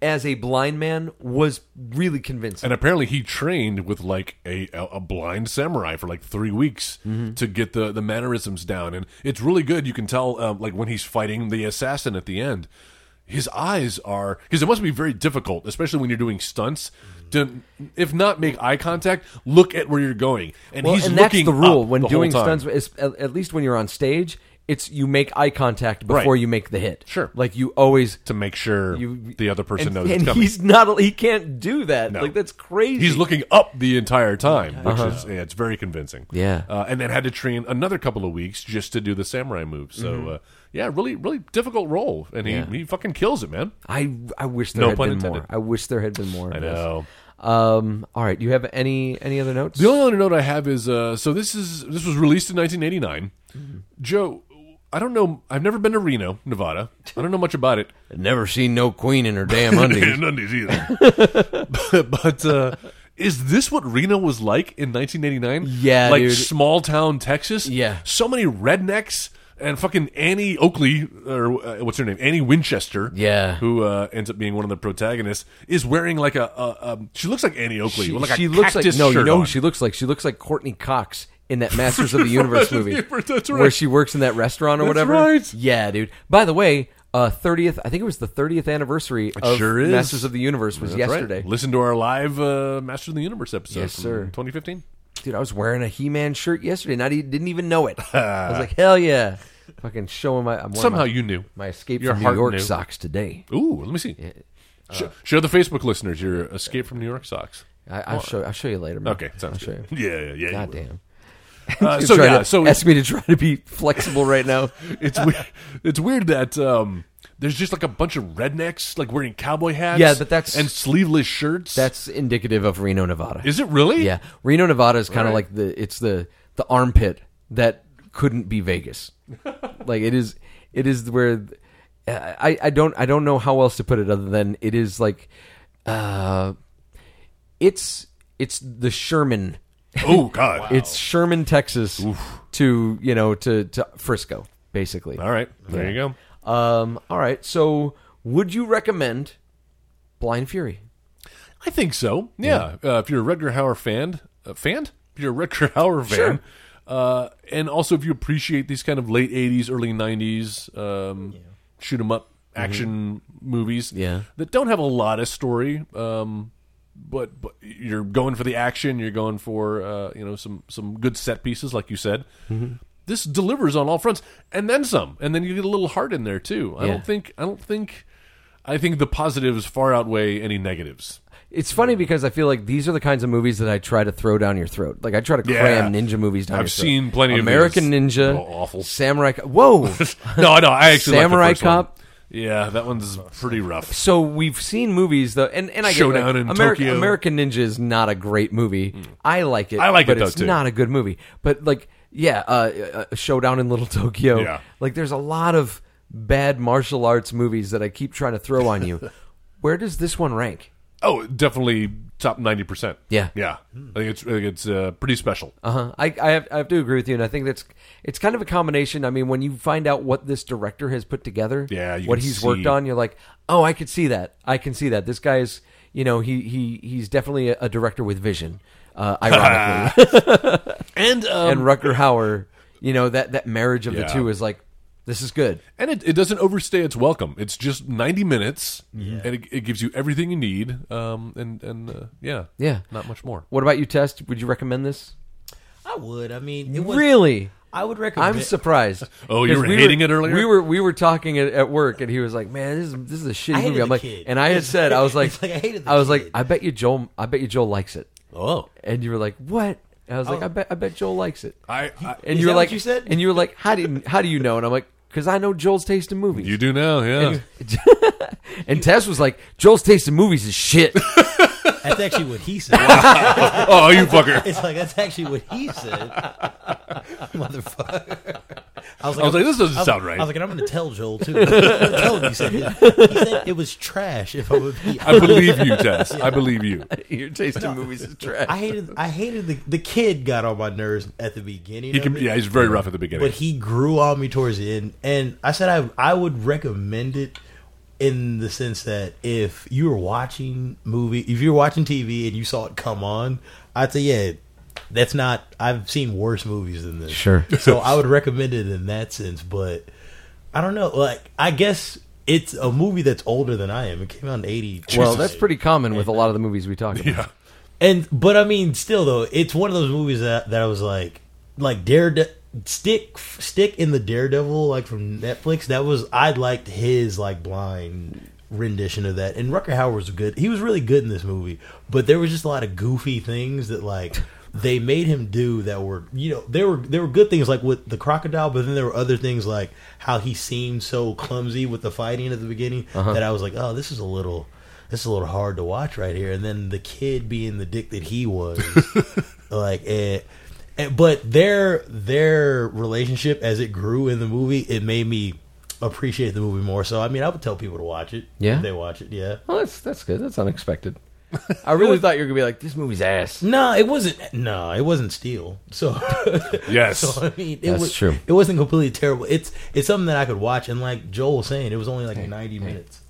Speaker 4: as a blind man was really convincing.
Speaker 3: And apparently, he trained with like a a a blind samurai for like three weeks to get the the mannerisms down, and it's really good. You can tell um, like when he's fighting the assassin at the end. His eyes are because it must be very difficult, especially when you're doing stunts, to if not make eye contact, look at where you're going, and
Speaker 4: Well,
Speaker 3: he's
Speaker 4: and that's
Speaker 3: looking
Speaker 4: the rule
Speaker 3: up
Speaker 4: when
Speaker 3: the whole
Speaker 4: doing
Speaker 3: time.
Speaker 4: stunts. is- At, at least when you're on stage, it's you make eye contact before
Speaker 3: Right.
Speaker 4: you make the hit.
Speaker 3: Sure.
Speaker 4: like you always
Speaker 3: to make sure
Speaker 4: you
Speaker 3: the other person
Speaker 4: and,
Speaker 3: knows it's
Speaker 4: And
Speaker 3: coming.
Speaker 4: he's not. He can't do that.
Speaker 3: No.
Speaker 4: Like that's crazy.
Speaker 3: He's looking up the entire time, which is yeah, it's very convincing.
Speaker 4: Uh-huh. Yeah.
Speaker 3: uh, and then had to train another couple of weeks just to do the samurai move. So uh, yeah, really, really difficult role, and he,
Speaker 4: Mm-hmm. Yeah.
Speaker 3: he fucking kills it, man.
Speaker 4: I I wish there
Speaker 3: No
Speaker 4: had
Speaker 3: pun
Speaker 4: been
Speaker 3: intended.
Speaker 4: more. I wish there had been more.
Speaker 3: I
Speaker 4: of this.
Speaker 3: know.
Speaker 4: Um. All right. You have any any other notes?
Speaker 3: uh, The only other note I have is uh, so this is this was released in 1989.
Speaker 4: Mm-hmm.
Speaker 3: Joe, I don't know. I've never been to Reno, Nevada. I don't know much about it.
Speaker 4: Never seen no queen in her damn undies.
Speaker 3: And undies either. but uh, is this what Reno was like in 1989?
Speaker 4: Yeah,
Speaker 3: like
Speaker 4: dude.
Speaker 3: small town Texas.
Speaker 4: Yeah.
Speaker 3: so many rednecks and fucking Annie Oakley or uh, what's her name? Annie Winchester.
Speaker 4: Yeah.
Speaker 3: who uh, ends up being one of the protagonists is wearing like a. a um, she looks like Annie Oakley.
Speaker 4: She,
Speaker 3: with like
Speaker 4: she
Speaker 3: a
Speaker 4: looks like
Speaker 3: cactus
Speaker 4: no. You
Speaker 3: shirt
Speaker 4: know who
Speaker 3: on.
Speaker 4: she looks like? She looks like Courtney Cox in that Masters of the Universe movie,
Speaker 3: That's right.
Speaker 4: where she works in that restaurant or
Speaker 3: That's
Speaker 4: whatever.
Speaker 3: right.
Speaker 4: Yeah, dude. By the way, uh, thirtieth. I think it was the thirtieth anniversary of
Speaker 3: sure is.
Speaker 4: Masters of the Universe was
Speaker 3: That's right.
Speaker 4: yesterday.
Speaker 3: Listen to our live uh, Master of the Universe episode.
Speaker 4: Yes,
Speaker 3: from
Speaker 4: sir.
Speaker 3: 2015.
Speaker 4: Dude, I was wearing a He-Man shirt yesterday, and I didn't didn't even know it. I was like, hell yeah! Fucking showing my I'm wearing
Speaker 3: Somehow
Speaker 4: my,
Speaker 3: you knew.
Speaker 4: my escape
Speaker 3: Your
Speaker 4: from New
Speaker 3: heart
Speaker 4: York
Speaker 3: knew.
Speaker 4: socks today.
Speaker 3: Ooh, let me see.
Speaker 4: Uh,
Speaker 3: Sh- show the Facebook listeners your escape from New York socks.
Speaker 4: I, I'll show I'll show you later. Man.
Speaker 3: Okay,
Speaker 4: I'll
Speaker 3: sounds
Speaker 4: show you.
Speaker 3: good. Yeah, yeah, yeah. you
Speaker 4: God
Speaker 3: will.
Speaker 4: damn.
Speaker 3: Uh, so
Speaker 4: Try
Speaker 3: yeah,
Speaker 4: to-
Speaker 3: so
Speaker 4: ask me to try to be flexible right now.
Speaker 3: it's weird. It's weird that um, there's just like a bunch of rednecks like wearing cowboy hats.
Speaker 4: Yeah, but that's-
Speaker 3: and sleeveless shirts.
Speaker 4: That's indicative of Reno, Nevada.
Speaker 3: is it really?
Speaker 4: Yeah, Reno, Nevada is kind of
Speaker 3: Right.
Speaker 4: like the it's the the armpit that couldn't be Vegas. like it is, it is where uh, I I don't I don't know how else to put it other than it is like, uh, it's it's the Sherman,
Speaker 3: Oh God.
Speaker 4: it's Sherman, Texas to you know to to Frisco basically.
Speaker 3: All right. There you go.
Speaker 4: Um, all right. So would you recommend Blind Fury?
Speaker 3: I think so. Yeah. Uh, if you're a Rutger Hauer fan, uh, fan? If you're a Rutger Hauer fan, uh, and also if you appreciate these kind of late '80s, early '90s um, shoot 'em up action movies,
Speaker 4: Mm-hmm. Yeah.
Speaker 3: that don't have a lot of story, um, but, but you're going for the action, you're going for uh, you know some some good set pieces, like you said.
Speaker 4: Mm-hmm.
Speaker 3: This delivers on all fronts, and then some, and then you get a little heart in there too. I
Speaker 4: Yeah.
Speaker 3: don't think I don't think I think the positives far outweigh any negatives.
Speaker 4: It's funny because I feel like these are the kinds of movies that I try to throw down your throat. Like I try to
Speaker 3: Yeah.
Speaker 4: cram ninja movies down.
Speaker 3: I've
Speaker 4: your throat.
Speaker 3: seen plenty of
Speaker 4: American
Speaker 3: these.
Speaker 4: Ninja,
Speaker 3: Oh, awful.
Speaker 4: Samurai. Co- Whoa,
Speaker 3: no, no, I actually like the
Speaker 4: Samurai
Speaker 3: first one.
Speaker 4: Cop?
Speaker 3: Yeah, that one's pretty rough.
Speaker 4: so we've seen movies though, and and I get
Speaker 3: Showdown
Speaker 4: like,
Speaker 3: in
Speaker 4: American,
Speaker 3: Tokyo. Mm.
Speaker 4: American Ninja is not a great movie. I like it.
Speaker 3: I like it,
Speaker 4: but
Speaker 3: though,
Speaker 4: it's
Speaker 3: too.
Speaker 4: not a good movie. But like, yeah, uh, uh, Showdown in Little Tokyo.
Speaker 3: Yeah.
Speaker 4: Like, there's a lot of bad martial arts movies that I keep trying to throw on you. Where does this one rank?
Speaker 3: Oh, definitely top ninety percent.
Speaker 4: Yeah.
Speaker 3: yeah. I think it's I think it's uh, pretty special.
Speaker 4: Uh-huh. I, I, have, I have to agree with you, and I think that's it's kind of a combination. I mean, when you find out what this director has put together,
Speaker 3: Yeah, you
Speaker 4: what
Speaker 3: can
Speaker 4: he's
Speaker 3: see-
Speaker 4: worked on, you're like, oh, I could see that. I can see that. This guy is, you know, he he he's definitely a, a director with vision. Uh, ironically,
Speaker 3: And um,
Speaker 4: and Rucker Hauer, you know that that marriage of
Speaker 3: Yeah.
Speaker 4: the two is like, this is good.
Speaker 3: and it, it doesn't overstay its welcome. It's just ninety minutes, and it, it gives you everything you need. Um, and and uh, yeah,
Speaker 4: Yeah.
Speaker 3: not much more.
Speaker 4: What about you, Test? Would you recommend this?
Speaker 6: I would. I mean, it was,
Speaker 4: Really?
Speaker 6: I would recommend.
Speaker 4: I'm surprised.
Speaker 3: Oh, you
Speaker 4: 'Cause
Speaker 3: were hating it earlier?
Speaker 4: We were we were talking at, at work, and he was like, "Man, this is this is a
Speaker 6: I
Speaker 4: shitty
Speaker 6: hated
Speaker 4: movie." I'm
Speaker 6: the
Speaker 4: like,
Speaker 6: kid.
Speaker 4: and I had said, I was like,
Speaker 6: It's like, I hated the
Speaker 4: was like,
Speaker 6: kid.
Speaker 4: I bet you Joel, I bet you Joel likes it,
Speaker 6: Oh,
Speaker 4: and you were like, what? And I was like, I bet I bet Joel likes it,
Speaker 3: I, I
Speaker 4: and
Speaker 6: Is
Speaker 4: you were
Speaker 6: that what
Speaker 4: like,
Speaker 6: you said?
Speaker 4: and you were like, how do you, how do you know? And I'm like, because I know Joel's taste in movies.
Speaker 3: you do now. Yeah,
Speaker 4: and Tess was like, Joel's taste in movies is shit.
Speaker 6: that's actually what he said.
Speaker 3: oh you fucker.
Speaker 6: It's like that's actually what he said, motherfucker. I was
Speaker 3: I was like, this doesn't
Speaker 6: I was-
Speaker 3: sound right.
Speaker 6: I was like, and I'm going to tell Joel too. I'm gonna tell him he said it. He said it was trash. If I would be,
Speaker 3: I believe you, Tess. I believe you.
Speaker 4: Your taste in movies is trash.
Speaker 6: I hated. I hated the the kid got on my nerves at the beginning.
Speaker 3: He
Speaker 6: of
Speaker 3: can.
Speaker 6: it,
Speaker 3: Yeah, he's very rough at the beginning.
Speaker 6: but he grew on me towards the end. And I said I I would recommend it in the sense that if you were watching movie, if you were watching TV and you saw it come on, I'd say yeah. That's not. I've seen worse movies than this.
Speaker 4: Sure.
Speaker 6: So I would recommend it in that sense, but I don't know. Like I guess it's a movie that's older than I am. It came out in eighty.
Speaker 4: well, that's pretty common with a lot of the movies we talk about.
Speaker 3: yeah.
Speaker 6: And but I mean, still though, it's one of those movies that that I was like, like Daredevil, stick stick in the Daredevil like from Netflix. That was I liked his like blind rendition of that. And Rucker Howard was good. He was really good in this movie, but there was just a lot of goofy things that like. They made him do that were you know there were there were good things like with the crocodile, but then there were other things like how he seemed so clumsy with the fighting at the beginning that I was like, oh, this is a little this is a little hard to watch right here. And then the kid being the dick that he was, like, eh. And- but their their relationship as it grew in the movie, it made me appreciate the movie more. So I mean, I would tell people to watch it.
Speaker 4: Yeah?
Speaker 6: if they watch it. Yeah.
Speaker 4: Well, that's that's good. That's unexpected. I really thought you were gonna be like, this movie's ass.
Speaker 6: No, it wasn't. No, it wasn't Steel. So
Speaker 3: Yes.
Speaker 6: So I mean, it
Speaker 4: That's
Speaker 6: was
Speaker 4: true.
Speaker 6: It wasn't completely terrible. It's it's something that I could watch, and like Joel was saying, it was only like ninety minutes.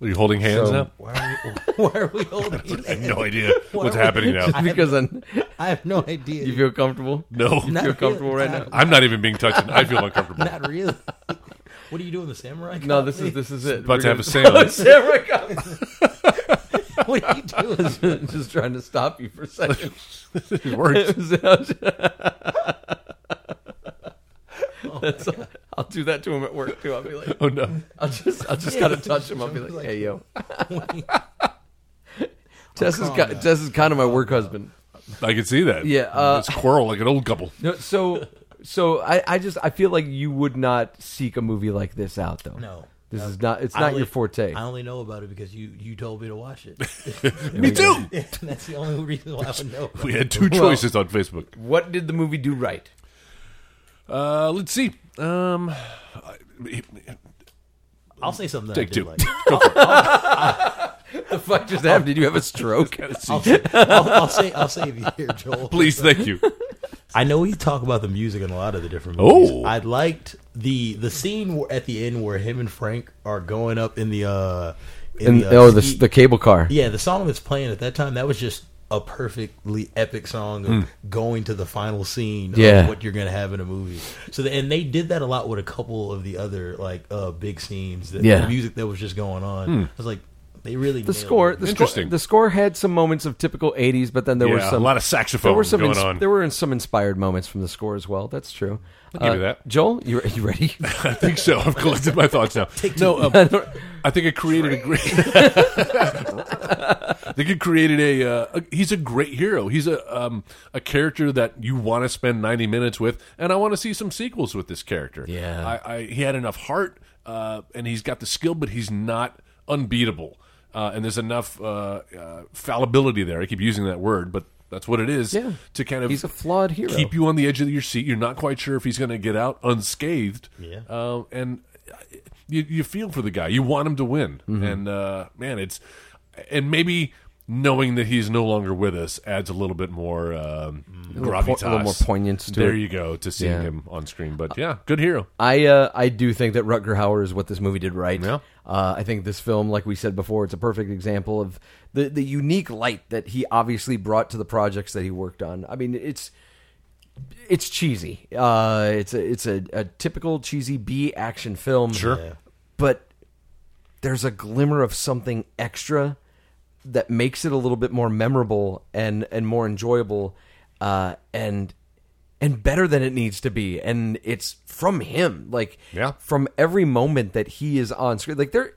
Speaker 3: Are you holding hands
Speaker 4: So-
Speaker 3: now?
Speaker 6: Why are we, why are we holding?
Speaker 3: I have no idea what's
Speaker 6: are we-
Speaker 3: happening now.
Speaker 4: Because then
Speaker 6: I have no idea.
Speaker 4: you feel comfortable.
Speaker 3: No,
Speaker 4: You feel comforttable right now.
Speaker 3: I'm not even being touched. and I feel uncomfortable.
Speaker 6: Not really. What are you doing, the samurai?
Speaker 4: No, this is this is it.
Speaker 3: About
Speaker 4: We're
Speaker 3: to have
Speaker 4: gonna- Oh,
Speaker 3: a seance.
Speaker 4: Sarah comes.
Speaker 6: What are you doing?
Speaker 4: just trying to stop you for a second.
Speaker 3: It
Speaker 6: Oh,
Speaker 3: works.
Speaker 4: That's- I'll do that to him at work too. I'll be like,
Speaker 3: Oh no.
Speaker 4: I'll just, I'll just kind of touch him. I'll be like, hey yo.
Speaker 6: Oh,
Speaker 4: Tess is, ki- Tess is kind of my work husband.
Speaker 3: I can see that.
Speaker 4: Yeah, uh,
Speaker 3: Let's quarrel like an old couple.
Speaker 4: No, so so I, I just I feel like you would not seek a movie like this out though.
Speaker 6: No.
Speaker 4: This is not it's
Speaker 6: I
Speaker 4: not
Speaker 6: only-
Speaker 4: your forte.
Speaker 6: I only know about it because you you told me to watch it.
Speaker 3: Me too.
Speaker 6: That's the only reason why I would know.
Speaker 3: We had two choices on Facebook.
Speaker 4: What did the movie do right?
Speaker 3: Uh, let's see. Um, I-
Speaker 6: I'll say something. That I
Speaker 3: take
Speaker 6: did
Speaker 3: two.
Speaker 6: Like.
Speaker 3: Go for it.
Speaker 4: The fuck just happened? Did you have a stroke?
Speaker 6: I'll, say, I'll, I'll say I'll save you here, Joel.
Speaker 3: Please, thank you.
Speaker 6: I know we talk about the music in a lot of the different
Speaker 3: Oh.
Speaker 6: movies. I liked the the scene where- at the end where him and Frank are going up in the uh
Speaker 4: And
Speaker 6: uh,
Speaker 4: oh, the
Speaker 6: ski-
Speaker 4: the cable car.
Speaker 6: yeah, the song that's playing at that time that was just a perfectly epic song of going to the final scene
Speaker 4: Hmm. Yeah.
Speaker 6: of what you're gonna have in a movie. So the, and they did that a lot with a couple of the other like uh big scenes that
Speaker 4: Yeah. Hmm.
Speaker 6: the music that was just going on. I was like, they really
Speaker 4: The score, the score,
Speaker 3: Interesting.
Speaker 4: the score had some moments of typical '80s, but then there were
Speaker 3: Yeah,
Speaker 4: some
Speaker 3: a lot of saxophone
Speaker 4: there were some
Speaker 3: going
Speaker 4: ins-
Speaker 3: on.
Speaker 4: there were some inspired moments from the score as well. That's true. Uh,
Speaker 3: I'll give you that.
Speaker 4: Joel. You, you ready?
Speaker 3: I think so. I've collected my thoughts now. No, um, I think I created a great. I think it created a, uh, a. He's a great hero. He's a um, a character that you want to spend ninety minutes with, and I want to see some sequels with this character.
Speaker 4: Yeah.
Speaker 3: I, I, he had enough heart, uh, and he's got the skill, but he's not unbeatable. Uh, and there's enough uh, uh, fallibility there. I keep using that word, but that's what it is.
Speaker 4: Yeah.
Speaker 3: To kind of
Speaker 4: He's a flawed hero.
Speaker 3: Keep you on the edge of your seat. You're not quite sure if he's going to get out unscathed.
Speaker 6: Yeah.
Speaker 3: Uh, and you, you feel for the guy. You want him to win.
Speaker 4: Mm-hmm.
Speaker 3: And uh, man, it's and maybe knowing that he's no longer with us adds a little bit more um, gravitas,
Speaker 4: po- Mm-hmm. a little more poignance to
Speaker 3: there
Speaker 4: it.
Speaker 3: you go to seeing
Speaker 4: Yeah.
Speaker 3: him on screen. But yeah, good hero.
Speaker 4: I uh, I do think that Rutger Hauer is what this movie did right.
Speaker 3: Yeah.
Speaker 4: Uh, I think this film, like we said before, it's a perfect example of the the unique light that he obviously brought to the projects that he worked on. I mean, it's it's cheesy. Uh, it's a it's a, a typical cheesy B action film. Sure. But there's a glimmer of something extra that makes it a little bit more memorable and and more enjoyable uh and and better than it needs to be and it's from him like
Speaker 3: Yeah.
Speaker 4: from every moment that he is on screen like there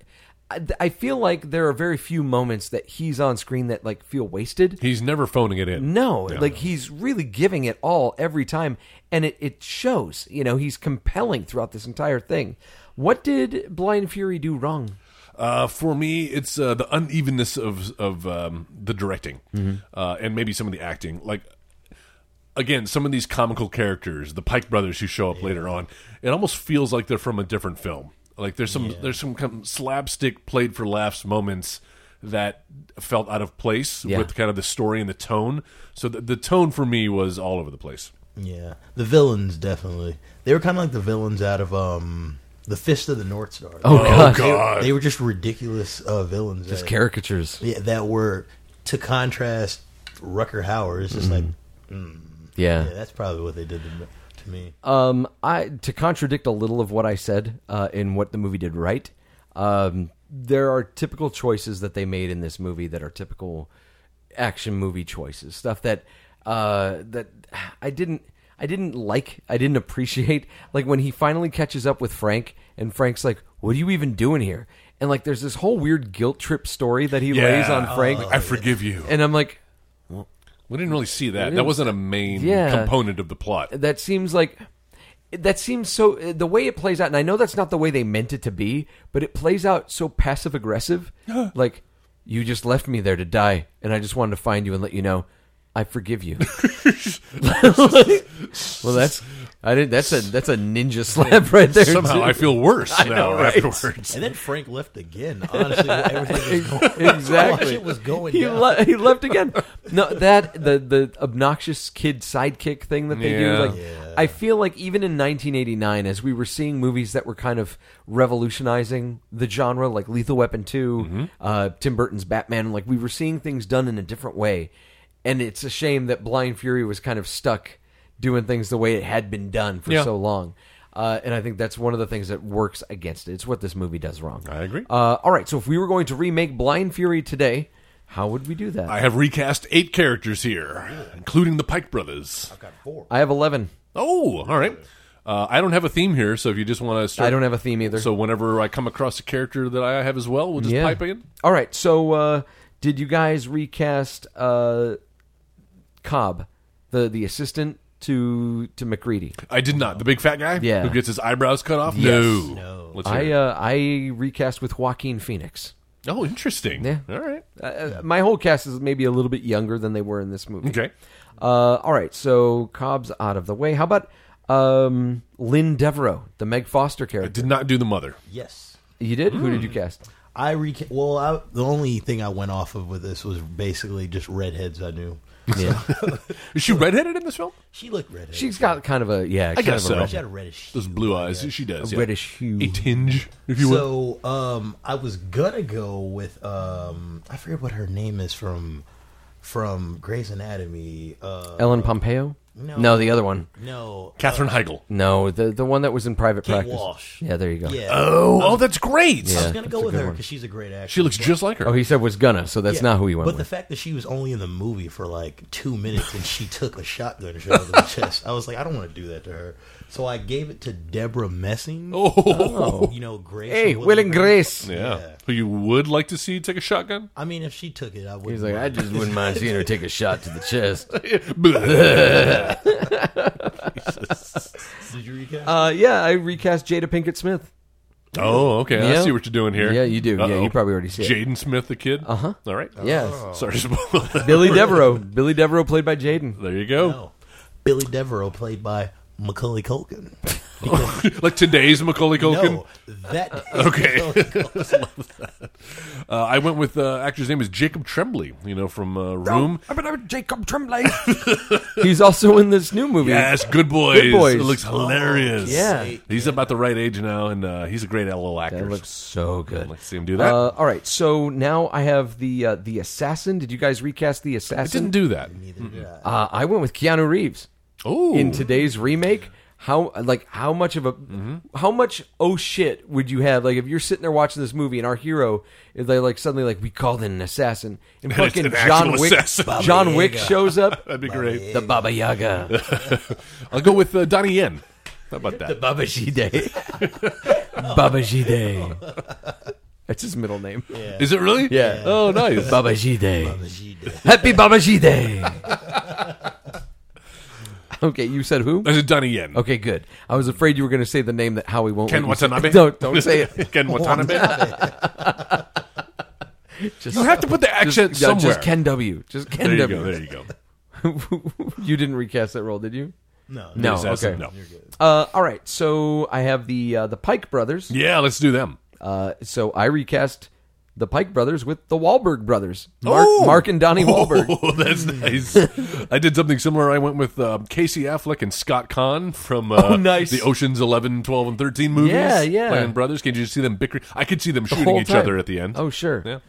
Speaker 4: I, I feel like there are very few moments that he's on screen that like feel wasted
Speaker 3: He's never phoning it in.
Speaker 4: no, like he's really giving it all every time, and it, it shows. You know, he's compelling throughout this entire thing. What did Blind Fury do wrong?
Speaker 3: Uh, for me, it's uh, the unevenness of of um, the directing
Speaker 4: Mm-hmm.
Speaker 3: uh, and maybe some of the acting. Like again, some of these comical characters, the Pike brothers who show up later on, it almost feels like they're from a different film. Like there's some there's some kind of slapstick played for laughs moments that felt out of place
Speaker 4: Yeah.
Speaker 3: with kind of the story and the tone. So the, the tone for me was all over the place.
Speaker 6: Yeah, the villains definitely. They were kind of like the villains out of um the Fist of the North Star. Oh
Speaker 4: God.
Speaker 6: They, were just ridiculous uh, villains.
Speaker 4: His
Speaker 6: that-
Speaker 4: caricatures.
Speaker 6: yeah, that were to contrast Rucker Hauer. It's just
Speaker 4: Hmm.
Speaker 6: like yeah, that's probably what they did to, to me.
Speaker 4: Um, I to contradict a little of what I said uh, in what the movie did right. Um, there are typical choices that they made in this movie that are typical action movie choices, stuff that uh, that I didn't I didn't like, I didn't appreciate. Like when he finally catches up with Frank, and Frank's like, "What are you even doing here?" And like, there's this whole weird guilt trip story that he lays on Frank,
Speaker 3: Like, I forgive you.
Speaker 4: and I'm like,
Speaker 3: We didn't really see that. That wasn't a main
Speaker 4: Yeah.
Speaker 3: component of the plot.
Speaker 4: that seems like that seems so the way it plays out and i know that's not the way they meant it to be but it plays out so passive aggressive like you just left me there to die and i just wanted to find you and let you know i forgive you well that's i didn't that's a that's a ninja slap right there
Speaker 3: Somehow
Speaker 4: too.
Speaker 3: I feel worse now
Speaker 4: know, right?
Speaker 3: afterwards.
Speaker 6: and then Frank left again. Honestly, while everything was going, while
Speaker 4: exactly
Speaker 6: shit was going
Speaker 4: he,
Speaker 6: down.
Speaker 4: le- he left again no that the the obnoxious kid sidekick thing that they
Speaker 3: Yeah.
Speaker 4: do like i feel like even in 1989 as we were seeing movies that were kind of revolutionizing the genre like lethal weapon 2
Speaker 3: Mm-hmm.
Speaker 4: uh, tim burton's batman like we were seeing things done in a different way and it's a shame that blind fury was kind of stuck doing things the way it had been done for
Speaker 3: Yeah.
Speaker 4: so long uh, and I think that's one of the things that works against it. It's what this movie does wrong.
Speaker 3: I agree.
Speaker 4: Uh, all right, so if we were going to remake Blind Fury today, how would we do that?
Speaker 3: I
Speaker 4: I,
Speaker 3: have recast eight characters here, including the Pike brothers.
Speaker 4: have 11.
Speaker 3: Oh, all right. Uh, I don't have a theme here, so if you just want to start,
Speaker 4: I don't have a theme either.
Speaker 3: So whenever I come across a character that I have as well, we'll just
Speaker 4: Yeah.
Speaker 3: pipe in.
Speaker 4: All right, so uh, did you guys recast uh, Cobb, the, the assistant to to McCready?
Speaker 3: I did not. The big fat guy,
Speaker 4: Yeah.
Speaker 3: who gets his eyebrows cut off. No, no. Let's
Speaker 4: I
Speaker 3: hear
Speaker 4: uh, I recast with Joaquin Phoenix.
Speaker 3: it. Oh, interesting.
Speaker 4: Yeah.
Speaker 3: All right.
Speaker 4: Uh, Uh, my whole cast is maybe a little bit younger than they were in this movie.
Speaker 3: Okay.
Speaker 4: Uh, all right, so Cobb's out of the way. How about um, Lynn Devereaux, the Meg Foster
Speaker 3: I Mm.
Speaker 4: character?
Speaker 3: did not do the mother.
Speaker 6: yes.
Speaker 4: You did? Who did you cast?
Speaker 6: I reca- well, I, the only thing I went off of with this was basically just redheads I knew.
Speaker 4: Yeah.
Speaker 3: Is she redheaded in this film?
Speaker 6: She looked redheaded.
Speaker 4: She's got kind of a yeah. kind
Speaker 3: guess
Speaker 4: of
Speaker 3: so.
Speaker 4: a red-
Speaker 6: she had a reddish.
Speaker 3: Those blue eyes. She does. yeah.
Speaker 4: reddish hue.
Speaker 3: A tinge, if you will.
Speaker 6: So um, I was gonna go with um, I forget what her name is from from Grey's Anatomy. Uh,
Speaker 4: Ellen Pompeo.
Speaker 6: No.
Speaker 4: the other one.
Speaker 6: no,
Speaker 3: Catherine Heigl.
Speaker 4: No, the the one that was in private
Speaker 6: Kate
Speaker 4: practice.
Speaker 6: Walsh.
Speaker 4: Yeah, there you go.
Speaker 6: yeah,
Speaker 3: Oh, oh, that's great.
Speaker 6: I was
Speaker 4: Yeah,
Speaker 6: gonna
Speaker 4: that's
Speaker 6: go
Speaker 4: a
Speaker 6: with
Speaker 4: good
Speaker 6: her
Speaker 4: one.
Speaker 6: because she's a great actress.
Speaker 3: She looks
Speaker 6: but-
Speaker 3: just like her.
Speaker 4: Oh, he said was gonna, so that's
Speaker 6: Yeah,
Speaker 4: not who he went
Speaker 6: But the
Speaker 4: with.
Speaker 6: fact that she was only in the movie for like two minutes and she took a shotgun shot to the chest, I was like, I don't want to do that to her. So I gave it to Deborah Messing.
Speaker 3: Oh.
Speaker 6: you know, Grace.
Speaker 4: hey,
Speaker 6: from
Speaker 4: Will and Grace.
Speaker 3: yeah. Who you would like to see take a shotgun?
Speaker 6: I mean, if she took it, I would.
Speaker 4: He's like, I just wouldn't mind seeing her take a shot to the chest.
Speaker 3: Oh,
Speaker 6: Did you recap?
Speaker 4: Uh, yeah, I recast Jada Pinkett Smith.
Speaker 3: Oh, okay.
Speaker 4: Yeah.
Speaker 3: I see what you're doing here.
Speaker 4: Yeah, you do. Yeah,
Speaker 3: Uh-oh.
Speaker 4: you probably already see it. Uh-huh.
Speaker 3: Jaden Smith, the kid. Uh huh. All
Speaker 6: Oh.
Speaker 3: right. Uh,
Speaker 4: Yes.
Speaker 3: Sorry. to-
Speaker 4: Billy Devereaux. Billy Devereaux played by Jaden.
Speaker 3: there you go.
Speaker 6: no. Billy Devereaux, played by Macaulay Culkin.
Speaker 3: like today's Macaulay Culkin.
Speaker 6: No, that
Speaker 3: Okay. Uh, I went with uh, actor's name is Jacob Tremblay. You know from uh, Room.
Speaker 4: Jacob Tremblay. He's also in this new movie.
Speaker 3: Yes, good boys.
Speaker 4: Good Boys.
Speaker 3: It looks hilarious.
Speaker 4: Yeah.
Speaker 3: He's about the right age now, and uh, he's a great LL actor.
Speaker 4: That looks so good.
Speaker 3: I'd like to see him do that.
Speaker 4: Uh, all right, so now I have the uh, the assassin. Did you guys recast the
Speaker 3: I
Speaker 4: assassin?
Speaker 3: didn't do that.
Speaker 4: Uh, I went with Keanu Reeves
Speaker 3: Oh,
Speaker 4: in today's remake. How like how much of a
Speaker 3: Mm-hmm.
Speaker 4: how much oh shit would you have like if you're sitting there watching this movie and our hero is like, like suddenly like we called in an assassin and
Speaker 3: it's
Speaker 4: fucking
Speaker 3: an
Speaker 4: John
Speaker 3: actual
Speaker 4: Wick
Speaker 3: assassin. Baba
Speaker 4: John Wick shows up
Speaker 3: that'd be great.
Speaker 4: the Baba Yaga
Speaker 3: I'll go with uh, Donnie Yen. How about that?
Speaker 4: Baba Jide Baba Jide that's his middle name
Speaker 3: Is it really?
Speaker 4: Yeah.
Speaker 3: Oh, nice.
Speaker 4: Baba Jide Happy Baba Jide okay you said who
Speaker 3: Is it Donnie Yen?
Speaker 4: Okay, good. I was afraid you were going to say the name that Howie won't.
Speaker 3: Ken
Speaker 4: let you say.
Speaker 3: Watanabe.
Speaker 4: Don't don't say it.
Speaker 3: Ken Watanabe. you have to put the
Speaker 4: Just,
Speaker 3: accent
Speaker 4: yeah,
Speaker 3: somewhere.
Speaker 4: just Ken W. Just Ken
Speaker 3: there you
Speaker 4: W.
Speaker 3: go. There you go.
Speaker 4: Oh, you, didn't recast that role, did you?
Speaker 6: no,
Speaker 4: No.
Speaker 3: Assassin,
Speaker 4: okay.
Speaker 3: no.
Speaker 4: Uh, all right. So I have the uh, the Pike brothers.
Speaker 3: Yeah, let's do them.
Speaker 4: Uh, so I recast the Pike brothers with the Wahlberg brothers, Mark,
Speaker 3: Oh!
Speaker 4: Mark and Donnie Wahlberg.
Speaker 3: Oh, that's nice. I did something similar. I went with um, Casey Affleck and Scott Kahn from uh,
Speaker 4: Oh, nice.
Speaker 3: the Oceans 11, 12, and 13 movies.
Speaker 4: Yeah, yeah.
Speaker 3: Playing brothers. Can you just see them bickering? I could see them shooting
Speaker 4: whole
Speaker 3: each
Speaker 4: time.
Speaker 3: other at the end.
Speaker 4: Oh sure.
Speaker 3: Yeah.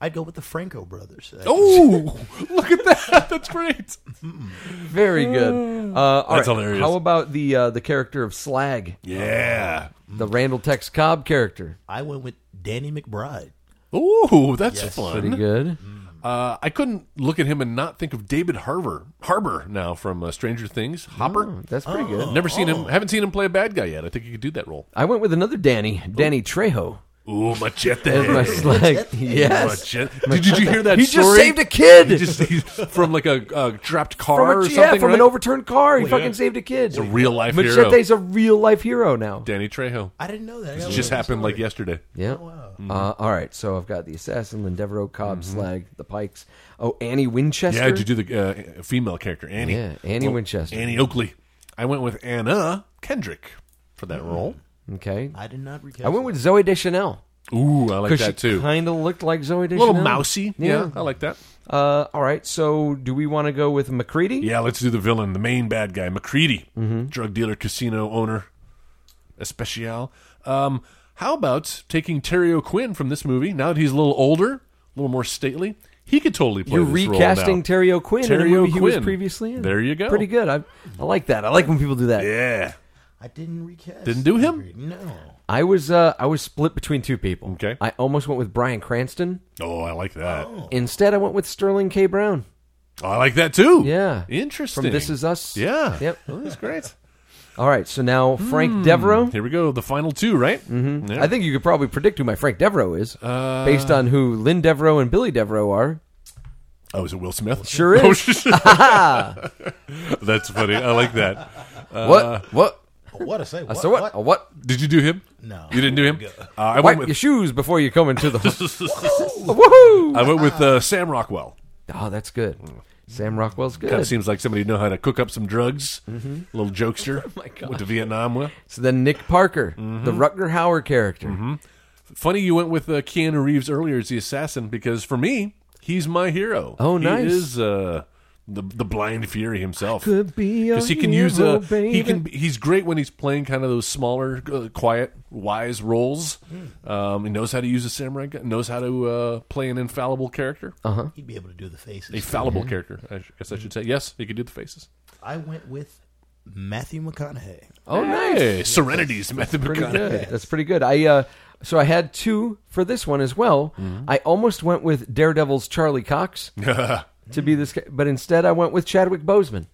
Speaker 6: I'd go with the Franco brothers. Uh,
Speaker 3: Oh, look at that. That's great.
Speaker 4: Very good. Uh, all
Speaker 3: That's
Speaker 4: right,
Speaker 3: hilarious.
Speaker 4: How about the uh, the character of Slag,
Speaker 3: Yeah.
Speaker 4: the Randall Tex Cobb character?
Speaker 6: I went with Danny McBride.
Speaker 3: Oh, that's fun.
Speaker 4: Pretty good.
Speaker 3: Uh, I couldn't look at him and not think of David Harbour, Harbour now from uh, Stranger Things. Hopper.
Speaker 4: Oh, That's pretty good.
Speaker 3: Never seen him. Haven't seen him play a bad guy yet. I think he could do that role.
Speaker 4: I went with another Danny, Danny Trejo.
Speaker 3: Ooh, machete.
Speaker 4: As my slag. Yes.
Speaker 3: Machete. Did, did you hear that
Speaker 4: He just
Speaker 3: story?
Speaker 4: saved a kid!
Speaker 3: He just, he's from like a, a trapped car
Speaker 4: From a-
Speaker 3: or something.
Speaker 4: yeah, from
Speaker 3: right? Oh,
Speaker 4: an overturned car. He fucking
Speaker 3: yeah.
Speaker 4: saved a kid. It's
Speaker 3: a real-life hero. Oh,
Speaker 4: Machete's a real life hero now.
Speaker 3: Danny Trejo.
Speaker 6: I didn't know that.
Speaker 3: It just happened like yesterday.
Speaker 4: Yeah.
Speaker 3: Mm-hmm.
Speaker 4: Uh, all right. So I've got the assassin, Lynn Devereaux, Cobb, Slag, the Pikes. Oh, Annie Winchester.
Speaker 3: Yeah, did you do the uh, female character, Annie? Oh,
Speaker 4: Yeah, Annie Winchester.
Speaker 3: Annie Oakley. I went with Anna Kendrick for that role.
Speaker 4: Okay.
Speaker 6: I did not recap.
Speaker 4: I went with Zoe Deschanel
Speaker 3: Ooh, I like
Speaker 4: because
Speaker 3: that
Speaker 4: she
Speaker 3: too.
Speaker 4: kind of looked like Zoe
Speaker 3: A
Speaker 4: Deschanel.
Speaker 3: little mousy. Yeah. I like that.
Speaker 4: Uh, all right. So do we want to go with McCready?
Speaker 3: Yeah, let's do the villain, the main bad guy, McCready,
Speaker 4: Mm-hmm.
Speaker 3: drug dealer, casino owner, especial. Um, how about taking Terry O'Quinn from this movie? Now that he's a little older, a little more stately, he could totally play.
Speaker 4: You're
Speaker 3: this role
Speaker 4: recasting
Speaker 3: now.
Speaker 4: Terry O'Quinn in a
Speaker 3: Terry
Speaker 4: movie he was
Speaker 3: O'Quinn.
Speaker 4: previously in.
Speaker 3: There you go.
Speaker 4: Pretty good. I, I like that. I like when people do that.
Speaker 3: Yeah,
Speaker 6: I didn't recap.
Speaker 3: Didn't do him?
Speaker 6: No.
Speaker 4: I was uh, I was split between two people.
Speaker 3: Okay.
Speaker 4: I almost went with Brian Cranston.
Speaker 3: Oh, I like that.
Speaker 4: Instead, I went with Sterling K. Brown
Speaker 3: Oh, I like that too.
Speaker 4: Yeah.
Speaker 3: interesting.
Speaker 4: from This Is Us.
Speaker 3: Yeah. Hmm.
Speaker 4: Yep.
Speaker 3: Oh, that's great.
Speaker 4: All right. So now Frank Devereaux.
Speaker 3: Here we go. The final two, right? Mm-hmm.
Speaker 4: I think you could probably predict who my Frank Devereaux is
Speaker 3: Uh,
Speaker 4: based on who Lynn Devereaux and Billy Devereaux are.
Speaker 3: Oh, is it Will Smith?
Speaker 4: Sure
Speaker 3: Oh,
Speaker 4: is.
Speaker 3: That's funny. I like that. Uh,
Speaker 4: what? What?
Speaker 6: What I say? What,
Speaker 4: so what?
Speaker 6: what?
Speaker 4: Uh, What?
Speaker 3: Did you do him?
Speaker 6: No.
Speaker 3: You didn't do him. Uh, I
Speaker 4: Wipe
Speaker 3: went with
Speaker 4: your shoes before you come into the. Woohoo!
Speaker 3: I went with
Speaker 4: Uh-huh.
Speaker 3: uh, Sam Rockwell.
Speaker 4: Oh, that's good.
Speaker 3: Hmm.
Speaker 4: Sam Rockwell's good. Mm-hmm.
Speaker 3: Kind of seems like somebody who know how to cook up some drugs. Little
Speaker 4: Oh
Speaker 3: jokester. Went to Vietnam with.
Speaker 4: So then Nick Parker,
Speaker 3: Mm-hmm.
Speaker 4: the Rutger Hauer character.
Speaker 3: Funny you went with uh, Keanu Reeves earlier as the assassin because for me he's my hero.
Speaker 4: Oh,
Speaker 3: He
Speaker 4: nice.
Speaker 3: is uh, the the blind fury himself
Speaker 4: could be a
Speaker 3: because he can use
Speaker 4: hero,
Speaker 3: a he
Speaker 4: baby.
Speaker 3: can be- he's great when he's playing kind of those smaller uh, quiet wise roles
Speaker 4: Hmm.
Speaker 3: um, he knows how to use a samurai gun knows how to uh, play an infallible character
Speaker 4: Uh-huh.
Speaker 6: He'd be able to do the
Speaker 3: a
Speaker 6: faces.
Speaker 3: fallible
Speaker 4: Mm-hmm.
Speaker 3: character I sh- guess I should say yes he could do the faces
Speaker 6: I went with Matthew McConaughey.
Speaker 4: Oh, nice.
Speaker 3: hey serenities Matthew
Speaker 4: Pretty
Speaker 3: McConaughey
Speaker 4: good. That's pretty good. I uh, so I had two for this one as well.
Speaker 3: Mm-hmm.
Speaker 4: I almost went with Daredevil's Charlie Cox to be this, guy, but instead I went with Chadwick Boseman.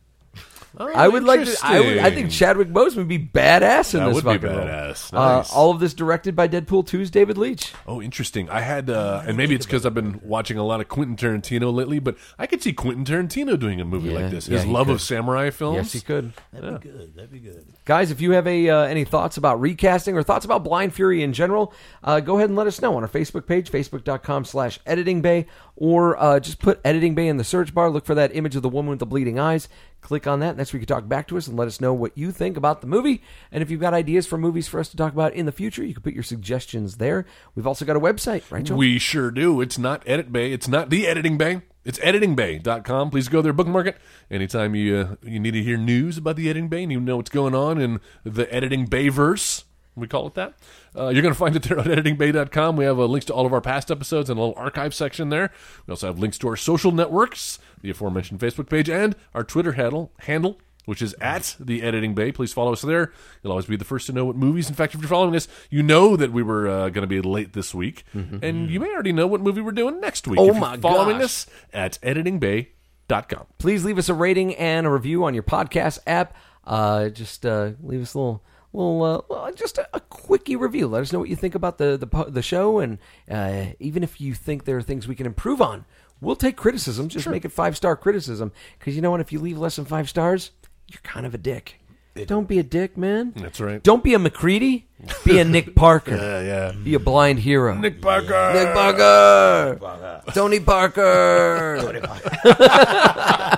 Speaker 4: I would like to. I, would, I think
Speaker 3: Interesting.
Speaker 4: Chadwick Boseman would be badass in
Speaker 3: That
Speaker 4: this
Speaker 3: would be
Speaker 4: fucking role.
Speaker 3: badass. Nice.
Speaker 4: Uh, all of this directed by Deadpool 2's David Leitch.
Speaker 3: Oh, interesting. I had, uh, and maybe it's because I've been watching a lot of Quentin Tarantino lately, but I could see Quentin Tarantino doing a movie
Speaker 4: Yeah,
Speaker 3: like this.
Speaker 4: yeah,
Speaker 3: His
Speaker 4: he
Speaker 3: love
Speaker 4: could.
Speaker 3: of samurai films.
Speaker 4: Yes, he could.
Speaker 6: That'd be good. That'd be good.
Speaker 4: Guys, if you have a uh, any thoughts about recasting or thoughts about Blind Fury in general, uh, go ahead and let us know on our Facebook page, facebook.com slash editing bay, or uh, just put editing bay in the search bar. Look for that image of the woman with the bleeding eyes. Click on that. and That's where you can talk back to us and let us know what you think about the movie. And if you've got ideas for movies for us to talk about in the future, you can put your suggestions there. We've also got a website, right, Joel?
Speaker 3: We sure do. It's not Edit Bay. It's not the Editing Bay. It's editingbay.com. Please go there, bookmark it. Anytime you uh, you need to hear news about the Editing Bay and you know what's going on in the Editing Bay verse, we call it that, uh, you're going to find it there on editingbay.com. We have uh, links to all of our past episodes and a little archive section there. We also have links to our social networks, the aforementioned Facebook page, and our Twitter handle, handle which is at the editing bay. Please follow us there. You'll always be the first to know what movies. In fact, if you're following us, you know that we were uh, going to be late this week, and you may already know what movie we're doing next week.
Speaker 4: Oh
Speaker 3: if
Speaker 4: my
Speaker 3: you're following
Speaker 4: gosh.
Speaker 3: us at editingbay.com.
Speaker 4: please leave us a rating and a review on your podcast app. Uh, just uh, leave us a little, little, uh, well, just a, a quickie review. Let us know what you think about the the, po- the show, and uh, even if you think there are things we can improve on, we'll take criticism. Just make it five star criticism, because you know what? If you leave less than five stars, you're kind of a dick. Don't be a dick, man.
Speaker 3: That's right.
Speaker 4: Don't be a McCready. Be a Nick Parker.
Speaker 3: yeah.
Speaker 4: Be a blind hero.
Speaker 3: Nick Parker.
Speaker 4: Nick Parker. Tony Parker.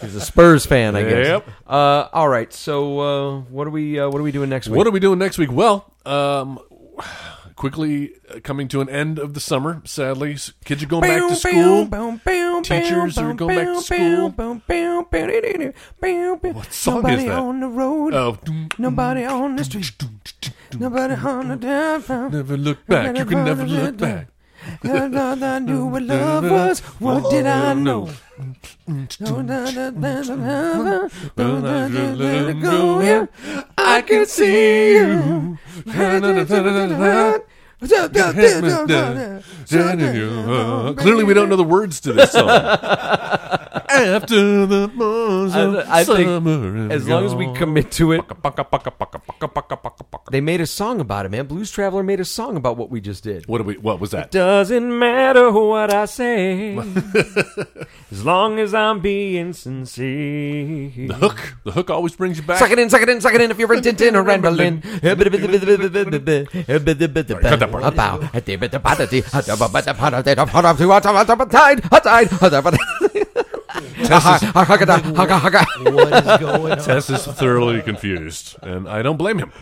Speaker 4: He's a Spurs fan, I guess.
Speaker 3: Yep.
Speaker 4: Uh, all right. So uh, what are we uh, what are we doing next week?
Speaker 3: What are we doing next week? Well, um, quickly uh, coming to an end of the summer, sadly. S- Kids are going back to school. Teachers are going back to school.
Speaker 4: What
Speaker 3: song
Speaker 4: Nobody
Speaker 3: is that?
Speaker 4: on the road.
Speaker 3: Oh,
Speaker 4: Nobody on the street. Nobody on
Speaker 3: mm,
Speaker 4: the downtown.
Speaker 3: never look back. You can never look back.
Speaker 4: All I knew
Speaker 3: mm,
Speaker 4: what love was. What did I know? I can see you.
Speaker 3: Clearly, we don't know the words to this song. After the months of
Speaker 4: I- I think
Speaker 3: summer and
Speaker 4: As long as we
Speaker 3: gone.
Speaker 4: commit to it.
Speaker 3: Paka, paka, paka, paka, paka, paka, paka.
Speaker 4: They made a song about it, man. Blues Traveler made a song about what we just did.
Speaker 3: What do we? What was that?
Speaker 4: Doesn't matter what I say, as long as I'm being sincere.
Speaker 3: The hook. The hook always brings you back.
Speaker 4: Suck it in, suck it in, suck it in if you're a Tintin or Ramblin.
Speaker 3: cut that part.
Speaker 6: What is going on?
Speaker 3: Tess is thoroughly confused, and I don't blame him.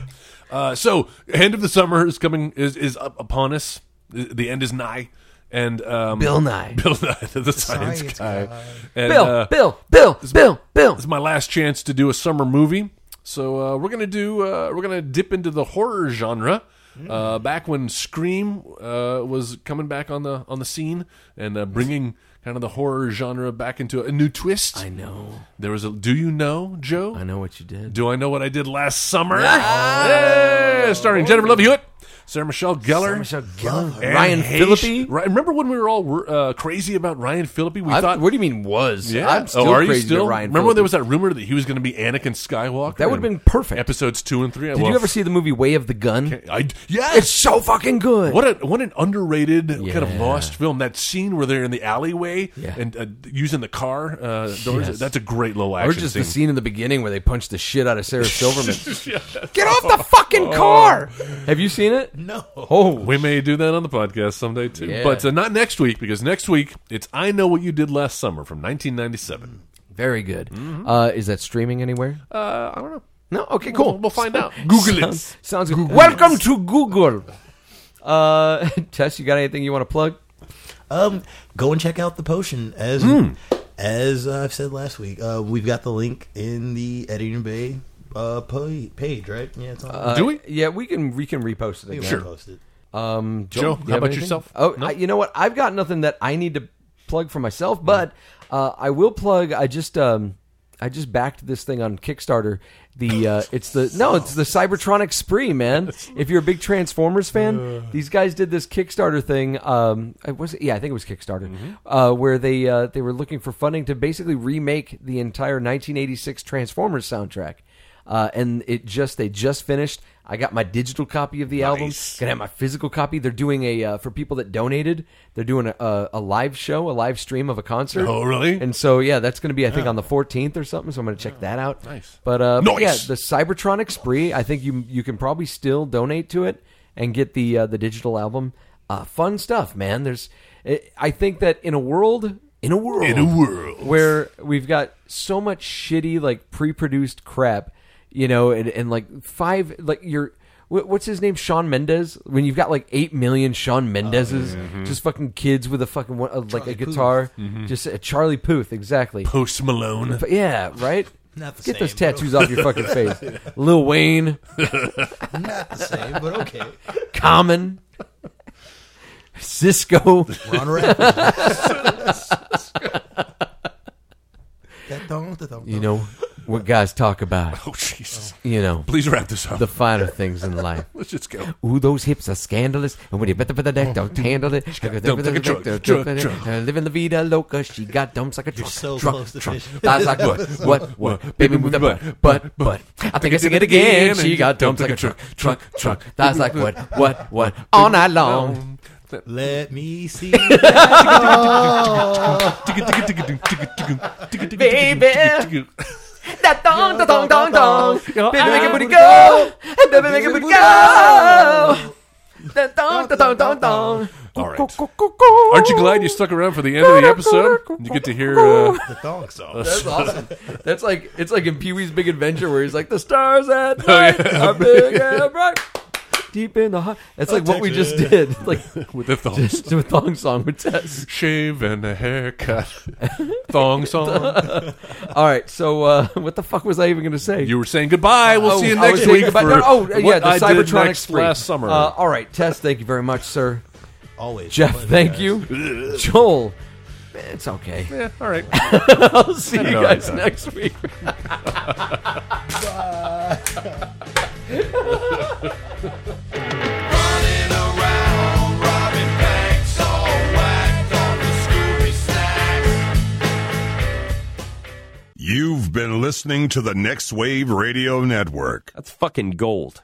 Speaker 3: Uh, so, end of the summer is coming is is up upon us. The the end is nigh, and um,
Speaker 4: Bill Nye.
Speaker 3: Bill Nye, the, science,
Speaker 6: science
Speaker 3: guy.
Speaker 6: guy.
Speaker 3: And,
Speaker 4: Bill,
Speaker 3: uh,
Speaker 4: Bill, Bill, Bill, Bill.
Speaker 3: This is my last chance to do a summer movie. So uh, we're gonna do uh, we're gonna dip into the horror genre.
Speaker 4: Mm.
Speaker 3: Uh, back when Scream uh, was coming back on the on the scene and uh, bringing kind of the horror genre back into a new twist.
Speaker 4: I know.
Speaker 3: There was a Do you know Joe?
Speaker 4: I know what you did.
Speaker 3: Do I know what I did last summer? Yeah, starring Jennifer Love Hewitt, Sarah Michelle Gellar.
Speaker 6: Oh,
Speaker 3: Anne
Speaker 4: Ryan
Speaker 3: Heche.
Speaker 4: Phillippe?
Speaker 3: Right, remember when we were all uh, crazy about Ryan Phillippe? We
Speaker 4: I-
Speaker 3: thought
Speaker 4: What do you mean was?
Speaker 3: yeah.
Speaker 4: I'm still
Speaker 3: oh, are you
Speaker 4: crazy about
Speaker 3: still?
Speaker 4: Ryan
Speaker 3: Remember when there
Speaker 4: Phillippe.
Speaker 3: was that rumor that he was going to be Anakin Skywalker?
Speaker 4: That would've
Speaker 3: in
Speaker 4: been perfect.
Speaker 3: Episodes two and three.
Speaker 4: Did you ever see the movie Way of the Gun?
Speaker 3: I yes.
Speaker 4: It's so fucking good.
Speaker 3: what a what an underrated kind of
Speaker 4: Yeah.
Speaker 3: lost film. That scene where they're in the alleyway
Speaker 4: Yeah.
Speaker 3: and uh, using the car uh, doors.
Speaker 4: Yes.
Speaker 3: That's a great little action
Speaker 4: Or just
Speaker 3: scene.
Speaker 4: the scene in the beginning where they punch the shit out of Sarah Silverman. Get off the fucking
Speaker 3: Oh.
Speaker 4: car! Have you seen it?
Speaker 6: No.
Speaker 4: Oh,
Speaker 3: We may do that on the podcast someday too,
Speaker 4: Yeah.
Speaker 3: but uh, not next week because next week it's I know what you did last summer from 1997.
Speaker 4: Mm. very good. Uh, is that streaming anywhere?
Speaker 3: Mm-hmm. Uh, I don't know.
Speaker 4: No. Okay, cool.
Speaker 3: We'll, we'll find out. Google it.
Speaker 4: Sounds, sounds good. Welcome to Google. Uh, Tess, you got anything you want to plug?
Speaker 6: Um, go and check out the potion as as I've said last week, uh, we've got the link in the Editing Bay uh, pa- page, right? Yeah, it's on.
Speaker 4: Uh,
Speaker 3: Do we?
Speaker 4: Yeah, we can we can repost it again.
Speaker 6: we'll
Speaker 3: sure.
Speaker 6: post it.
Speaker 4: Um,
Speaker 3: Joe,
Speaker 4: do you
Speaker 3: how
Speaker 4: have
Speaker 3: about
Speaker 4: anything?
Speaker 3: yourself?
Speaker 4: Oh,
Speaker 3: No?
Speaker 4: I, you know what? I've got nothing that I need to plug for myself, but
Speaker 3: Mm-hmm.
Speaker 4: uh, I will plug. I just um, I just backed this thing on Kickstarter. The uh, it's the no, it's the Cybertronic spree, man. If you're a big Transformers
Speaker 3: Uh.
Speaker 4: fan, these guys did this Kickstarter thing. Um, it was yeah, I think it was Kickstarter,
Speaker 3: Mm-hmm.
Speaker 4: uh, where they uh, they were looking for funding to basically remake the entire 1986 Transformers soundtrack. Uh, and it just they just finished. I got my digital copy of the album. Gonna have my physical copy. They're doing a uh, for people that donated. They're doing a, a, a live show, a live stream of a concert.
Speaker 3: Oh, really?
Speaker 4: And so yeah, that's gonna be I think on the 14th or something. So I'm gonna check that out.
Speaker 3: Nice.
Speaker 4: But uh,
Speaker 3: Nice.
Speaker 4: but yeah, the Cybertronic spree. I think you you can probably still donate to it and get the uh, the digital album. Uh, fun stuff, man. There's I- I think that in a world in a world
Speaker 3: In a world.
Speaker 4: where we've got so much shitty like pre-produced crap you know and, and like five like your wh- what's his name sean mendez when you've got like 8 million sean mendez's just fucking kids with a fucking one- uh, like a guitar just a charlie puth exactly
Speaker 3: Post Malone.
Speaker 4: but yeah right
Speaker 6: Not the
Speaker 4: get
Speaker 6: same,
Speaker 4: those tattoos off your fucking face lil wayne
Speaker 6: Not the same, but okay.
Speaker 4: common cisco
Speaker 6: Ron Raffles. Da-dum, da-dum,
Speaker 4: you know what guys talk about
Speaker 3: Oh, Jesus.
Speaker 4: you know
Speaker 3: Please wrap this up.
Speaker 4: the finer things in life
Speaker 3: Let's just go.
Speaker 4: Ooh, those hips are scandalous. And when you bet the deck, don't handle it.
Speaker 3: dumps like a truck, truck, truck.
Speaker 4: Living la vida loca, she got dumps like a truck.
Speaker 6: so
Speaker 4: truck,
Speaker 6: close to
Speaker 4: truck.
Speaker 6: fishing.
Speaker 4: Thighs like what? What? What? Baby, move that butt, butt, butt. I think I sing it again. She got dumps like a truck, truck, truck. Thighs like what? What? What? All night long.
Speaker 3: Um,
Speaker 6: Let me see.
Speaker 4: Baby. That dong, da dong, dong, dong. Baby, make it booty
Speaker 6: booty
Speaker 4: go. Baby, make it booty go. That dong, da dong, dong, dong.
Speaker 3: All right. Aren't you glad you stuck around for the end of the episode? You get to hear. Uh,
Speaker 6: the thong song.
Speaker 4: That's awesome. That's like it's like in Pee Wee's Big Adventure where he's like the stars at
Speaker 3: Oh,
Speaker 4: night are big and bright, deep in the heart. That's like what we just did, like
Speaker 3: with the thongs.
Speaker 4: to a thong song with Tess.
Speaker 3: Shave and a haircut. Thong song.
Speaker 4: All right, so uh, what the fuck was I even going to say?
Speaker 3: You were saying goodbye. We'll
Speaker 4: Oh,
Speaker 3: see you
Speaker 4: I was
Speaker 3: next
Speaker 4: saying
Speaker 3: week.
Speaker 4: goodbye.
Speaker 3: for
Speaker 4: No, no, oh, yeah,
Speaker 3: what
Speaker 4: the
Speaker 3: I did
Speaker 4: Cybertronic
Speaker 3: next
Speaker 4: spree.
Speaker 3: last summer.
Speaker 4: Uh, all right, Tess, thank you very much, sir.
Speaker 6: Always.
Speaker 4: Jeff,
Speaker 6: Pleasure,
Speaker 4: thank
Speaker 6: guys.
Speaker 4: you. Joel, it's okay.
Speaker 3: yeah, all right.
Speaker 4: I'll see you
Speaker 3: No,
Speaker 4: guys
Speaker 3: no.
Speaker 4: next week.
Speaker 1: You've been listening to the Next Wave Radio Network.
Speaker 7: That's fucking gold.